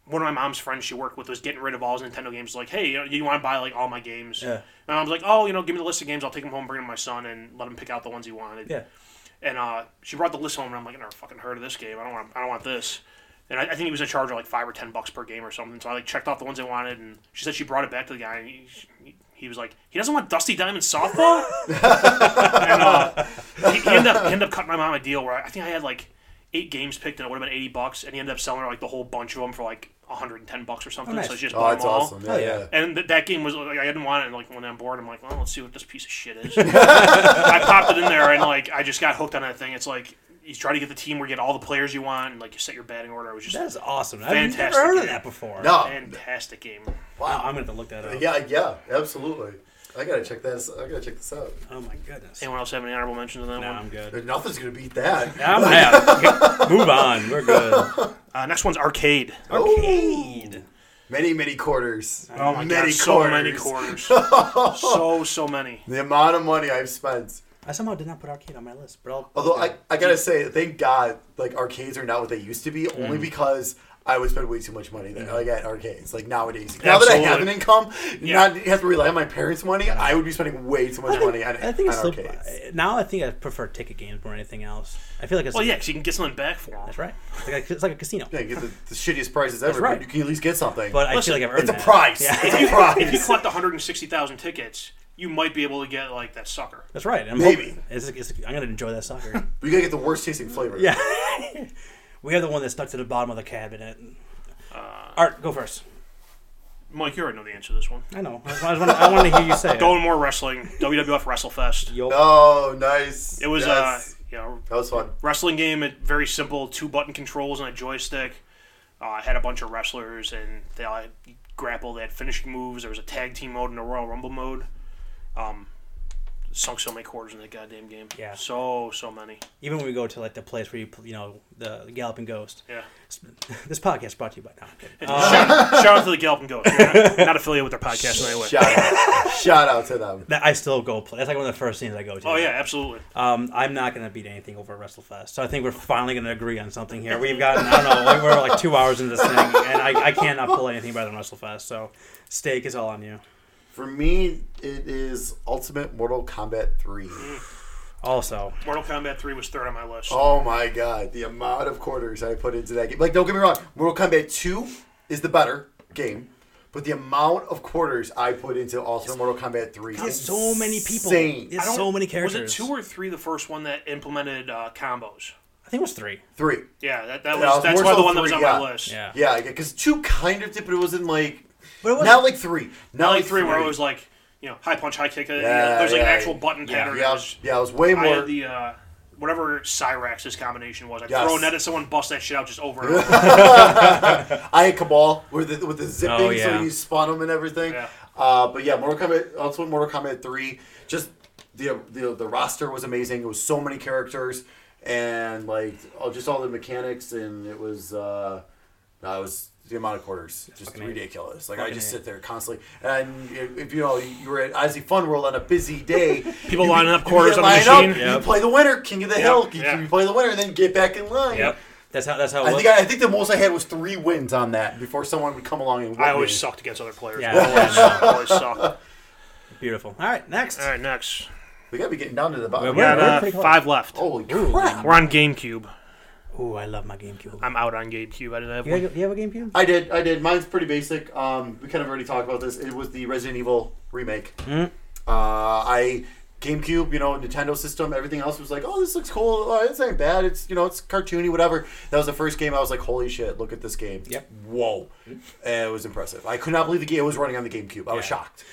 one of my mom's friends she worked with was getting rid of all his Nintendo games. Like, hey, you, know, you want to buy like all my games?
Yeah.
And I was like, oh, you know, give me the list of games. I'll take them home, bring them to my son, and let him pick out the ones he wanted.
yeah
And uh, she brought the list home, and I'm like, I never fucking heard of this game. I don't want. I don't want this. And I, I think he was in charge of like five or ten bucks per game or something. So I like checked off the ones I wanted, and she said she brought it back to the guy, and he, she- he was like, he doesn't want Dusty Diamond softball. and uh, he, he ended up he ended up cutting my mom a deal where I, I think I had like eight games picked, and it would have been eighty bucks, and he ended up selling her like the whole bunch of them for like 110 bucks or something.
nice.
So she just
Oh,
bought
that's
them all.
awesome. Yeah,
Oh, yeah.
yeah.
And th- that game was like I didn't want it. And, like when I'm bored, I'm like, well, let's see what this piece of shit is. I popped it in there, and like I just got hooked on that thing. It's like you try to get the team where you get all the players you want, and like you set your batting order. It was just
that
a
is awesome I've never
Fantastic
heard of
game.
that before
No.
fantastic game.
wow
uh,
I'm gonna have to look that up
Yeah, yeah, absolutely. I gotta check this. I gotta check this out.
oh my goodness
Anyone else have any honorable mentions on that
No,
one?
I'm good.
Nothing's gonna beat that.
I'm out. Move on. We're good.
Uh, next one's Arcade.
Oh.
Arcade.
Many, many quarters.
Oh my
many
god, so many quarters. so so many.
The amount of money I've spent.
I somehow did not put arcade on my list, but I'll,
Although I, I gotta say, thank God, like arcades are not what they used to be,
Mm.
only because I would spend way too much money then, like at arcades. Like nowadays, now that I have an
Absolutely.
income, not have to rely on my parents' money, I would be spending way too much money on,
I think I
on
still,
arcades.
now I think I prefer ticket games more than anything else. I feel like it's
Well, yeah, 'cause you can get something back for them.
that's right. It's like a, it's like a casino,
Yeah, you get the, the shittiest prices ever,
right.
but you can at least get something.
but
Listen,
I feel like I've earned
it's a
that.
price. It's a
If you
prize.
collect 160,000 tickets, you might be able to get like that sucker.
That's right. I'm
Maybe.
hoping- it's, it's, I'm gonna enjoy that soccer.
But you gotta get the worst tasting flavor.
yeah. we have the one that's stuck to the bottom of the cabinet.
Uh,
Art, go first.
Mike, you already know the answer to this one.
I know. I just wanna- I want to hear you say it.
Going more wrestling, WWF WrestleFest.
Yo.
Oh, nice.
It was uh,
Yes.
you know,
that was fun.
wrestling game. It very simple, two button controls and a joystick. Uh, it had a bunch of wrestlers and they all had grapple. They had finishing moves. There was a tag team mode and a Royal Rumble mode. Um, sunk so many quarters in that goddamn game.
Yeah.
So so many.
Even when we go to like the place where you pl- you know the Galloping Ghost.
Yeah.
This podcast is brought to you by now.
Shout out to the Galloping Ghost. We're Not, not affiliated with their podcast in any way.
Shout out, shout out to them.
That I still go play. That's like one of the first things I go to.
Oh yeah, absolutely.
Um, I'm not gonna beat anything over at WrestleFest, so I think we're finally gonna agree on something here. We've gotten I don't know we're like two hours into this thing, and I, I cannot pull anything better than WrestleFest. So steak is all on you.
For me, it is Ultimate Mortal Kombat 3.
Also,
Mortal Kombat 3 was third on my list.
Oh my god, the amount of quarters I put into that game. Like, don't get me wrong, Mortal Kombat 2 is the better game, but the amount of quarters I put into Ultimate Mortal Kombat 3
there's
is
so many people.
Insane.
There's
I don't-
so many characters.
Was it two or three? The first one that implemented uh, combos.
I think it was three.
three.
Yeah, that, that
Yeah,
was that's
more
why
so
the one that was
three,
on
yeah.
my list.
Yeah.
Yeah, because two kind of did, but it wasn't like.
But it wasn't-
not like three. Not
Not like E three where it was like you know high punch, high kick. Yeah,
Yeah,
there's like an
yeah,
actual button
yeah.
pattern. It
Yeah,
was-
yeah, it was way
I
more.
had the uh, whatever Cyrax's combination was. I
Yes.
throw a net at someone, bust that shit out just over. and over.
I had Cabal with the, with the zipping,
Oh, yeah.
so you spun him and everything.
Yeah.
Uh, but yeah, Mortal Kombat, Ultimate Mortal Kombat 3, just the, the the roster was amazing. It was so many characters and like all, just all the mechanics, and it was, uh, no, it was the amount of quarters. Just ridiculous. Like, I just sit there constantly. And if, if, you know, you were at Izzy Fun World on a busy day,
People
you
lining
could-
up
you
quarters
could
on the
line up,
machine.
You
Yep.
play the winner, King of the Hill. You,
yeah.
you play the winner, and then get back in line.
Yep. That's how. That's how. It
I
was.
think I, I think the most I had was three wins on that before someone would come along and. Win
I always
me.
sucked against other players.
Yeah.
Always, always sucked.
Beautiful. All right, next.
All right, next.
We gotta be getting down to the
Wait,
bottom.
wait.
Got
we're
uh,
pretty close.
five left.
Holy crap!
We're on GameCube.
Ooh, I love my GameCube.
I'm out on GameCube. I didn't have
You,
one.
guys, you have a GameCube?
I did. I did. Mine's pretty basic. Um, we kind of already talked about this. It was the Resident Evil remake.
Mm.
Uh, I GameCube, you know, Nintendo system. Everything else was like, oh, this looks cool. Oh, this ain't bad. It's you know, it's cartoony, whatever. That was the first game. I was like, holy shit, look at this game.
Yep.
Whoa, Uh, it was impressive. I could not believe the game was running on the GameCube. I was
Yeah.
shocked.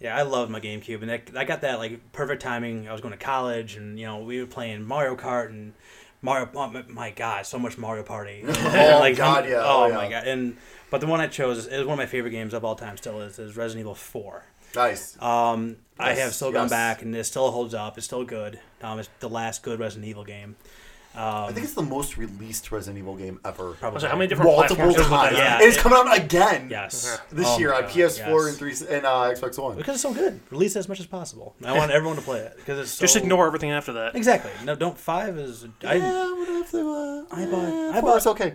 Yeah, I loved my GameCube, and that, I got that like perfect timing. I was going to college, and you know we were playing Mario Kart and Mario. Oh, my- my God, so much Mario Party.
Oh, God, yeah.
Oh,
Oh,
my
yeah.
God. And but the one I chose is one of my favorite games of all time. Still is is Resident Evil Four.
Nice.
Um, I
Yes,
have still gone
yes.
back, and it still holds up. It's still good. Um, it's the last good Resident Evil game.
I think it's the most released Resident Evil game ever.
Probably.
I was like, how many different
multiple
platforms was that
times.
on?
Yeah.
And it's coming out again.
Yes.
This
Oh
year
my
on
God,
PS4
yes.
and three and uh, Xbox One.
because it's so good. Release it as much as possible. I want everyone to play it because it's so...
Just ignore everything after that.
Exactly. No, don't. Five is. I,
Yeah, what if they were-
I bought- I
four
bought-
is okay.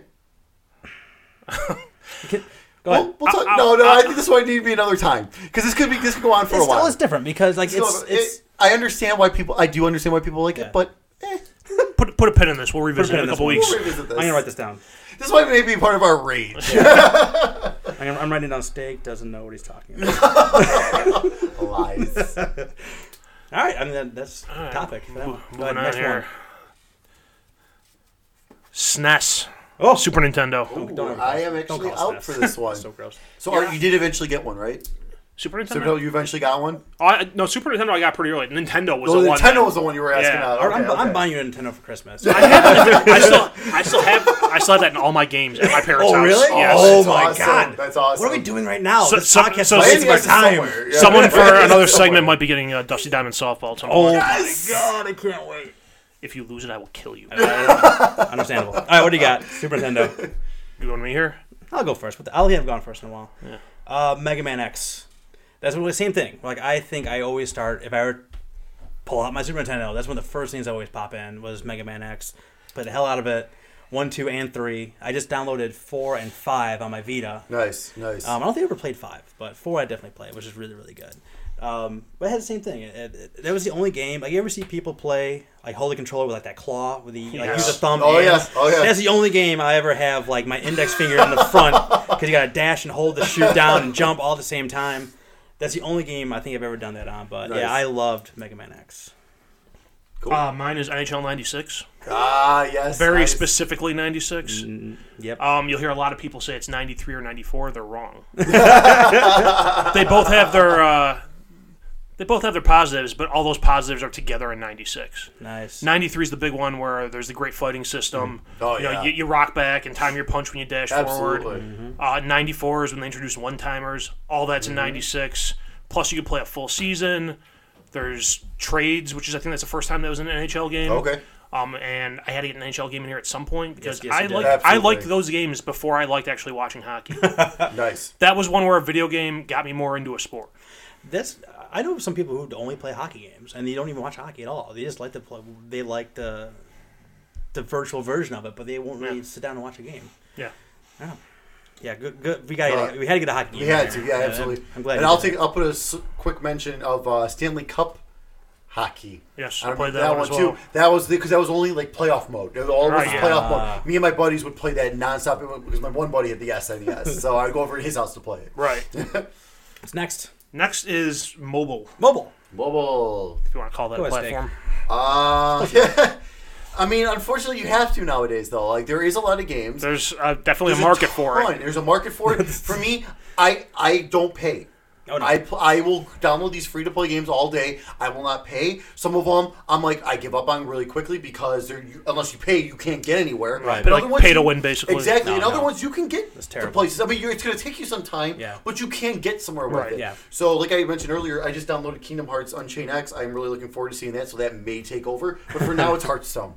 can, go ahead.
Well, we'll talk, no, no, I think this might need to be another time because this could be this could go on for
it's
a while.
still is different because like
Still,
it's
it-
it's
I understand why people. I do understand why people like
Yeah.
it, but eh,
Put put a pin in this. We'll revisit
pin
it
in
in a
this
couple
one.
weeks.
we'll revisit this.
I'm gonna write this down.
This might maybe be part of our rage.
I'm, gonna, I'm writing down. Steak doesn't know what he's talking about.
Lies.
All right, I mean that, that's topic. for that one. Go ahead,
Moving on
next
here.
one.
SNES.
Oh.
Super Nintendo.
Don't-
I am
don't
actually
call us
out
this.
for this one.
So
so
gross.
Art, you did eventually get one, right?
Super
So
Nintendo.
no, you eventually got one.
Oh, I, no, Super Nintendo. I got pretty early. Nintendo was
Oh,
the one. that-
Nintendo was the one you were asking
Yeah.
about.
Art, I'm,
Okay,
I'm
okay.
buying you a Nintendo for Christmas.
I, have, I still, I still have, I still have that in all my games at my parents' house. Yes.
Oh
that's
my
awesome.
god!
That's awesome.
What are we doing right now?
So-
this
so-
podcast
so-
is
Maybe
wasting our
it's
time.
somewhere. Yeah.
Someone for
Maybe it's somewhere.
another segment might be getting uh, Dusty Diamond softball. So
Oh
God, I can't wait.
if you lose it, I will kill you.
my! Understandable. All right, what do you got? Super Nintendo.
You want me here?
I'll go first. But I'll have gone first in a while. Uh, Mega Man X. That's the same thing. Like I think I always start if I ever pull out my Super Nintendo. That's one of the first things I always pop in was Mega Man X. Play the hell out of it. One, two, and three. I just downloaded four and five on my Vita.
Nice, nice.
Um, I don't think I ever played five, but four I definitely played, which is really really good. Um, but it had the same thing. It, it, it- that was the only game. Like you ever see people play like hold the controller with like that claw with the like
Yes.
use a thumb.
Oh,
and-
yes. Oh, yeah.
That's the only game I ever have like my index finger in the front because you got to dash and hold the shoot down and jump all at the same time. That's the only game I think I've ever done that on. But
Nice.
yeah, I loved Mega Man X.
Uh, mine is NHL '96.
ah, yes. Oh.
Very
nice.
specifically '96.
Yep.
Um, you'll hear a lot of people say it's '93 or '94. They're wrong. they both have their uh, they both have their positives, but all those positives are together in '96.
nice.
93 is the big one where there's the great fighting system.
Oh,
you know,
yeah.
you, you rock back and time your punch when you dash
Absolutely.
forward. Uh,
Mm-hmm.
94 is when they introduced one timers. All that's in 96. Plus, you can play a full season. There's trades, which is I think that's the first time that was in an NHL game.
Okay.
Um, and I had to get an NHL game in here at some point because
yes,
I
you did.
like I
Absolutely.
liked those games before I liked actually watching hockey.
Nice.
that was one where a video game got me more into a sport.
That's I know some people who only play hockey games and they don't even watch hockey at all. They just like to play. They like the the virtual version of it, but they won't really
Yeah.
sit down and watch a game.
Yeah.
Yeah, good. good. We got.
Uh,
to we had to get a hockey game.
We
in
had
there.
to, yeah,
I'm-
absolutely.
I'm glad.
And
you
I'll
did
take, I'll put a s- quick mention of uh, Stanley Cup hockey.
Yes,
I
I played
remember
that, one, as well.
too. That was because that was only like playoff mode. It was always
Right, yeah.
playoff mode. Me and my buddies would play that nonstop it was- because my one buddy had the SNES, so I'd go over to his house to play it.
Right.
that. What's next?
Next is mobile,
Mobile.
Mobile.
if you want to call that
Go
a
ahead, Steak.
platform.
Uh, I mean, unfortunately, you have to nowadays, though. Like, there is a lot of games.
There's uh, definitely
There's
a market for
ton.
it.
There's a market for it. for me, I I don't pay.
Oh, no.
I, pl- I will download these free to play games all day. I will not pay. Some of them I'm like I give up on really quickly because they're you, unless you pay you can't get anywhere.
Right.
But
Like
other ones
pay to
you-
win, basically.
Exactly.
No,
and other
no.
ones you can get
That's
to
terrible.
places. I mean, you're, it's going to take you some time.
Yeah.
But you can get somewhere
Right,
with it.
yeah.
So like I mentioned earlier, I just downloaded Kingdom Hearts Unchained X. I'm really looking forward to seeing that. So that may take over. But for now, it's Hearthstone.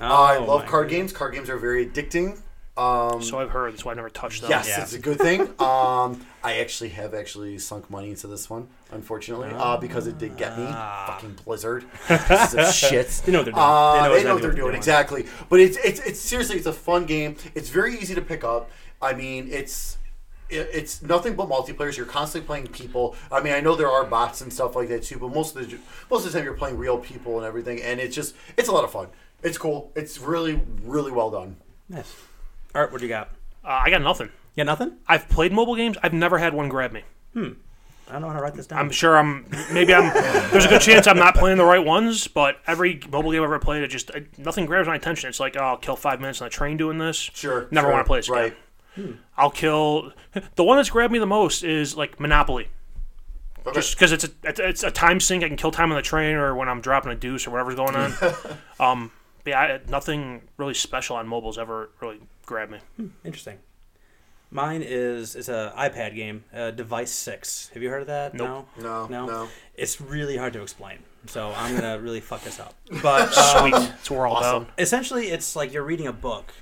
I
Oh,
love
my
card games. Card games are very addicting. Um,
So I've heard. That's why I never touched that.
Yes,
Yeah.
it's a good thing. Um, I actually have actually sunk money into this one, unfortunately, uh, because it did get me. Fucking Blizzard, pieces of shit.
They know what they're doing.
Uh, they
exactly
know what they're doing exactly. But it's it's it's seriously it's a fun game. It's very easy to pick up. I mean, it's it- it's nothing but multiplayer. So you're constantly playing people. I mean, I know there are bots and stuff like that too, but most of the most of the time you're playing real people and everything, and it's just it's a lot of fun. It's cool. It's really really well done.
Nice. All right, what do you got?
Uh, I got nothing.
You got nothing?
I've played mobile games. I've never had one grab me.
I don't know how to write this down.
I'm sure I'm maybe I'm. There's a good chance I'm not playing the right ones, but every mobile game I've ever played, it just it, nothing grabs my attention. It's like oh, I'll kill five minutes on the train doing this.
Sure,
never
sure,
want to play this
right.
game. I'll kill. The one that's grabbed me the most is like Monopoly,
Okay.
just because it's a it's- it's a time sink. I can kill time on the train or when I'm dropping a deuce or whatever's going on. um, but yeah, I, nothing really special on mobiles ever really grabbed me.
Interesting. Mine is it's a iPad game, uh, Device Six. Have you heard of that?
Nope.
No.
No, no.
It's really hard to explain, so I'm gonna really fuck this up. But um,
Sweet, that's what we're all
Awesome.
about.
essentially, it's like you're reading a book,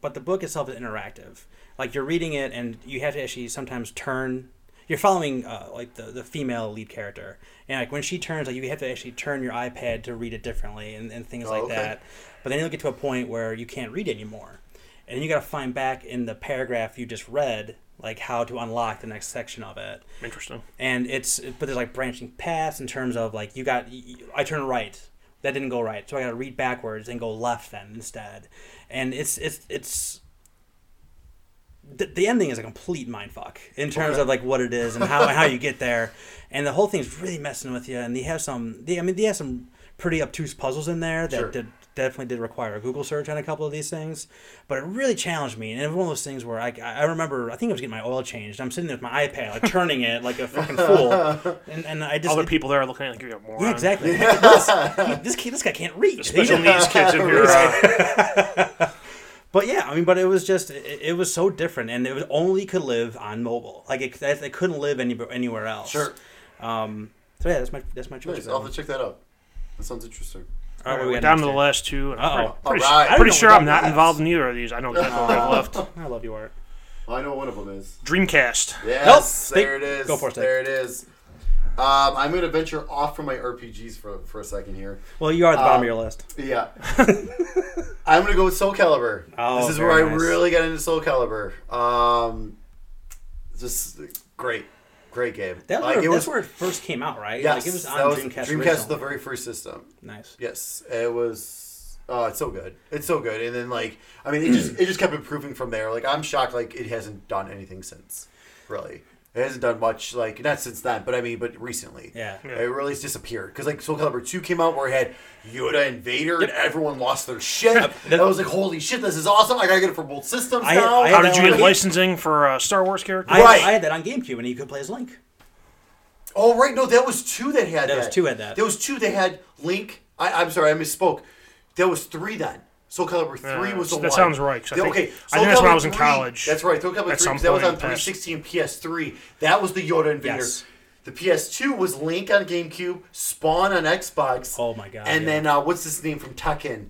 but the book itself is interactive. Like you're reading it, and you have to actually sometimes turn. You're following uh, like the, the female lead character, and like when she turns, like you have to actually turn your iPad to read it differently, and, and things like
okay.
that. But then you'll get to a point where you can't read anymore, and you got to find back in the paragraph you just read, like how to unlock the next section of it
Interesting.
and it's but there's like branching paths in terms of like you got I turn right that didn't go right so I got to read backwards and go left then instead and it's it's it's the, the ending is a complete mindfuck in terms of like what it is and how how you get there and the whole thing's really messing with you and they have some they I mean they have some pretty obtuse puzzles in there that
Sure.
did definitely did require a Google search on a couple of these things, but it really challenged me. And it was one of those things where I, I remember, I think I was getting my oil changed. I'm sitting there with my iPad, like turning it like a fucking fool. And, and I just.
Other people there are looking at you like you're a moron.
yeah, exactly. Look at this. He- this, kid, this guy can't read.
Special needs kids in here. Uh,
But yeah, I mean, but it was just, it, it was so different. And it was only could live on mobile. Like, it, that- it couldn't live any, anywhere else.
Sure.
Um, so yeah, that's my, that's my choice.
Nice. I'll have to check that out. That sounds interesting.
All right, what we
we're
got
down to the
next
last two. And I'm
Uh-oh.
pretty, pretty,
All right. I
don't
pretty
know
sure
what
I'm not
that is.
involved in either of these. I know exactly where I've left.
here? I love you, Art.
I know one of them is.
Dreamcast.
Yes,
Nope.
there it
Think-
is.
go for it, Steve.
There it is. Um, I'm going to venture off from my RPGs for, for a second here.
Well, you are at the bottom
Um,
of your list.
Yeah. I'm going to go with Soul Calibur.
Oh,
this is
very
where I
nice.
really got into Soul Calibur. Um, just great. Great game.
That was
like,
where,
it
that's
was,
where it first came out, right?
yes,
like it was
that
on
was
Dreamcast.
Dreamcast
originally.
the very first system.
nice.
Yes, it was. Oh, it's so good. It's so good. And then like, I mean, it just it just kept improving from there. Like, I'm shocked. Like, it hasn't done anything since. Really, it hasn't done much. Like, not since then, but I mean, but recently.
Yeah. Yeah.
It really has disappeared because like Soul Calibur two came out where it had Yoda and Vader and everyone lost their shit. And I was like, holy shit, this is awesome! I gotta get it for both systems
I-
now.
I
How
had
did
that
you get
one.
licensing for a Star Wars character?
I,
Right.
I had that on GameCube, and you could play as Link.
Oh right, no, that was two that had that.
was two had that.
There was two that had Link. I, I'm sorry, I misspoke. There was three then. Soul Calibur three
Yeah,
was the
Uh, that
one.
sounds right, 'cause I
The-
think-
okay,
I
Soul
think that's when I
Calibur
was in
3
college
That's right. Soul Calibur three.
at some
'cause That was on
point, past-
360 and PS3. That was the Yoda Invader.
Yes.
The PS2 was Link on GameCube, Spawn on Xbox,
Oh my god.
and
yeah.
then uh, what's his name from Tekken?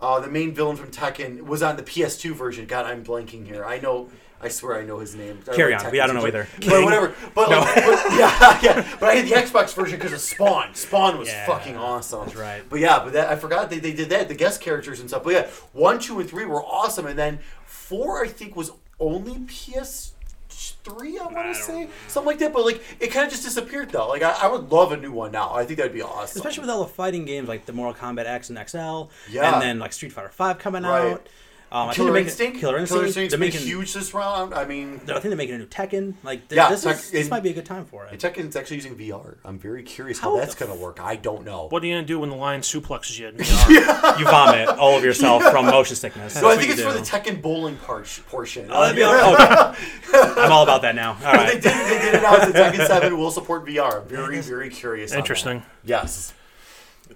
Uh, the main villain from Tekken was on the PS2 version. God, I'm blanking here. I know. I swear I know his name. I
Carry
like
on. We- I
Tekken
don't know
too.
either.
But whatever. But, like, but- yeah, yeah. But I had the Xbox version because of Spawn. Spawn was
Yeah,
fucking awesome.
that's right.
But yeah, but that I forgot they, they did that. The guest characters and stuff. But yeah, one, two, and three were awesome. And then four, I think, was only PS. Three, I want to
don't
say something like that, but like it kind of just disappeared though. Like I, I would love a new one now. I think that'd be awesome.
especially with all the fighting games like the Mortal Kombat X and XL,
Yeah.
and then like Street Fighter Five coming
Right.
out. Um, I think
Killer
they're making-
Instinct.
Killer Instinct.
Instinct's
they're
been
making,
huge this round. I mean,
they're- I think they're making a new Tekken. Like th-
Yeah,
this, is,
Tek-
this
it-
might be a good time for it.
Tekken's actually using VR. I'm very curious how,
How
that's
the
going to work. I don't know.
What are you gonna do when the lion suplexes you?
You vomit all of yourself from motion sickness.
No, I
That's what
think it's
you
for the
do.
Tekken bowling par- portion.
Oh, that'd be all right. Okay. I'm all about that now. All
they
right.
did. They did announce that Tekken Seven will support VR. I'm very, very curious. on that.
Interesting.
Yes.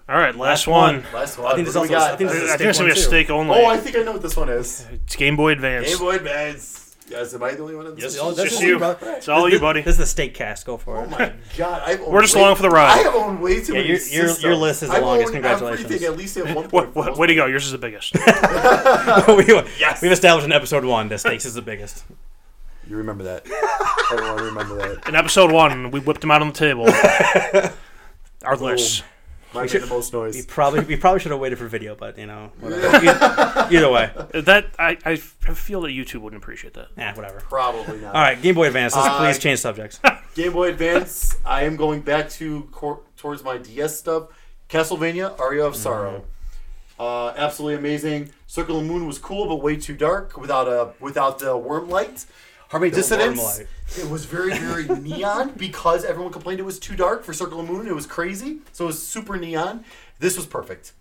All right, last,
one.
one.
Last one.
I think this
What do
also-
we got?
I think
I
this
think
is-
it's gonna be a
Steak one,
steak only.
oh, I think I know what this one is.
it's Game Boy Advance.
Game Boy Advance. Yes, am I the only one? in this?
Oh, that's
just
what we
you.
brought-
It's all you, buddy.
This is the steak cast. Go for
Oh
it.
my god! I've owned
We're just
way-
along for the ride.
I have owned way too
Yeah,
many
your- your- your
systems.
list is the
I've
longest.
owned
Congratulations.
Everything at least at one point.
What,
for
what,
most
way to go! Yours is the biggest.
we,
Yes.
We've established in episode one that steaks is the biggest.
people. You remember that? Everyone remember that.
In episode one, we whipped him out on the table. Our lists.
Mine made the most noise.
We probably we probably should have waited for video, but you know, whatever. either, either way,
That I, I feel that YouTube wouldn't appreciate that.
nah, whatever.
Probably not.
All right, Game Boy Advance. Let's
Uh,
please change subjects.
Game Boy Advance. I am going back to cor- towards my DS stuff. Castlevania: Aria of Sorrow.
Mm-hmm.
Uh, absolutely amazing. Circle of the Moon was cool, but way too dark without a without the worm light. Harmony Dissonance.
worm light.
It was very very neon because everyone complained it was too dark for Circle of the Moon. It was crazy, so it was super neon. This was perfect.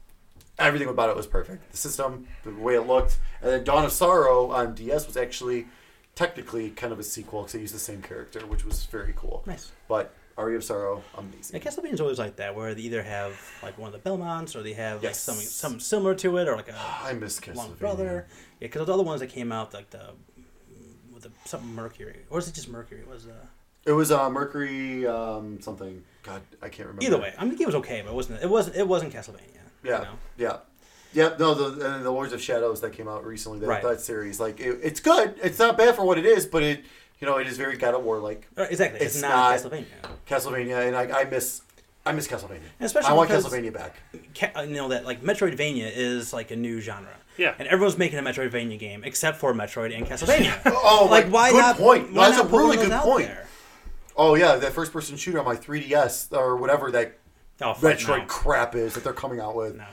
Everything about it was perfect. The system, the way it looked, and then Dawn of Sorrow on DS was actually technically kind of a sequel because they used the same character, which was very cool.
Nice.
But Aria of Sorrow,
Yeah,
amazing.
Castlevania's always like that, where they either have like one of the Belmonts, or they have like
Yes.
something something similar to it, or like a
I miss
long
Castlevania.
brother. Yeah, because the other ones that came out like the with the something Mercury, or is it just Mercury? It was uh,
It was uh, Mercury um, something. God, I can't remember.
either way. I mean, the game was okay, but it wasn't it wasn't it wasn't Castlevania.
Yeah,
you know?
yeah, yeah. No, the and then the Lords of Shadows that came out recently. That,
Right.
that series, like, it, it's good. It's not bad for what it is, but it, you know, it is very God of War like
Right, exactly. It's,
It's
not,
not-
Castlevania.
Castlevania, and I, I miss, I miss Castlevania.
Especially
I want
because-
Castlevania back.
Ca- uh, you know that like Metroidvania is like a new genre.
Yeah.
And everyone's making a Metroidvania game except for Metroid and Castlevania.
Oh,
like why
good
not?
point.
Why
That's
not
a
put one
really
of those
good
out
point.
there?
Oh yeah, that first person shooter on my 3DS or whatever that
Oh, fuck,
Metroid
no.
crap is that they're coming out with.
No,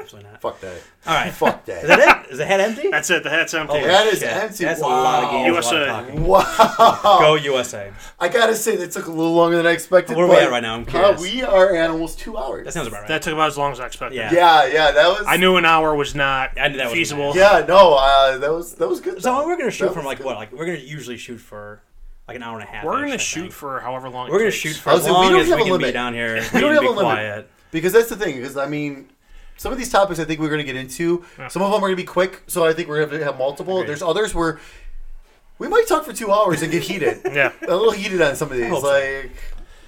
absolutely not.
Fuck that.
All right.
Fuck
Is
that.
that it? Is the head empty?
That's it. The hat's empty.
Oh,
That is
shit.
empty.
That's a lot of
Wow.
games. USA.
USA.
Wow.
Go USA.
I gotta say that took a little longer than I expected.
Where are we
but,
at right now? I'm
uh,
curious.
we are at almost two hours.
That sounds about right.
That took about as long as I expected.
Yeah.
yeah, yeah, that was.
I knew an hour was not
I knew that wasn't
feasible.
Yeah, no, uh, that was that was good.
so
though.
we're gonna shoot
That
from
was
like
good.
what? Like we're gonna usually shoot for like an hour and a half.
We're
ish, I
gonna
think.
shoot for however long. It
We're gonna
takes.
shoot for
I
as
was gonna say, we
long
don't
as we
have a
can be
limit.
down here. We,
don't
can
have
be
a limit.
quiet.
Because that's the thing. Because I mean, some of these topics I think we're going to get into. Some of them are going to be quick, so I think we're going to have multiple. There's others where we might talk for two hours and get heated.
Yeah.
a little heated on some of these.
hope so.
Like,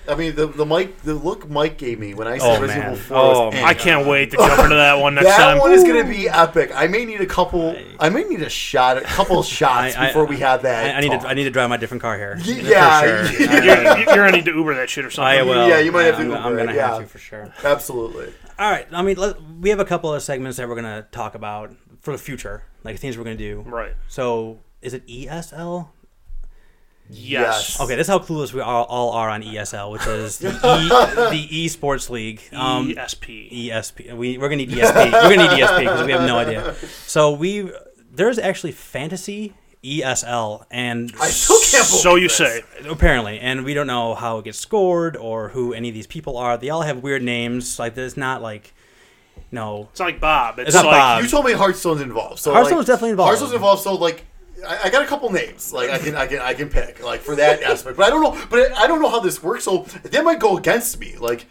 I mean, the the mic, the look Mike gave me when I said
Oh,
Resident
man.
Evil Four.
Oh,
was-
man.
I can't wait to jump into that one next
That
time.
one is going to be epic. I may need a couple. I may need a shot, a couple shots
I- I-
before we have that.
I, I need
talk.
to. I need to drive my different car here.
Y-
For
yeah,
sure.
yeah.
you're, you're gonna need to Uber that shit or something.
I will.
Yeah, you might have to
I'm,
Uber
I'm
it,
gonna
yeah.
have to for sure.
Absolutely.
All right. I mean, let, we have a couple of segments that we're gonna talk about for the future, like things we're gonna do.
Right.
So, is it ESL?
Yes.
Yes.
Okay, that's how clueless we all, all are on ESL, which is the, e, the esports league.
E
Um,
ESP.
ESP. We, we're gonna need ESP. We're gonna need E ESP because we have no idea. So we there's actually fantasy ESL and
I still can't believe
So you
this.
say.
apparently, and we don't know how it gets scored or who any of these people are. They all have weird names. Like there's not like no.
It's like Bob. It's,
It's not
like
Bob.
You told me Hearthstone's involved. So
Um, Hearthstone's
like,
definitely involved.
Hearthstone's involved. So like, I, I got a couple names. Like I can, I can, I can pick like for that aspect. But I don't know. But I don't know how this works. So that might go against me. Like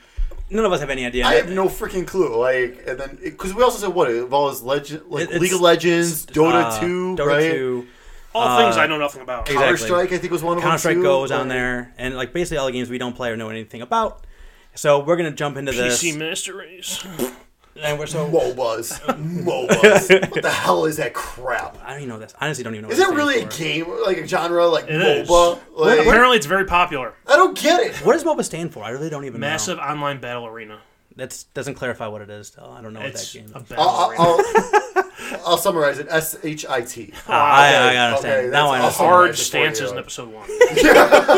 None of us have any idea.
I have no freaking clue. Like and then because we also said what it involves legend, like
It- it's-
League of Legends, Dota
Uh,
two,
Dota
right?
two.
All things
Uh,
I know nothing about.
exactly.
Counter Strike, I think, was one of them.
Counter Strike
too.
goes on
Like,
there, and like basically all the games we don't play or know anything about. So we're gonna jump into this,
PC mysteries.
and we're so
MOBAs. MOBAs. what the hell is that crap?
I don't even know this. Honestly, don't even know.
Is
what
that
it
really a
stands for.
game, like a genre, like
is.
MOBA? Like,
Apparently, it's very popular.
I don't get it.
What does MOBA stand for? I really don't even
Massive
know.
online battle arena.
That doesn't clarify what it is. Still, I don't know
It's
what that game.
Uh,
a
Is.
battle
I'll,
arena.
I'll, I'll- I'll summarize it. S H I T.
Ah, I, uh, I understand.
okay,
now
that's
I understand.
awesome.
Hard
Before
stances
you-
in episode one.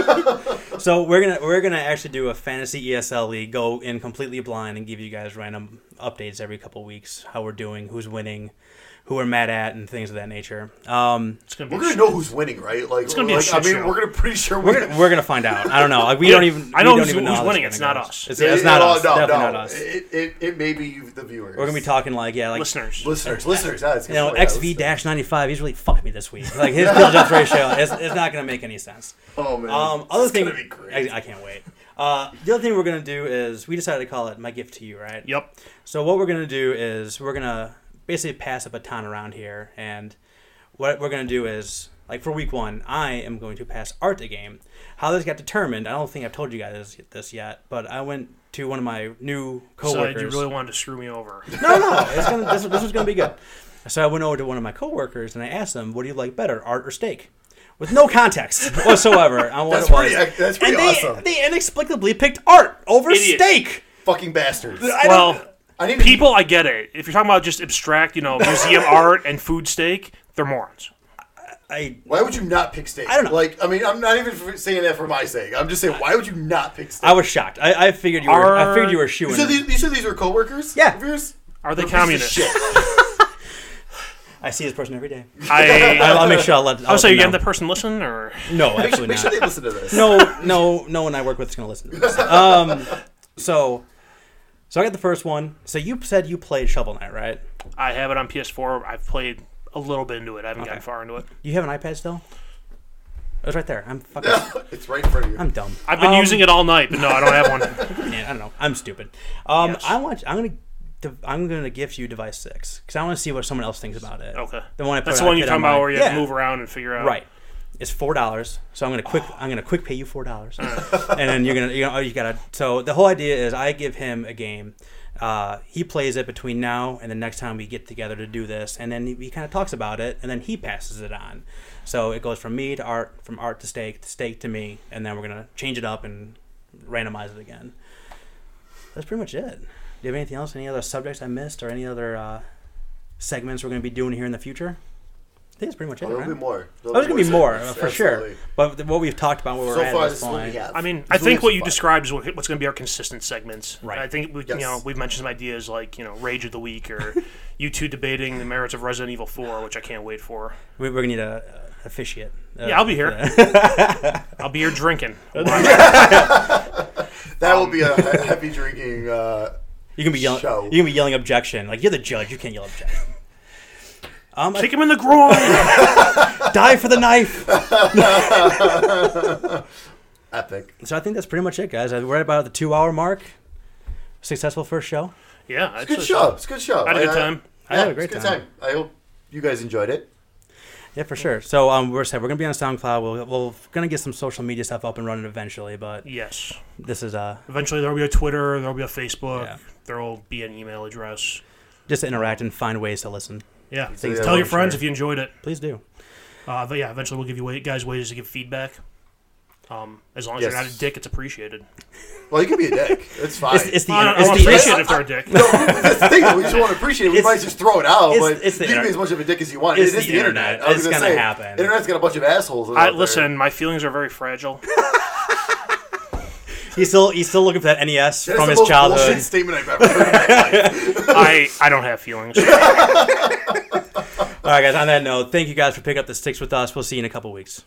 So we're gonna we're gonna actually do a fantasy ESL league. Go in completely blind and give you guys random updates every couple weeks. How we're doing, who's winning, who we're mad at, and things of that nature. Um,
It's gonna be.
We're
a
gonna
sh-
know who's winning, right? Like,
gonna be a
like, I
shit
mean,
show.
we're gonna pretty sure
we're gonna, we're gonna find out. I don't know. Like we
Yeah,
don't even.
I know
we don't
who's-
even know
who's
how this
winning.
is
It's
gonna
not
go.
us.
It's,
Yeah,
it's
yeah,
not
no,
us.
Oh, No,
Definitely
no.
not us.
It, it, it may be you, the viewers.
We're gonna be talking like yeah, like
listeners.
Listeners, listeners. Yeah, that's
you
a good
know
point. Yeah,
XV
listeners.
dash ninety five. He's really fucked me this week. Like his kill death ratio is it's not gonna make any sense.
Oh man.
Um, other
It's
thing,
gonna be great.
I, I can't wait. Uh, the other thing we're gonna do is we decided to call it my gift to you, right?
Yep.
So what we're gonna do is we're gonna basically pass a baton around here, and what we're gonna do is like for week one, I am going to pass Art the game. How this got determined, I don't think I've told you guys this yet, but I went to one of my new
So
coworkers.
you really wanted to screw me over.
No, no, it's gonna, this, this was gonna be good. So I went over to one of my coworkers and I asked them, "What do you like better, art or steak?" With no context whatsoever on what
That's
it was.
pretty. That's pretty
and they,
awesome.
they inexplicably picked art over
Idiot.
steak.
Fucking bastards.
I don't-
Well,
I need to-
people, I get it. If you're talking about just abstract, you know, museum art and food steak, they're morons.
I
Why would you not pick steak? I
don't know.
Like, I mean, I'm not even f- saying that for my sake. I'm just saying, why would you not pick steak?
I was shocked. I, I figured you were. I figured you were
you
shooing.
said these, you said these were coworkers.
Yeah.
Of yours?
Are they
They're pieces of
communists?
shit.
I see this person every day.
I.
I'll, I'll make sure I'll let. I'll
Oh, so you
no.
have that person listen, or
No, absolutely
Make
not.
sure they listen to this.
no, no, no one I work with is going to listen to this. Um, so, so I got the first one. So you said you played Shovel Knight, right?
I have it on PS4. I've played a little bit into it. I haven't gotten far into it.
You have an iPad still? It was right there. I'm fucking.
it's right in front of you.
I'm dumb.
I've been
Um,
using it all night, but no, I don't have one.
Man, I don't know. I'm stupid. Um,
Yes.
I want. I'm gonna. div- I'm gonna gift you Device Six because I want to see what someone else thinks about it.
Okay.
The one I put
That's the
out-
one you're
put
talking
online.
about where you have
Yeah.
to move around and figure out.
Right. It's four dollars, so I'm gonna quick. I'm gonna quick pay you four dollars, and then you're gonna. You know, oh, you gotta. So the whole idea is, I give him a game. Uh, he plays it between now and the next time we get together to do this, and then he, kind of talks about it, and then he passes it on. So it goes from me to art, from art to steak, to steak to me, and then we're gonna change it up and randomize it again. That's pretty much it. Do you have anything else? Any other subjects I missed, or any other uh, segments we're gonna be doing here in the future? I think that's pretty much it.
There'll
right?
be more. There'll
That was gonna be more
segments,
for sure.
absolutely.
But th- what we've talked about, what we're
So
at
far,
this
this is what we
point,
have.
I mean,
This
I
is
think
we
what you
have so far.
described is what, what's going to be our consistent segments.
Right.
I think we, you know
Yes.
we've mentioned some ideas like you know Rage of the Week or you two debating the merits of Resident Evil Four, which I can't wait for.
we, we're gonna need a uh, officiate. Uh,
Yeah, I'll be here.
for that.
I'll be here drinking.
That will be a
um,
he- heavy drinking. Uh,
you can be yelling.
Show.
You can be yelling objection. Like you're the judge. You can't yell objection. Um, I-
Kick him in the groin.
die for the knife.
epic.
So I think that's pretty much it, guys. Uh, We're at about the two-hour mark. Successful first show.
yeah, it's
Good show. It's a good show.
I had a
I-
good time.
I had a
yeah,
great
it's good
time.
time. I hope you guys enjoyed it.
Yeah, for sure. So um, we're said we're gonna be on SoundCloud. We'll, we're gonna get some social media stuff up and running eventually. But
Yes.
this is uh,
Eventually, there'll be a Twitter. There'll be a Facebook.
Yeah.
There'll be an email address.
just to interact and find ways to listen.
Yeah.
Things
Yeah,
Tell your
for
friends
sure.
if you enjoyed it.
Please do.
Uh, but yeah, eventually we'll give you wa- guys ways to give feedback. Um, as long as you're
Yes.
not a dick, it's appreciated.
Well, you can be a dick. It's fine.
It's, it's the
I don't, I
it's
don't
the
appreciate it if they're a dick.
no, that's the thing. We just want to appreciate it. We
It's-
might just throw it out,
it's-
but
it's the
you can
internet.
be as much of a dick as you want.
It's
It is
the
the, internet.
internet.
I was
It's
gonna
gonna
say,
happen.
Internet's got a bunch of assholes. out
I,
there.
listen, my feelings are very fragile.
He's still he's still looking for that NES
That is
from
the
his
most
childhood.
bullshit statement I've ever heard. in my life.
I, I don't have feelings.
All right, guys. On that note, thank you guys for picking up the sticks with us. We'll see you in a couple weeks.